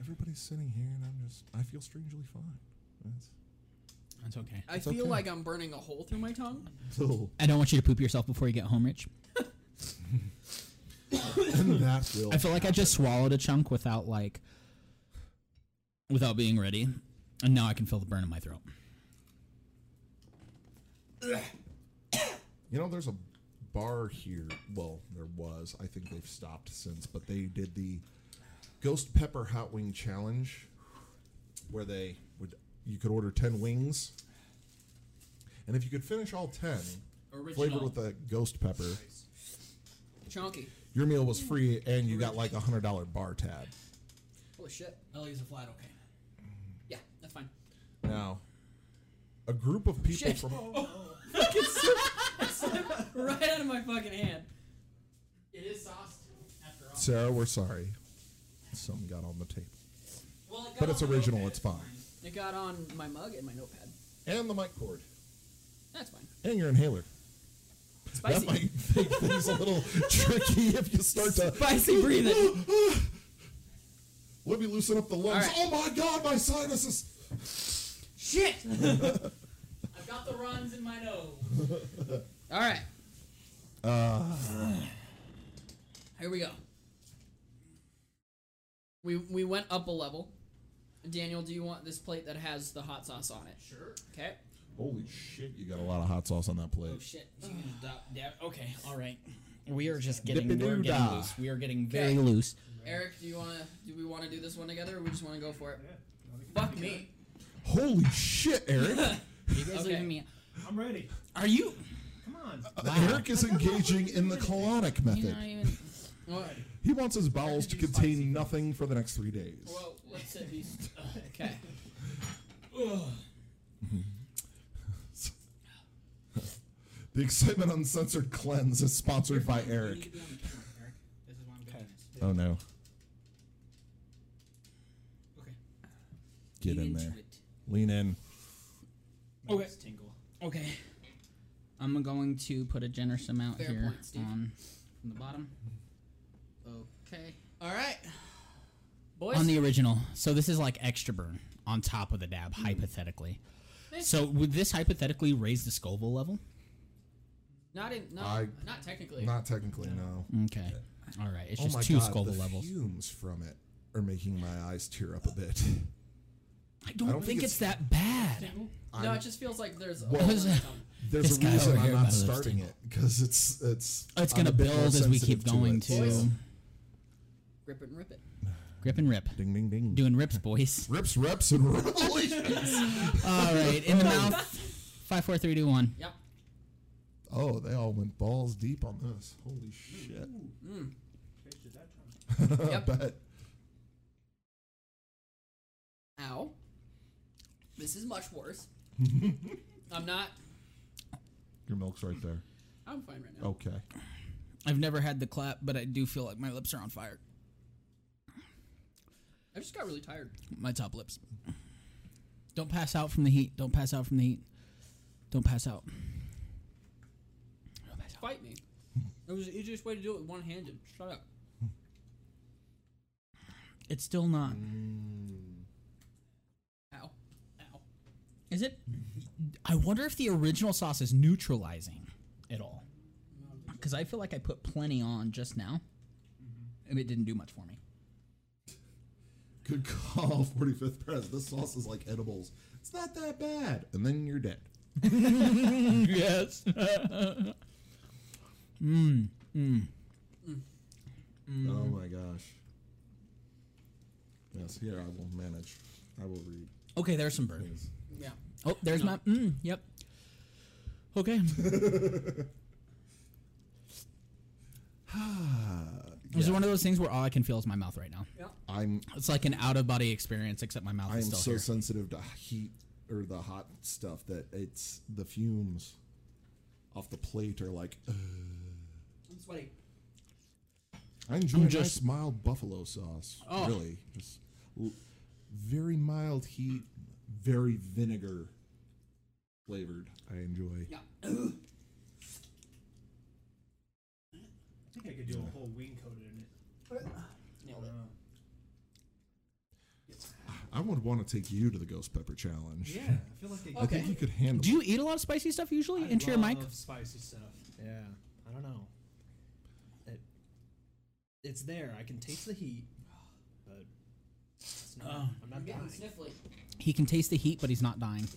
Speaker 2: Everybody's sitting here, and I'm just. I feel strangely fine. That's,
Speaker 3: That's okay.
Speaker 4: I
Speaker 2: It's
Speaker 4: feel
Speaker 2: okay.
Speaker 4: like I'm burning a hole through my tongue.
Speaker 2: so,
Speaker 3: I don't want you to poop yourself before you get home, Rich.
Speaker 2: [LAUGHS] and that will.
Speaker 3: I feel like I just swallowed a chunk without like, without being ready, and now I can feel the burn in my throat.
Speaker 2: You know, there's a bar here. Well, there was. I think they've stopped since, but they did the Ghost Pepper Hot Wing Challenge, where they would you could order ten wings, and if you could finish all ten, flavored with a ghost pepper,
Speaker 4: Chunky.
Speaker 2: your meal was free, and you got like a hundred dollar bar tab.
Speaker 4: Holy shit.
Speaker 3: Ellie's a flat okay.
Speaker 4: Yeah, that's
Speaker 3: [LAUGHS]
Speaker 4: fine.
Speaker 2: Now, a group of people
Speaker 4: Shit.
Speaker 2: from
Speaker 4: right out of my fucking hand. It is sauced after all.
Speaker 2: Sarah, we're sorry, some got on the table,
Speaker 4: Well, it got
Speaker 2: but it's
Speaker 4: on my
Speaker 2: original.
Speaker 4: notepad.
Speaker 2: It's fine,
Speaker 4: It got on my mug and my notepad.
Speaker 2: and the mic cord,
Speaker 4: That's fine.
Speaker 2: and your inhaler.
Speaker 4: Spicy.
Speaker 2: That might make things a
Speaker 4: [LAUGHS]
Speaker 2: little tricky if you start to.
Speaker 4: Spicy breathing.
Speaker 2: [GASPS] Let me loosen up the lungs.
Speaker 4: All right.
Speaker 2: Oh my god, my sinuses!
Speaker 4: Shit! [LAUGHS] I've got the runs in my nose. Ah. All right. Here we go. We we went up a level. Daniel, do you want this plate that has the hot sauce on it? Sure. Okay.
Speaker 2: Holy shit, you got a lot of hot sauce on that plate.
Speaker 4: Oh shit.
Speaker 3: Okay. All right. We are just
Speaker 2: getting- we're getting Dippy-doo-dah. loose.
Speaker 3: We are getting
Speaker 4: very
Speaker 3: loose.
Speaker 4: Eric, do you want to? Do we want to do this one together, or we just want to go for it?
Speaker 5: Yeah. I think we
Speaker 4: Fuck
Speaker 5: can do
Speaker 4: me.
Speaker 2: Holy shit, Eric!
Speaker 4: [LAUGHS]
Speaker 3: You guys
Speaker 4: Okay.
Speaker 3: leaving me?
Speaker 5: it. I'm ready.
Speaker 3: Are you?
Speaker 5: Come on.
Speaker 6: Uh,
Speaker 2: Uh, Eric is engaging in the colonic
Speaker 3: You're
Speaker 2: method.
Speaker 3: not even.
Speaker 4: Well,
Speaker 2: He wants his bowels to
Speaker 5: do spicy.
Speaker 2: contain nothing for the next three days.
Speaker 4: well, let's at [LAUGHS] least. Okay.
Speaker 2: The Excitement Uncensored Cleanse is sponsored by Eric. Oh no.
Speaker 3: Okay.
Speaker 2: Get in there. Lean in.
Speaker 3: Okay. Okay. I'm going to put a generous amount
Speaker 4: Fair
Speaker 3: here
Speaker 4: point, Steve.
Speaker 3: on from the bottom
Speaker 4: Okay. All right. Boys.
Speaker 3: on the original. So this is like extra burn on top of the dab, hypothetically. So would this hypothetically raise the Scoville level?
Speaker 4: not in. Not,
Speaker 2: I-
Speaker 4: not technically.
Speaker 2: Not technically, no.
Speaker 3: Okay. All right. It's
Speaker 2: Oh
Speaker 3: just
Speaker 2: my
Speaker 3: two
Speaker 2: God,
Speaker 3: Scoville
Speaker 2: the
Speaker 3: levels.
Speaker 2: fumes from it are making my eyes tear up a
Speaker 3: [LAUGHS]
Speaker 2: bit.
Speaker 3: I don't,
Speaker 2: don't
Speaker 3: think,
Speaker 2: think
Speaker 3: it's, that bad.
Speaker 4: no,
Speaker 2: I'm-
Speaker 4: it just feels like there's.
Speaker 2: Well- [LAUGHS]
Speaker 4: a hole in the tongue.
Speaker 3: This
Speaker 2: There's a
Speaker 3: guy
Speaker 2: reason
Speaker 3: over
Speaker 2: I'm
Speaker 3: here by
Speaker 2: not
Speaker 3: the
Speaker 2: starting
Speaker 3: table.
Speaker 2: it because it's it's
Speaker 3: It's
Speaker 2: I'm
Speaker 3: gonna
Speaker 2: a bit more
Speaker 3: build as we keep
Speaker 2: sensitive to
Speaker 3: going
Speaker 2: it.
Speaker 3: to
Speaker 4: Rip it and rip it.
Speaker 3: grip and rip.
Speaker 2: Ding ding ding.
Speaker 3: Doing rips,
Speaker 2: [LAUGHS]
Speaker 3: boys.
Speaker 2: Rips, reps, and revelations.
Speaker 3: All right, in the
Speaker 4: Oh
Speaker 3: mouth. Five, four, three, two, one.
Speaker 2: [LAUGHS]
Speaker 4: Yep.
Speaker 2: oh, they all went balls deep on this. Holy shit!
Speaker 5: Tasted that time.
Speaker 2: I
Speaker 4: Yep.
Speaker 2: bet.
Speaker 4: Ow. This is much worse.
Speaker 2: [LAUGHS]
Speaker 4: I'm not.
Speaker 2: Your milk's right there.
Speaker 4: I'm fine right now.
Speaker 2: Okay.
Speaker 3: I've never had the clap, but I do feel like my lips are on fire.
Speaker 4: I just got really tired.
Speaker 3: My top lips. Don't pass out from the heat. Don't pass out from the heat. Don't pass out.
Speaker 2: Oh,
Speaker 3: Don't pass out.
Speaker 4: Fight me. It was the easiest way to do it with one handed. Shut up.
Speaker 3: It's still not.
Speaker 4: Ow. Ow.
Speaker 3: Is it? I wonder if the original sauce is neutralizing at all. Because I feel like I
Speaker 2: [LAUGHS]
Speaker 3: put plenty on just now, and it didn't do much for me.
Speaker 2: Good call, [LAUGHS] 45th Press. This sauce is like edibles. It's not that bad. And then you're dead.
Speaker 3: yes.
Speaker 2: Oh my gosh. Yes, here I will manage. I will read.
Speaker 3: Okay, there's some burn.
Speaker 2: [SIGHS] Please.
Speaker 4: Yeah.
Speaker 3: Oh, there's my. Mm, yep. Okay. it was
Speaker 2: Ah, Yeah.
Speaker 3: one of those things where all I can feel is my mouth right now.
Speaker 2: I'm
Speaker 3: It's like an out of body experience, except my mouth
Speaker 2: I'm
Speaker 3: is still
Speaker 2: so
Speaker 3: here.
Speaker 2: sensitive to heat or the hot stuff that it's the fumes off the plate are like ugh.
Speaker 4: I'm sweaty.
Speaker 2: I enjoy
Speaker 3: just-
Speaker 2: just mild buffalo sauce.
Speaker 4: Oh.
Speaker 2: Really, just l- very mild heat, very vinegar flavored. I enjoy.
Speaker 4: Yeah.
Speaker 5: I think I could do a whole wing coated in it.
Speaker 4: Nailed it.
Speaker 5: Uh,
Speaker 2: I would want to take you to the ghost pepper challenge.
Speaker 5: yeah, [LAUGHS] I feel like they
Speaker 2: I think you could handle.
Speaker 3: Do you eat a lot of spicy stuff usually
Speaker 5: I
Speaker 3: into your mic?
Speaker 5: love spicy stuff.
Speaker 6: Yeah, I don't know. It, it's there. I can taste the heat, but it's not,
Speaker 5: Oh.
Speaker 6: I'm not dying.
Speaker 4: sniffly.
Speaker 3: He can taste the heat, but he's not dying.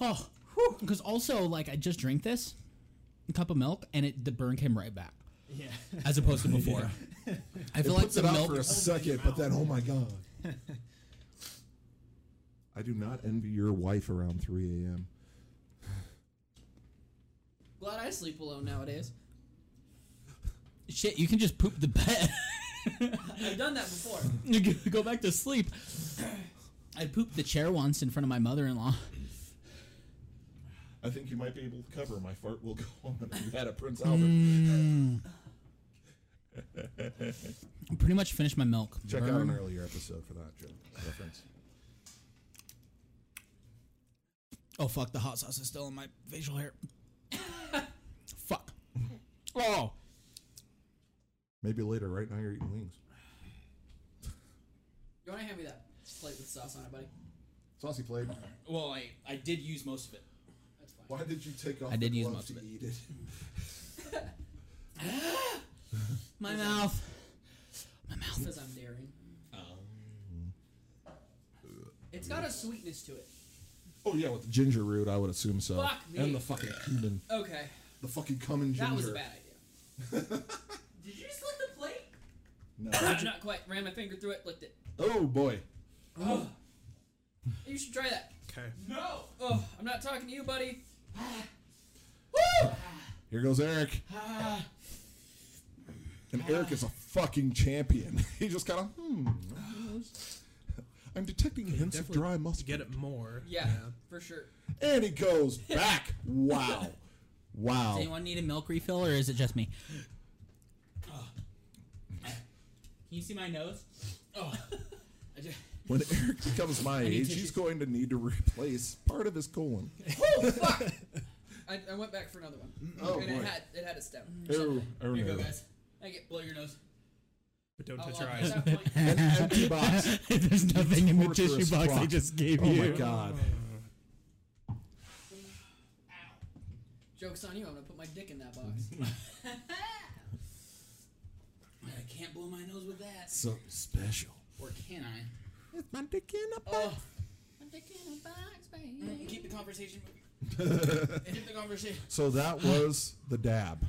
Speaker 3: Oh, because also like I just drank this a cup of milk, and it the burn came right back
Speaker 5: Yeah.
Speaker 6: [LAUGHS]
Speaker 3: as opposed to before. I
Speaker 2: It
Speaker 3: feel like
Speaker 2: puts
Speaker 3: the
Speaker 2: it out
Speaker 3: milk.
Speaker 2: for a second, but then oh
Speaker 3: [LAUGHS]
Speaker 2: my god. I do not envy your wife around 3 a.m.
Speaker 4: Glad I sleep alone nowadays.
Speaker 3: Shit, you can just poop the bed. [LAUGHS]
Speaker 4: I've done that before.
Speaker 3: You go- go back to sleep. I pooped the chair once in front of my mother-in-law.
Speaker 2: I think you might be able to cover. My fart will [LAUGHS] go on. You had a Prince Albert.
Speaker 3: Mm. I pretty much finished my milk.
Speaker 2: Check out
Speaker 3: Burn.
Speaker 2: an earlier episode for that joke reference.
Speaker 3: Oh fuck, the hot sauce is still in my facial hair. [LAUGHS] fuck. Oh.
Speaker 2: Maybe later. Right now, you're eating wings.
Speaker 4: You want to hand me that plate with sauce on it, buddy?
Speaker 2: Saucy plate.
Speaker 3: Well, I, I did use most of it.
Speaker 4: That's fine.
Speaker 2: Why did you take off?
Speaker 3: I did
Speaker 2: the
Speaker 3: use
Speaker 2: glove
Speaker 3: most
Speaker 2: to
Speaker 3: of it.
Speaker 2: Eat it. [LAUGHS]
Speaker 3: My mouth.
Speaker 4: Because I'm daring. It's got a sweetness to it.
Speaker 2: Oh yeah, with the ginger root, I would assume so.
Speaker 4: Fuck me.
Speaker 2: And the fucking cumin,
Speaker 4: Okay,
Speaker 2: the fucking cumin ginger.
Speaker 4: that was a bad idea. [LAUGHS] Did you just lick the plate?
Speaker 2: No.
Speaker 4: Uh, not quite. Ran my finger through it, licked it.
Speaker 2: oh boy.
Speaker 4: You should try that.
Speaker 5: Okay.
Speaker 4: No! Oh, I'm not talking to you, buddy.
Speaker 2: Here goes Eric. And Eric is a fucking champion. [LAUGHS] he just kind of, hmm. I'm detecting hints of
Speaker 6: definitely
Speaker 2: dry mustard.
Speaker 6: Get it more.
Speaker 4: Yeah, for sure.
Speaker 2: And he goes back. Wow.
Speaker 3: Does
Speaker 2: Wow.
Speaker 3: anyone need a milk refill or is it just me? Can you see my nose? Oh. I just,
Speaker 2: When Eric becomes my
Speaker 3: need
Speaker 2: age,
Speaker 3: tissue.
Speaker 2: he's going to need to replace part of his
Speaker 4: [LAUGHS]
Speaker 2: colon.
Speaker 4: I, I went back for another one.
Speaker 2: Oh,
Speaker 4: and it
Speaker 2: boy.
Speaker 4: had it had a stem.
Speaker 2: Oh, oh
Speaker 3: here you go,
Speaker 2: no.
Speaker 3: guys.
Speaker 4: I get blow your nose.
Speaker 6: But don't
Speaker 4: I'll-
Speaker 6: touch your
Speaker 4: I'll-
Speaker 6: [LAUGHS] eyes.
Speaker 4: at that point-
Speaker 2: [LAUGHS] An empty box.
Speaker 3: [LAUGHS] There's nothing in the tissue
Speaker 2: Torturous
Speaker 3: box I
Speaker 2: fuck.
Speaker 3: just gave
Speaker 2: Oh
Speaker 3: you.
Speaker 2: my god.
Speaker 4: Joke's on you. I'm gonna put my dick in that box. [LAUGHS] I can't blow my nose with that.
Speaker 2: Something special.
Speaker 4: Or can I?
Speaker 2: It's my dick in a
Speaker 4: Oh. My dick in a box, baby. Keep the conversation moving. Keep the conversation.
Speaker 2: So that was the dab.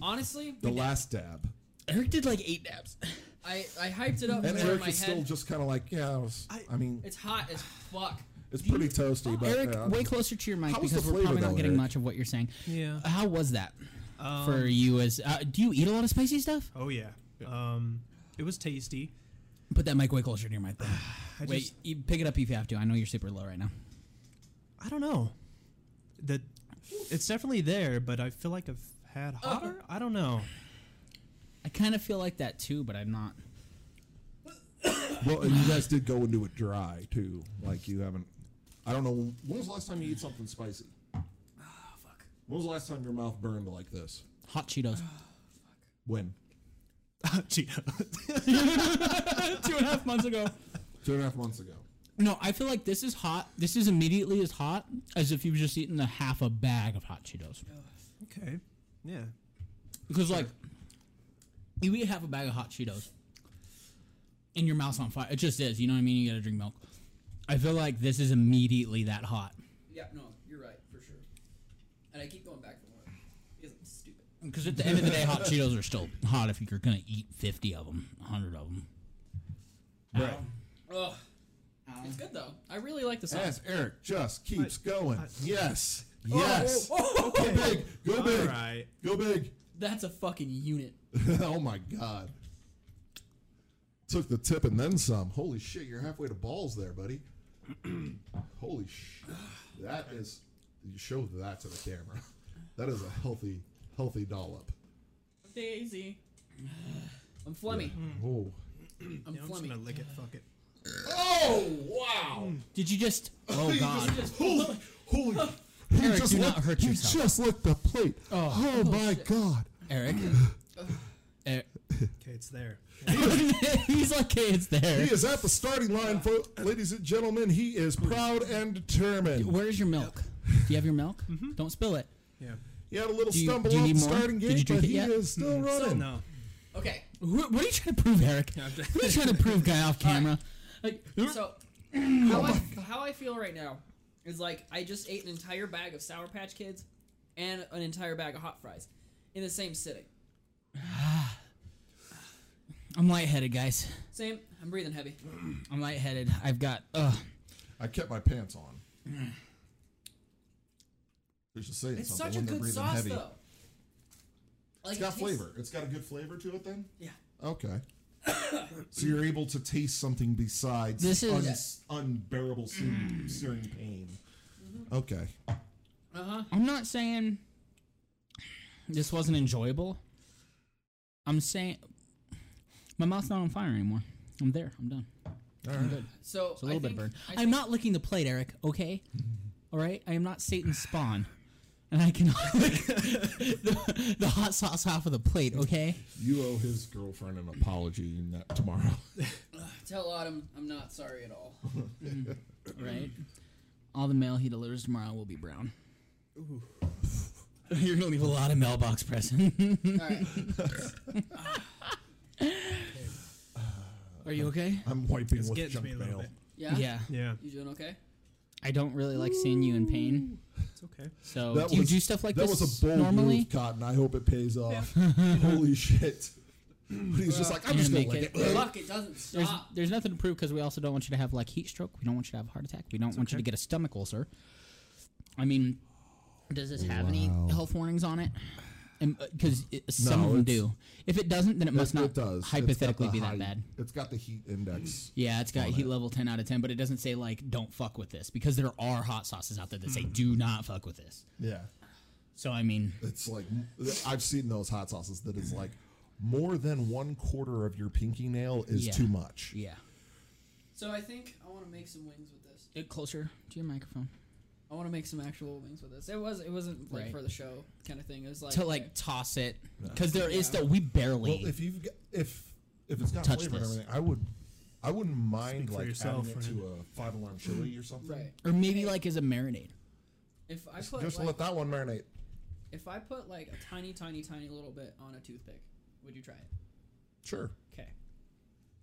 Speaker 4: Honestly,
Speaker 2: The last dab.
Speaker 3: Eric did like eight dabs.
Speaker 4: I, I hyped it up
Speaker 2: And
Speaker 4: more in
Speaker 2: Eric
Speaker 4: my
Speaker 2: is still
Speaker 4: head.
Speaker 2: just kind of like, yeah, I, was, I, mean,
Speaker 4: it's hot as fuck.
Speaker 2: it's pretty toasty, but
Speaker 3: Eric,
Speaker 2: yeah.
Speaker 3: way closer to your mic
Speaker 2: How was
Speaker 3: because
Speaker 2: the
Speaker 3: we're
Speaker 2: flavor,
Speaker 3: probably
Speaker 2: though,
Speaker 3: not getting
Speaker 2: Eric?
Speaker 3: much of what you're saying.
Speaker 6: Yeah.
Speaker 3: How was that
Speaker 6: Um,
Speaker 3: for you? As uh, do you eat a lot of spicy stuff?
Speaker 6: oh yeah. Um, it was tasty.
Speaker 3: Put that mic way closer to your mic. though.
Speaker 6: [SIGHS] I
Speaker 3: Wait,
Speaker 6: just,
Speaker 3: you pick it up if you have to. I know you're super low right now.
Speaker 6: I don't know. That it's definitely there, but I feel like I've had hotter. I don't
Speaker 5: [LAUGHS]
Speaker 6: know.
Speaker 3: I kind of feel like that too, but I'm not.
Speaker 2: Well, and you guys did go into it dry too. Like you haven't. I don't know. When was the last time you ate something spicy? Oh
Speaker 4: Ah, fuck.
Speaker 2: When was the last time your mouth burned like this?
Speaker 3: Hot
Speaker 6: [SIGHS]
Speaker 3: Cheetos. [LAUGHS]
Speaker 2: When?
Speaker 6: Cheetos.
Speaker 3: Two and a half months ago.
Speaker 2: Two and a half months ago.
Speaker 3: No, I feel like this is hot. This is immediately as hot as if you've just eaten a half a bag of hot Cheetos.
Speaker 6: okay. Yeah.
Speaker 3: Because like, you eat half a bag of hot Cheetos, and your mouth's on fire. It just is. You know what I mean? You gotta drink milk. I feel like this is immediately that hot
Speaker 4: Yeah, no, you're right for sure. And I keep going back for more because I'm stupid.
Speaker 3: because at the end of the day, hot Cheetos are still hot if you're gonna eat fifty of them, hundred of them.
Speaker 2: Right.
Speaker 4: Ugh. It's good though. I really like the sauce.
Speaker 2: As Eric just keeps going. yes. Yes. Go big. Go
Speaker 5: All
Speaker 2: big.
Speaker 5: right.
Speaker 2: Go big. [LAUGHS]
Speaker 4: That's a fucking unit.
Speaker 2: oh my god. Took the tip and then some. Holy shit, you're halfway to balls there, buddy. [CLEARS THROAT] Holy shit. That is you show that to the camera. [LAUGHS] That is a healthy healthy dollop.
Speaker 4: Daisy. [SIGHS] I'm phlegmy.
Speaker 2: Oh.
Speaker 4: I'm
Speaker 5: Yeah, I'm just
Speaker 4: phlegmy.
Speaker 5: gonna lick it. Fuck it.
Speaker 2: Oh wow.
Speaker 3: Did you just? Oh
Speaker 2: [LAUGHS] You
Speaker 3: God!
Speaker 2: just- holy holy He
Speaker 3: Eric, do not
Speaker 2: licked-
Speaker 3: hurt
Speaker 2: he
Speaker 3: yourself.
Speaker 2: just licked the plate. Oh, my god. [LAUGHS]
Speaker 3: Eric. Er-
Speaker 5: Okay, it's [LAUGHS] there.
Speaker 3: [LAUGHS] He's like, hey, it's there.
Speaker 2: He is at the starting line, fo- ladies and gentlemen. He is proud and determined.
Speaker 3: Where is your milk? Do you have your milk?
Speaker 2: Mm-hmm.
Speaker 3: Don't spill it.
Speaker 5: Yeah.
Speaker 2: He had a little
Speaker 3: Do you-
Speaker 2: stumble
Speaker 3: do you
Speaker 2: on
Speaker 3: need
Speaker 2: the
Speaker 3: more?
Speaker 2: starting
Speaker 3: Did
Speaker 2: gate,
Speaker 3: you drink
Speaker 2: but
Speaker 3: it
Speaker 2: he
Speaker 3: yet?
Speaker 2: is still
Speaker 5: So
Speaker 2: running.
Speaker 5: no.
Speaker 4: Okay,
Speaker 3: What, what are you trying to prove, Eric? What are you trying to prove, guy
Speaker 4: [LAUGHS]
Speaker 3: off camera? Like,
Speaker 2: [COUGHS]
Speaker 4: so how I, how I feel right now is like I just ate an entire bag of Sour Patch Kids and an entire bag of hot fries in the same sitting.
Speaker 3: I'm lightheaded, guys.
Speaker 4: Same. I'm breathing heavy.
Speaker 3: I'm lightheaded. I've got. Ugh.
Speaker 2: I kept my pants on. There's just saying
Speaker 4: It's
Speaker 2: something
Speaker 4: such a
Speaker 2: when they're
Speaker 4: good
Speaker 2: breathing
Speaker 4: sauce
Speaker 2: heavy.
Speaker 4: though. Like,
Speaker 2: It's got
Speaker 4: it tastes-
Speaker 2: flavor. It's got a good flavor to it, then.
Speaker 4: Yeah.
Speaker 2: Okay. [COUGHS] so you're able to taste something besides
Speaker 3: This is-
Speaker 2: uns- unbearable searing,
Speaker 4: Mm.
Speaker 2: searing pain.
Speaker 4: Mm-hmm.
Speaker 2: Okay.
Speaker 3: I'm not saying this wasn't enjoyable. I'm saying my mouth's not on fire anymore. I'm there. I'm done.
Speaker 4: So
Speaker 3: It's a little
Speaker 4: I
Speaker 3: bit
Speaker 4: think-
Speaker 3: burned.
Speaker 4: I
Speaker 3: I'm not licking the plate, Eric.
Speaker 4: [LAUGHS]
Speaker 3: Okay. All right. I am not Satan's spawn, and I cannot [LAUGHS] lick the, the hot sauce off of the plate. Okay.
Speaker 2: You owe his girlfriend an apology ne- tomorrow. [LAUGHS]
Speaker 4: Tell Autumn I'm not sorry at all.
Speaker 3: Right. All the mail he delivers tomorrow will be brown.
Speaker 2: [LAUGHS]
Speaker 3: You're gonna leave a lot of mailbox present.
Speaker 4: all right.
Speaker 3: [LAUGHS] Are you okay?
Speaker 2: I'm wiping
Speaker 5: It's
Speaker 2: with
Speaker 5: getting
Speaker 2: junk
Speaker 5: me a little
Speaker 2: mail.
Speaker 5: bit.
Speaker 4: Yeah.
Speaker 3: Yeah.
Speaker 5: Yeah.
Speaker 4: You doing okay?
Speaker 3: I don't really like seeing you in pain.
Speaker 5: It's okay.
Speaker 3: So
Speaker 2: That
Speaker 3: do you
Speaker 2: was-
Speaker 3: do stuff like
Speaker 2: that
Speaker 3: this
Speaker 2: was a bold
Speaker 3: normally?
Speaker 2: move, Cotton. I hope it pays off. [LAUGHS] Holy shit! But he's just like, I'm
Speaker 3: Gonna
Speaker 2: just gonna
Speaker 3: make
Speaker 2: lick
Speaker 3: it-
Speaker 2: it.
Speaker 4: Fuck, it doesn't
Speaker 3: There's,
Speaker 4: stop.
Speaker 3: there's nothing to prove because we also don't want you to have like heat stroke. We don't want you to have a heart attack. We don't want you to
Speaker 5: okay.
Speaker 3: get a stomach ulcer. I mean, does this have any
Speaker 2: Wow.
Speaker 3: health warnings on it? Because some of them
Speaker 2: it's-
Speaker 3: do. If it doesn't, then it must
Speaker 2: It-
Speaker 3: not
Speaker 2: it does. It's got
Speaker 3: hypothetically
Speaker 2: the
Speaker 3: be that
Speaker 2: high-
Speaker 3: bad.
Speaker 2: It's got the heat index.
Speaker 3: Yeah, it's got
Speaker 2: on
Speaker 3: heat
Speaker 2: it.
Speaker 3: level 10 out of 10, but it doesn't say like don't fuck with this because there are hot sauces out there that
Speaker 2: Hmm.
Speaker 3: say do not fuck with this.
Speaker 2: Yeah,
Speaker 3: So I mean,
Speaker 2: it's like I've seen those hot sauces that is like more than one quarter of your pinky nail is
Speaker 3: Yeah.
Speaker 2: too much.
Speaker 3: yeah.
Speaker 4: So I think I want to make some wings with this.
Speaker 3: Get closer to your microphone
Speaker 4: I want to make some actual wings with this. It was it wasn't like
Speaker 3: Right.
Speaker 4: for the show kind of thing. It was like
Speaker 3: to like toss it because there is still we barely.
Speaker 2: Well, if you've got, if if it's got
Speaker 3: Touch
Speaker 2: flavor
Speaker 3: this.
Speaker 2: and everything, I would I wouldn't mind
Speaker 5: for
Speaker 2: like
Speaker 5: yourself,
Speaker 2: adding it
Speaker 5: Ren.
Speaker 2: to a five alarm chili or something.
Speaker 4: right.
Speaker 3: or maybe like as a marinade.
Speaker 4: If I put
Speaker 2: Just
Speaker 4: like,
Speaker 2: let that one marinate.
Speaker 4: if I put like a tiny tiny tiny little bit on a toothpick, would you try it?
Speaker 2: Sure.
Speaker 4: Okay.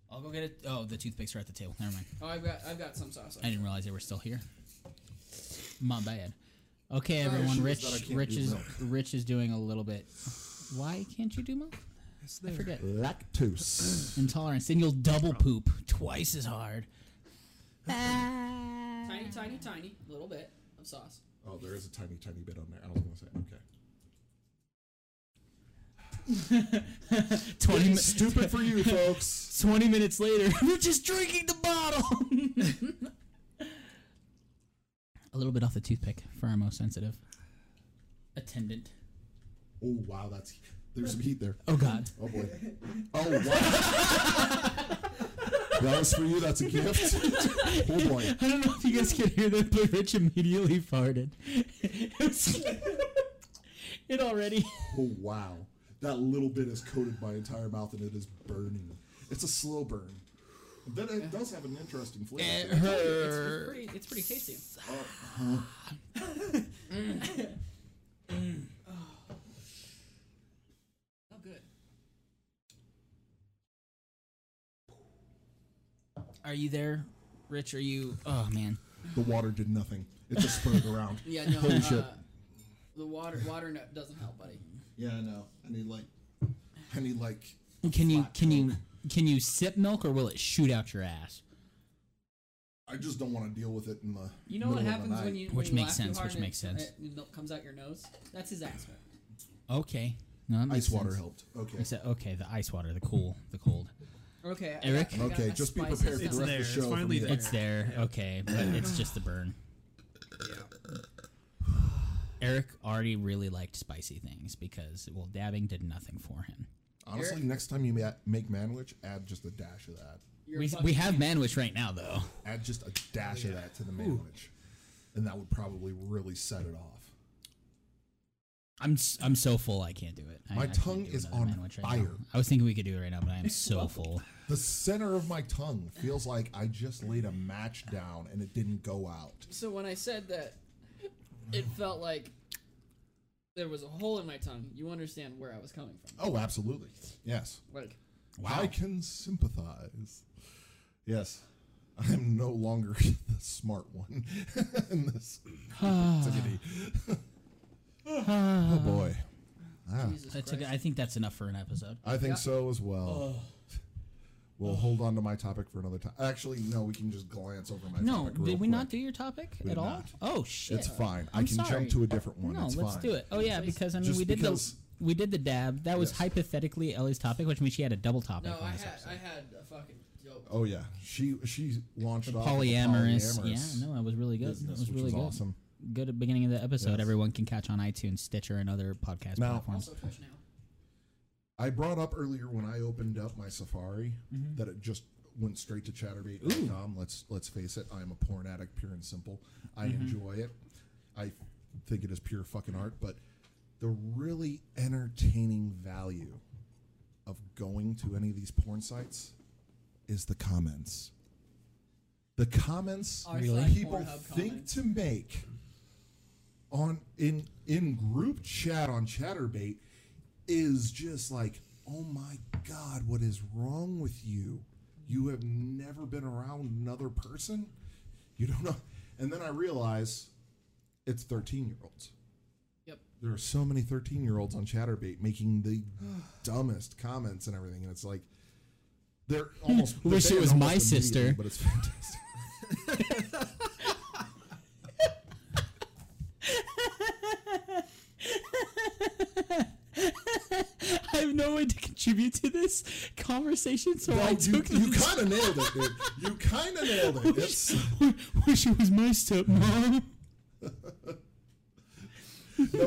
Speaker 3: I'll go get it. Oh, the toothpicks are at the table. Never mind.
Speaker 4: Oh, I've got I've got some sauce.
Speaker 3: I didn't realize they were still here. My bad. Okay,
Speaker 4: Sorry.
Speaker 3: everyone.
Speaker 2: Issue is that I
Speaker 3: Rich,
Speaker 2: can't
Speaker 3: Rich
Speaker 2: do
Speaker 3: is
Speaker 2: milk.
Speaker 3: Rich is doing a little bit. Why can't you do milk?
Speaker 5: It's
Speaker 3: I
Speaker 5: there.
Speaker 3: forget.
Speaker 2: Lactose.
Speaker 3: Intolerance. Then you'll double poop twice as hard.
Speaker 4: Tiny tiny tiny little bit of sauce.
Speaker 2: Oh, there is a tiny, tiny bit on there. I was gonna say, okay.
Speaker 3: Twenty mi- [LAUGHS]
Speaker 2: Stupid for you, folks. [LAUGHS]
Speaker 3: Twenty minutes later, [LAUGHS] we're just drinking the bottle. a little bit off the toothpick for our most sensitive attendant.
Speaker 2: Oh wow, that's there's some heat there.
Speaker 3: Oh God.
Speaker 2: Oh [LAUGHS] boy. Oh wow. that was for you. That's a gift. Oh boy.
Speaker 3: I don't know if you guys could hear that, but Rich immediately farted. [LAUGHS] It, was- it [LAUGHS] already.
Speaker 2: Oh wow. That little bit has coated my entire mouth and it is burning. It's a slow burn. But it does have an interesting flavor. to it.
Speaker 4: It's, it's pretty it's pretty tasty.
Speaker 2: Oh.
Speaker 4: [SIGHS] Mm. Mm. Oh good.
Speaker 3: you there, Rich? Are you? Oh man.
Speaker 2: The water did nothing. It just spurred around.
Speaker 4: Yeah, no.
Speaker 2: Holy
Speaker 4: uh,
Speaker 2: shit.
Speaker 4: The water water no, doesn't help, buddy.
Speaker 2: Yeah, I know. I need like, I need like.
Speaker 3: Can you
Speaker 2: flat
Speaker 3: can you
Speaker 2: Coke.
Speaker 3: can you sip milk or will it shoot out your ass?
Speaker 2: I just don't want to deal with it in the.
Speaker 4: You know what
Speaker 2: middle of the
Speaker 4: happens when
Speaker 2: night.
Speaker 4: you
Speaker 3: Which
Speaker 4: when you
Speaker 3: makes
Speaker 4: laugh too
Speaker 3: sense,
Speaker 4: hard
Speaker 3: which
Speaker 4: and
Speaker 3: makes
Speaker 4: it-
Speaker 3: sense.
Speaker 4: It, milk comes out your nose. That's his asthma.
Speaker 3: Okay. No, that makes
Speaker 2: ice water
Speaker 3: sense.
Speaker 2: helped. Okay.
Speaker 3: Except okay, the ice water, the cool, the cold.
Speaker 4: Okay, I
Speaker 3: Eric?
Speaker 4: got- I got
Speaker 2: Okay,
Speaker 4: a
Speaker 2: just be
Speaker 4: spicy
Speaker 2: prepared for the rest of
Speaker 4: sound.
Speaker 5: there, it's
Speaker 2: the show. from
Speaker 5: finally
Speaker 2: here.
Speaker 5: there.
Speaker 3: It's there, okay, but it's just the burn. Eric already really liked spicy things because well, dabbing did nothing for him.
Speaker 2: Honestly, next time you ma- make manwich, add just a dash of that.
Speaker 4: You're
Speaker 3: We,
Speaker 4: a fucking-
Speaker 3: we have manwich right now though.
Speaker 2: Add just a dash of that to the manwich, and that would probably really set it off.
Speaker 3: I'm s- I'm so full I can't do it. I-
Speaker 2: My
Speaker 3: I can't
Speaker 2: tongue
Speaker 3: do
Speaker 2: is
Speaker 3: another
Speaker 2: on
Speaker 3: manwich right now.
Speaker 2: fire.
Speaker 3: I was thinking we could do it right now, but I am
Speaker 2: [LAUGHS]
Speaker 3: so full.
Speaker 2: The center of my tongue feels like I just laid a match down and it didn't go out.
Speaker 4: So when I said that, it felt like there was a hole in my tongue. You understand where I was coming from?
Speaker 2: Oh, absolutely. Yes.
Speaker 4: Like,
Speaker 2: I can sympathize. Yes. I'm no longer [LAUGHS] the smart one [LAUGHS] in
Speaker 5: [SIGHS]
Speaker 2: this activity. [LAUGHS] oh boy. Ah,
Speaker 4: Jesus
Speaker 3: That's a
Speaker 4: Christ.
Speaker 3: good- I think that's enough for an episode.
Speaker 2: I think so as well. We'll hold on to my topic for another time. Actually, no, we can just glance over my
Speaker 3: No,
Speaker 2: topic.
Speaker 3: did
Speaker 2: real
Speaker 3: we
Speaker 2: quick.
Speaker 3: not do your topic
Speaker 2: We
Speaker 3: at
Speaker 2: did
Speaker 3: all?
Speaker 2: not.
Speaker 3: Oh shit!
Speaker 2: It's fine. i
Speaker 3: I'm
Speaker 2: can
Speaker 3: sorry.
Speaker 2: jump to a different one.
Speaker 3: No,
Speaker 2: it's
Speaker 3: let's
Speaker 2: fine.
Speaker 3: do it. Oh yeah, because I mean
Speaker 2: Just
Speaker 3: we did
Speaker 2: because-
Speaker 3: the we did the dab. That was
Speaker 2: Yes.
Speaker 3: hypothetically Ellie's topic, which means she had a double topic.
Speaker 4: No,
Speaker 3: on
Speaker 4: I
Speaker 3: this
Speaker 4: had
Speaker 3: episode.
Speaker 4: I had a fucking dope.
Speaker 2: Oh yeah, she she launched off with
Speaker 3: polyamorous.
Speaker 2: polyamorous
Speaker 3: Yeah, no, it was really good. it was
Speaker 2: business, which
Speaker 3: really
Speaker 2: was
Speaker 3: good.
Speaker 2: awesome.
Speaker 3: Good at beginning of the episode.
Speaker 2: Yes.
Speaker 3: Everyone can catch on iTunes, Stitcher, and other podcast
Speaker 2: Now-
Speaker 3: platforms. [LAUGHS]
Speaker 4: Also touch now.
Speaker 2: I brought up earlier when I opened up my Safari
Speaker 3: Mm-hmm.
Speaker 2: that it just went straight to chatterbait.com. Let's let's face it, I am a porn addict, pure and simple. I
Speaker 3: Mm-hmm.
Speaker 2: enjoy it. I think it is pure fucking art, but the really entertaining value of going to any of these porn sites is the comments. The comments
Speaker 4: Our
Speaker 3: Really?
Speaker 4: side
Speaker 2: people
Speaker 4: Pornhub
Speaker 2: think
Speaker 4: comments.
Speaker 2: to make on in in group chat on chatterbait is just like oh my god what is wrong with you you have never been around another person you don't know and then i realize it's 13 year olds
Speaker 4: Yep.
Speaker 2: there are so many 13 year olds on chatterbait
Speaker 3: [SIGHS]
Speaker 2: making the dumbest comments and everything and it's like
Speaker 3: [LAUGHS]
Speaker 2: they're almost they're
Speaker 3: Wish it
Speaker 2: banned
Speaker 3: was my
Speaker 2: almost immediately,
Speaker 3: sister.
Speaker 2: but
Speaker 3: [LAUGHS]
Speaker 2: it's fantastic
Speaker 3: I have no way to contribute to this conversation, so
Speaker 2: Well, you, you kind of nailed it, dude.
Speaker 3: [LAUGHS]
Speaker 2: You kind of nailed it. It's,
Speaker 3: wish it was my [LAUGHS] stepmom.
Speaker 2: no,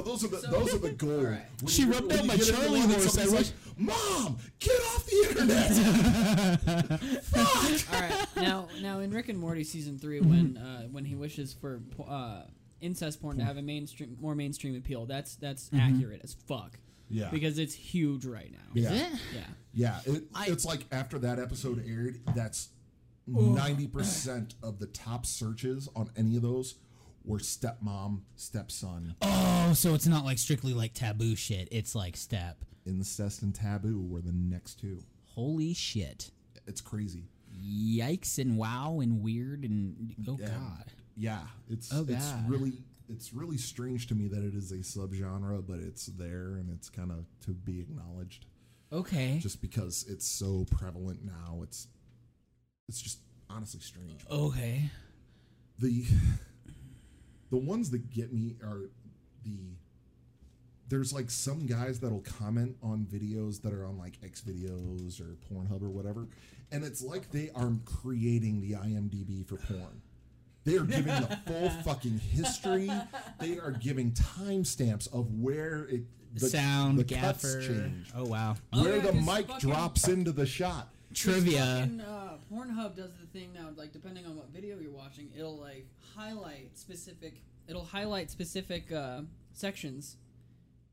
Speaker 2: those are the those are the
Speaker 3: [LAUGHS]
Speaker 2: gold.
Speaker 4: right.
Speaker 2: When
Speaker 3: She
Speaker 2: you-
Speaker 3: rubbed
Speaker 2: when
Speaker 3: out
Speaker 2: you
Speaker 3: my
Speaker 2: get into
Speaker 3: Charlie
Speaker 2: one and
Speaker 3: horse, I
Speaker 2: somebody's like, Mom, get off the
Speaker 3: [LAUGHS]
Speaker 2: internet.
Speaker 4: All right.
Speaker 2: [LAUGHS]
Speaker 4: Now, now in Rick and Morty season three,
Speaker 2: Mm-hmm.
Speaker 4: when uh, when he wishes for po- uh, incest porn to have a mainstream, more mainstream appeal, that's that's accurate as fuck.
Speaker 2: Mm-hmm. Yeah.
Speaker 4: Because it's huge right now.
Speaker 2: Yeah.
Speaker 4: Yeah.
Speaker 2: Yeah, it, it's like after that episode aired, that's ninety percent of the top searches on any of those were stepmom, stepson,
Speaker 3: Oh, so it's not like strictly like taboo shit. It's like step.
Speaker 2: incest, and taboo were the next two.
Speaker 3: Holy shit.
Speaker 2: It's crazy.
Speaker 3: Yikes and wow and weird and oh
Speaker 2: Yeah.
Speaker 3: god.
Speaker 2: Yeah, it's
Speaker 3: Oh,
Speaker 2: it's
Speaker 3: God.
Speaker 2: really it's really strange to me that it is a subgenre, but it's there and it's kind of to be acknowledged
Speaker 3: Okay.
Speaker 2: just because it's so prevalent now. It's it's just honestly strange.
Speaker 3: Okay.
Speaker 2: The the ones that get me are the there's like some guys that'll comment on videos that are on like X videos or Pornhub or whatever, and it's like they are creating the IMDb for porn. They are giving
Speaker 4: [LAUGHS]
Speaker 2: the full fucking history. They are giving timestamps of where it
Speaker 3: Sound
Speaker 2: the cuts
Speaker 3: gaffer.
Speaker 2: change,
Speaker 3: Oh wow.
Speaker 2: where
Speaker 4: yeah,
Speaker 2: the
Speaker 4: 'cause
Speaker 2: mic
Speaker 4: fucking-
Speaker 2: drops into the shot.
Speaker 3: Trivia.
Speaker 4: Fucking, uh, Pornhub does the thing now, like depending on what video you're watching, it'll like highlight specific. It'll highlight specific uh, sections.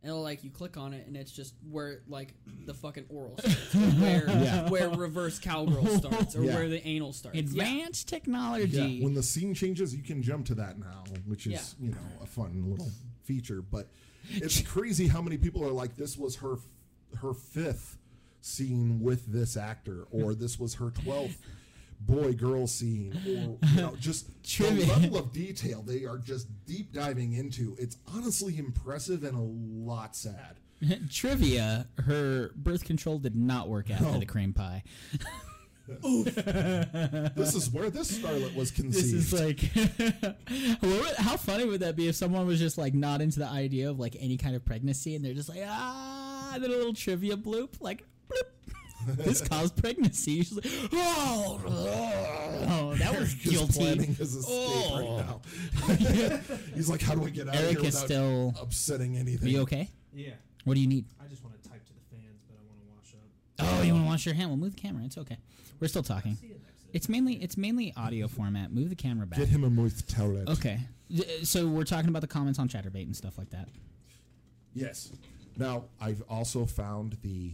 Speaker 4: And It'll like you click on it and it's just where like the fucking oral starts,
Speaker 2: [LAUGHS]
Speaker 4: or where
Speaker 2: Yeah.
Speaker 4: where reverse cowgirl starts, or
Speaker 2: Yeah.
Speaker 4: where the anal starts. Yeah.
Speaker 3: Advanced technology.
Speaker 2: Yeah, when the scene changes, you can jump to that now, which is
Speaker 4: Yeah.
Speaker 2: you know a fun little feature. But
Speaker 3: [LAUGHS]
Speaker 2: it's crazy how many people are like, "This was her her fifth scene with this actor," or "This was her 12th. boy girl scene or
Speaker 3: [LAUGHS]
Speaker 2: you know, just the
Speaker 3: Trivial.
Speaker 2: level of detail they are just deep diving into. It's honestly impressive and a lot sad.
Speaker 3: Trivia: Her birth control did not work out for the cream pie.
Speaker 2: This is where this starlet was
Speaker 3: [LAUGHS]
Speaker 2: conceived.
Speaker 3: This is
Speaker 2: [LAUGHS]
Speaker 3: like, [LAUGHS] What would- how funny would that be if someone was just like not into the idea of like any kind of pregnancy and they're just like ah, and then a little trivia bloop like. bloop. [LAUGHS] this caused pregnancy. She's like, oh, oh, that was
Speaker 2: Eric is planning
Speaker 3: guilty. Oh.
Speaker 2: his escape right now. [LAUGHS] He's like, how do I get out of
Speaker 3: Eric
Speaker 2: here
Speaker 3: is
Speaker 2: without
Speaker 3: still.
Speaker 2: upsetting anything?
Speaker 3: Are you okay?
Speaker 5: Yeah,
Speaker 3: What do you need?
Speaker 5: I just want to type to the fans, but I want to wash up.
Speaker 3: Oh, you want to wash your hand? Well, move the camera. It's okay. We're still talking.
Speaker 5: See you next.
Speaker 3: It's mainly it's mainly audio format. Move the camera back.
Speaker 2: Get him a moist towelette.
Speaker 3: Okay. Th- uh, So we're talking about the comments on Chatterbait and stuff like that.
Speaker 2: Yes. Now, I've also found the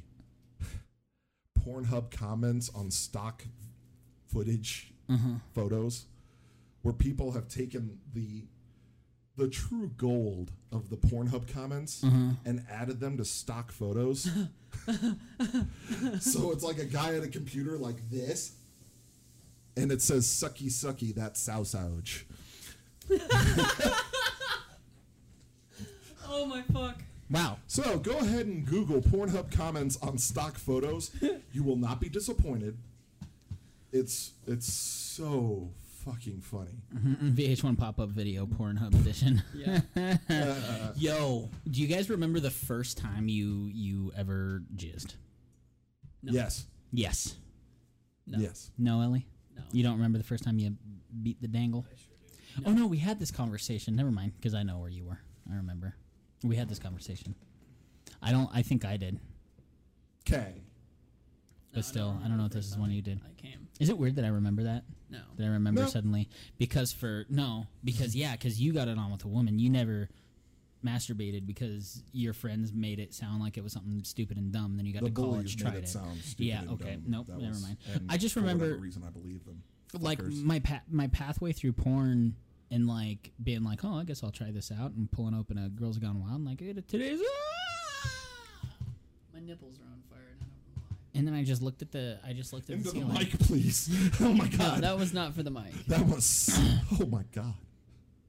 Speaker 2: Pornhub comments on stock footage
Speaker 3: Mm-hmm.
Speaker 2: photos where people have taken the the true gold of the Pornhub comments
Speaker 3: Mm-hmm.
Speaker 2: and added them to
Speaker 3: [LAUGHS]
Speaker 2: stock photos. so it's like a guy at a computer like this and it says sucky sucky that sousage.
Speaker 4: Oh my fuck.
Speaker 3: Wow.
Speaker 2: So go ahead and Google Pornhub comments on
Speaker 3: [LAUGHS]
Speaker 2: stock photos. You will not be disappointed. It's it's so
Speaker 3: [LAUGHS]
Speaker 2: fucking funny.
Speaker 3: VH1 pop up video Pornhub edition. [LAUGHS]
Speaker 4: Yeah.
Speaker 2: [LAUGHS]
Speaker 3: Yo, do you guys remember the first time you you ever jizzed?
Speaker 2: Yes,
Speaker 3: Yes.
Speaker 2: yes.
Speaker 3: No, Ellie.
Speaker 4: No.
Speaker 3: You don't remember the first time you beat the dangle? Oh no, we had this conversation. Never mind, because I know where you were. I remember. We had this conversation. I don't. I think I did,
Speaker 2: Okay.
Speaker 3: but still, I don't know if this is one you did.
Speaker 4: I came.
Speaker 3: Is it weird that I remember that?
Speaker 2: [LAUGHS]
Speaker 4: No.
Speaker 3: that I remember
Speaker 2: No.
Speaker 3: suddenly because for no because yeah because you got it on with a woman you never masturbated because your friends made it sound like it was something stupid and dumb then you got
Speaker 2: The
Speaker 3: to college
Speaker 2: bullies made
Speaker 3: tried
Speaker 2: it
Speaker 3: it,
Speaker 2: sound stupid.
Speaker 3: yeah
Speaker 2: and
Speaker 3: okay
Speaker 2: dumb.
Speaker 3: nope
Speaker 2: That
Speaker 3: never
Speaker 2: was-
Speaker 3: mind
Speaker 2: and
Speaker 3: I just
Speaker 2: for whatever
Speaker 3: remember
Speaker 2: reason I believe them.
Speaker 3: like
Speaker 2: Fuckers.
Speaker 3: my pa- my pathway through porn and like being like oh I guess I'll try this out and pulling open a Girls Gone Wild and like "Hey, today's
Speaker 4: My nipples are on fire and I don't know why.
Speaker 3: and then I just looked at the I just looked at
Speaker 2: into
Speaker 3: the
Speaker 2: the
Speaker 3: ceiling.
Speaker 2: mic, please.
Speaker 3: [LAUGHS]
Speaker 2: [LAUGHS] Oh my
Speaker 4: No,
Speaker 2: god,
Speaker 4: that was not for the mic.
Speaker 2: that was. Oh my god.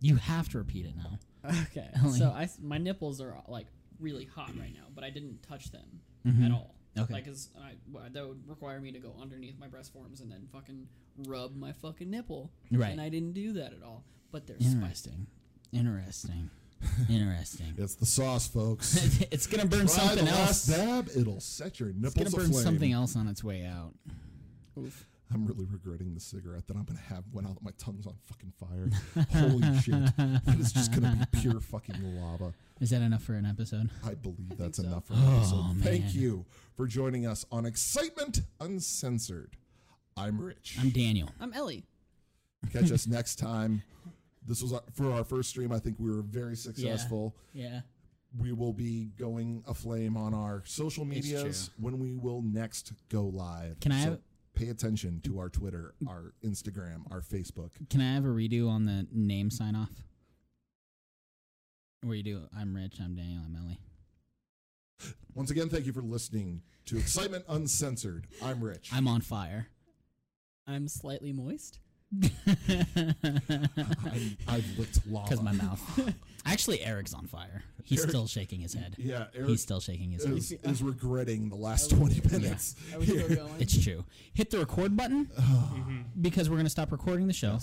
Speaker 3: you have to repeat it now [LAUGHS]
Speaker 4: Okay.
Speaker 3: Ellie.
Speaker 4: So I s- my nipples are like really hot right now, but I didn't touch them at all.
Speaker 3: Mm-hmm. Okay.
Speaker 4: Like, 'cause I, well, that would require me to go underneath my breast forms and then fucking rub my fucking nipple.
Speaker 3: Right.
Speaker 4: And I didn't do that at all. But they're spicy.
Speaker 3: interesting interesting
Speaker 2: [LAUGHS]
Speaker 3: interesting
Speaker 2: It's the sauce, folks.
Speaker 3: it's gonna [LAUGHS] burn
Speaker 2: Try
Speaker 3: something
Speaker 2: the last
Speaker 3: else.
Speaker 2: dab. It'll set your nipples
Speaker 3: It's gonna burn
Speaker 2: aflame.
Speaker 3: something else on its way out.
Speaker 2: I'm really regretting the cigarette that I'm gonna have when I, my tongue's on fucking fire. Holy shit! That is just gonna be pure fucking lava.
Speaker 3: Is that enough for an episode?
Speaker 2: I believe that's enough for now. So
Speaker 3: Oh,
Speaker 2: thank
Speaker 3: man.
Speaker 2: you for joining us on Excitement Uncensored. I'm Rich.
Speaker 3: I'm Daniel.
Speaker 4: I'm Ellie.
Speaker 2: [LAUGHS] Catch us next time. This was our, for our first stream. I think we were very successful.
Speaker 3: Yeah.
Speaker 2: We will be going aflame on our social medias when we will next go live.
Speaker 3: Can I
Speaker 2: So
Speaker 3: have-
Speaker 2: pay attention to our Twitter, our Instagram, our Facebook?
Speaker 3: Can I have a redo on the name sign off? Where you do? I'm Rich. I'm Daniel. I'm Ellie.
Speaker 2: Once again, thank you for listening to Excitement Uncensored. I'm Rich.
Speaker 3: I'm on fire. [LAUGHS]
Speaker 4: I'm slightly moist.
Speaker 2: I'm, [LAUGHS] I've licked lava.
Speaker 3: Because my mouth. [LAUGHS] Actually, Eric's on fire. He's
Speaker 2: Eric-
Speaker 3: still shaking his head.
Speaker 2: yeah, Eric
Speaker 3: He's still shaking his head.
Speaker 2: is,
Speaker 3: [LAUGHS]
Speaker 2: is regretting the last 20 minutes.
Speaker 4: Are we still
Speaker 2: here.
Speaker 4: going?
Speaker 3: It's true. Hit the record button
Speaker 4: Mm-hmm.
Speaker 3: because we're gonna stop recording the show.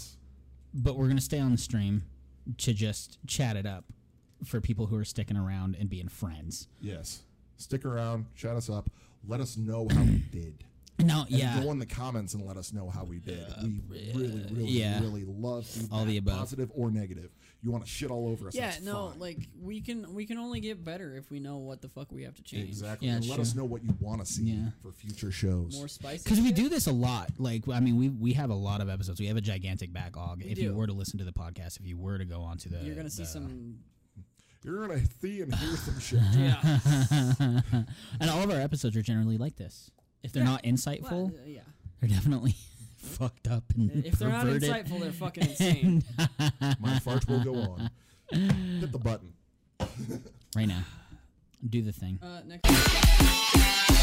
Speaker 3: but we're gonna stay on the stream to just chat it up for people who are sticking around and being friends.
Speaker 2: Yes. Stick around, chat us up, let us know how we did.
Speaker 3: No,
Speaker 2: And
Speaker 3: yeah,
Speaker 2: Go in the comments and let us know how we did. we really, really,
Speaker 3: yeah.
Speaker 2: really love feedback,
Speaker 3: All the above.
Speaker 2: positive or negative. You want to shit all over us?
Speaker 4: Yeah,
Speaker 2: that's
Speaker 4: no,
Speaker 2: fine.
Speaker 4: like we can we can only get better if we know what the fuck we have to change.
Speaker 2: exactly.
Speaker 3: Yeah,
Speaker 2: and let us
Speaker 3: sure.
Speaker 2: know what you want to see
Speaker 3: Yeah.
Speaker 2: for future shows.
Speaker 4: More spicy.
Speaker 3: because we
Speaker 4: shit?
Speaker 3: do this a lot. Like, I mean, we we have a lot of episodes. We have a gigantic backlog. if you
Speaker 4: do.
Speaker 3: were to listen to the podcast, if you were to go onto the, [LAUGHS]
Speaker 4: You're gonna see
Speaker 3: the-
Speaker 4: some.
Speaker 2: You're gonna see and
Speaker 3: [LAUGHS]
Speaker 2: hear some shit.
Speaker 4: Yeah.
Speaker 3: and all of our episodes are generally like this. If they're not insightful,
Speaker 4: Well, yeah.
Speaker 3: they're definitely [LAUGHS] fucked up and
Speaker 4: If they're not
Speaker 3: perverted.
Speaker 4: insightful,
Speaker 3: [LAUGHS]
Speaker 4: they're fucking insane.
Speaker 2: My fart will go on. Hit the button.
Speaker 3: right now, do the thing.
Speaker 4: uh, next.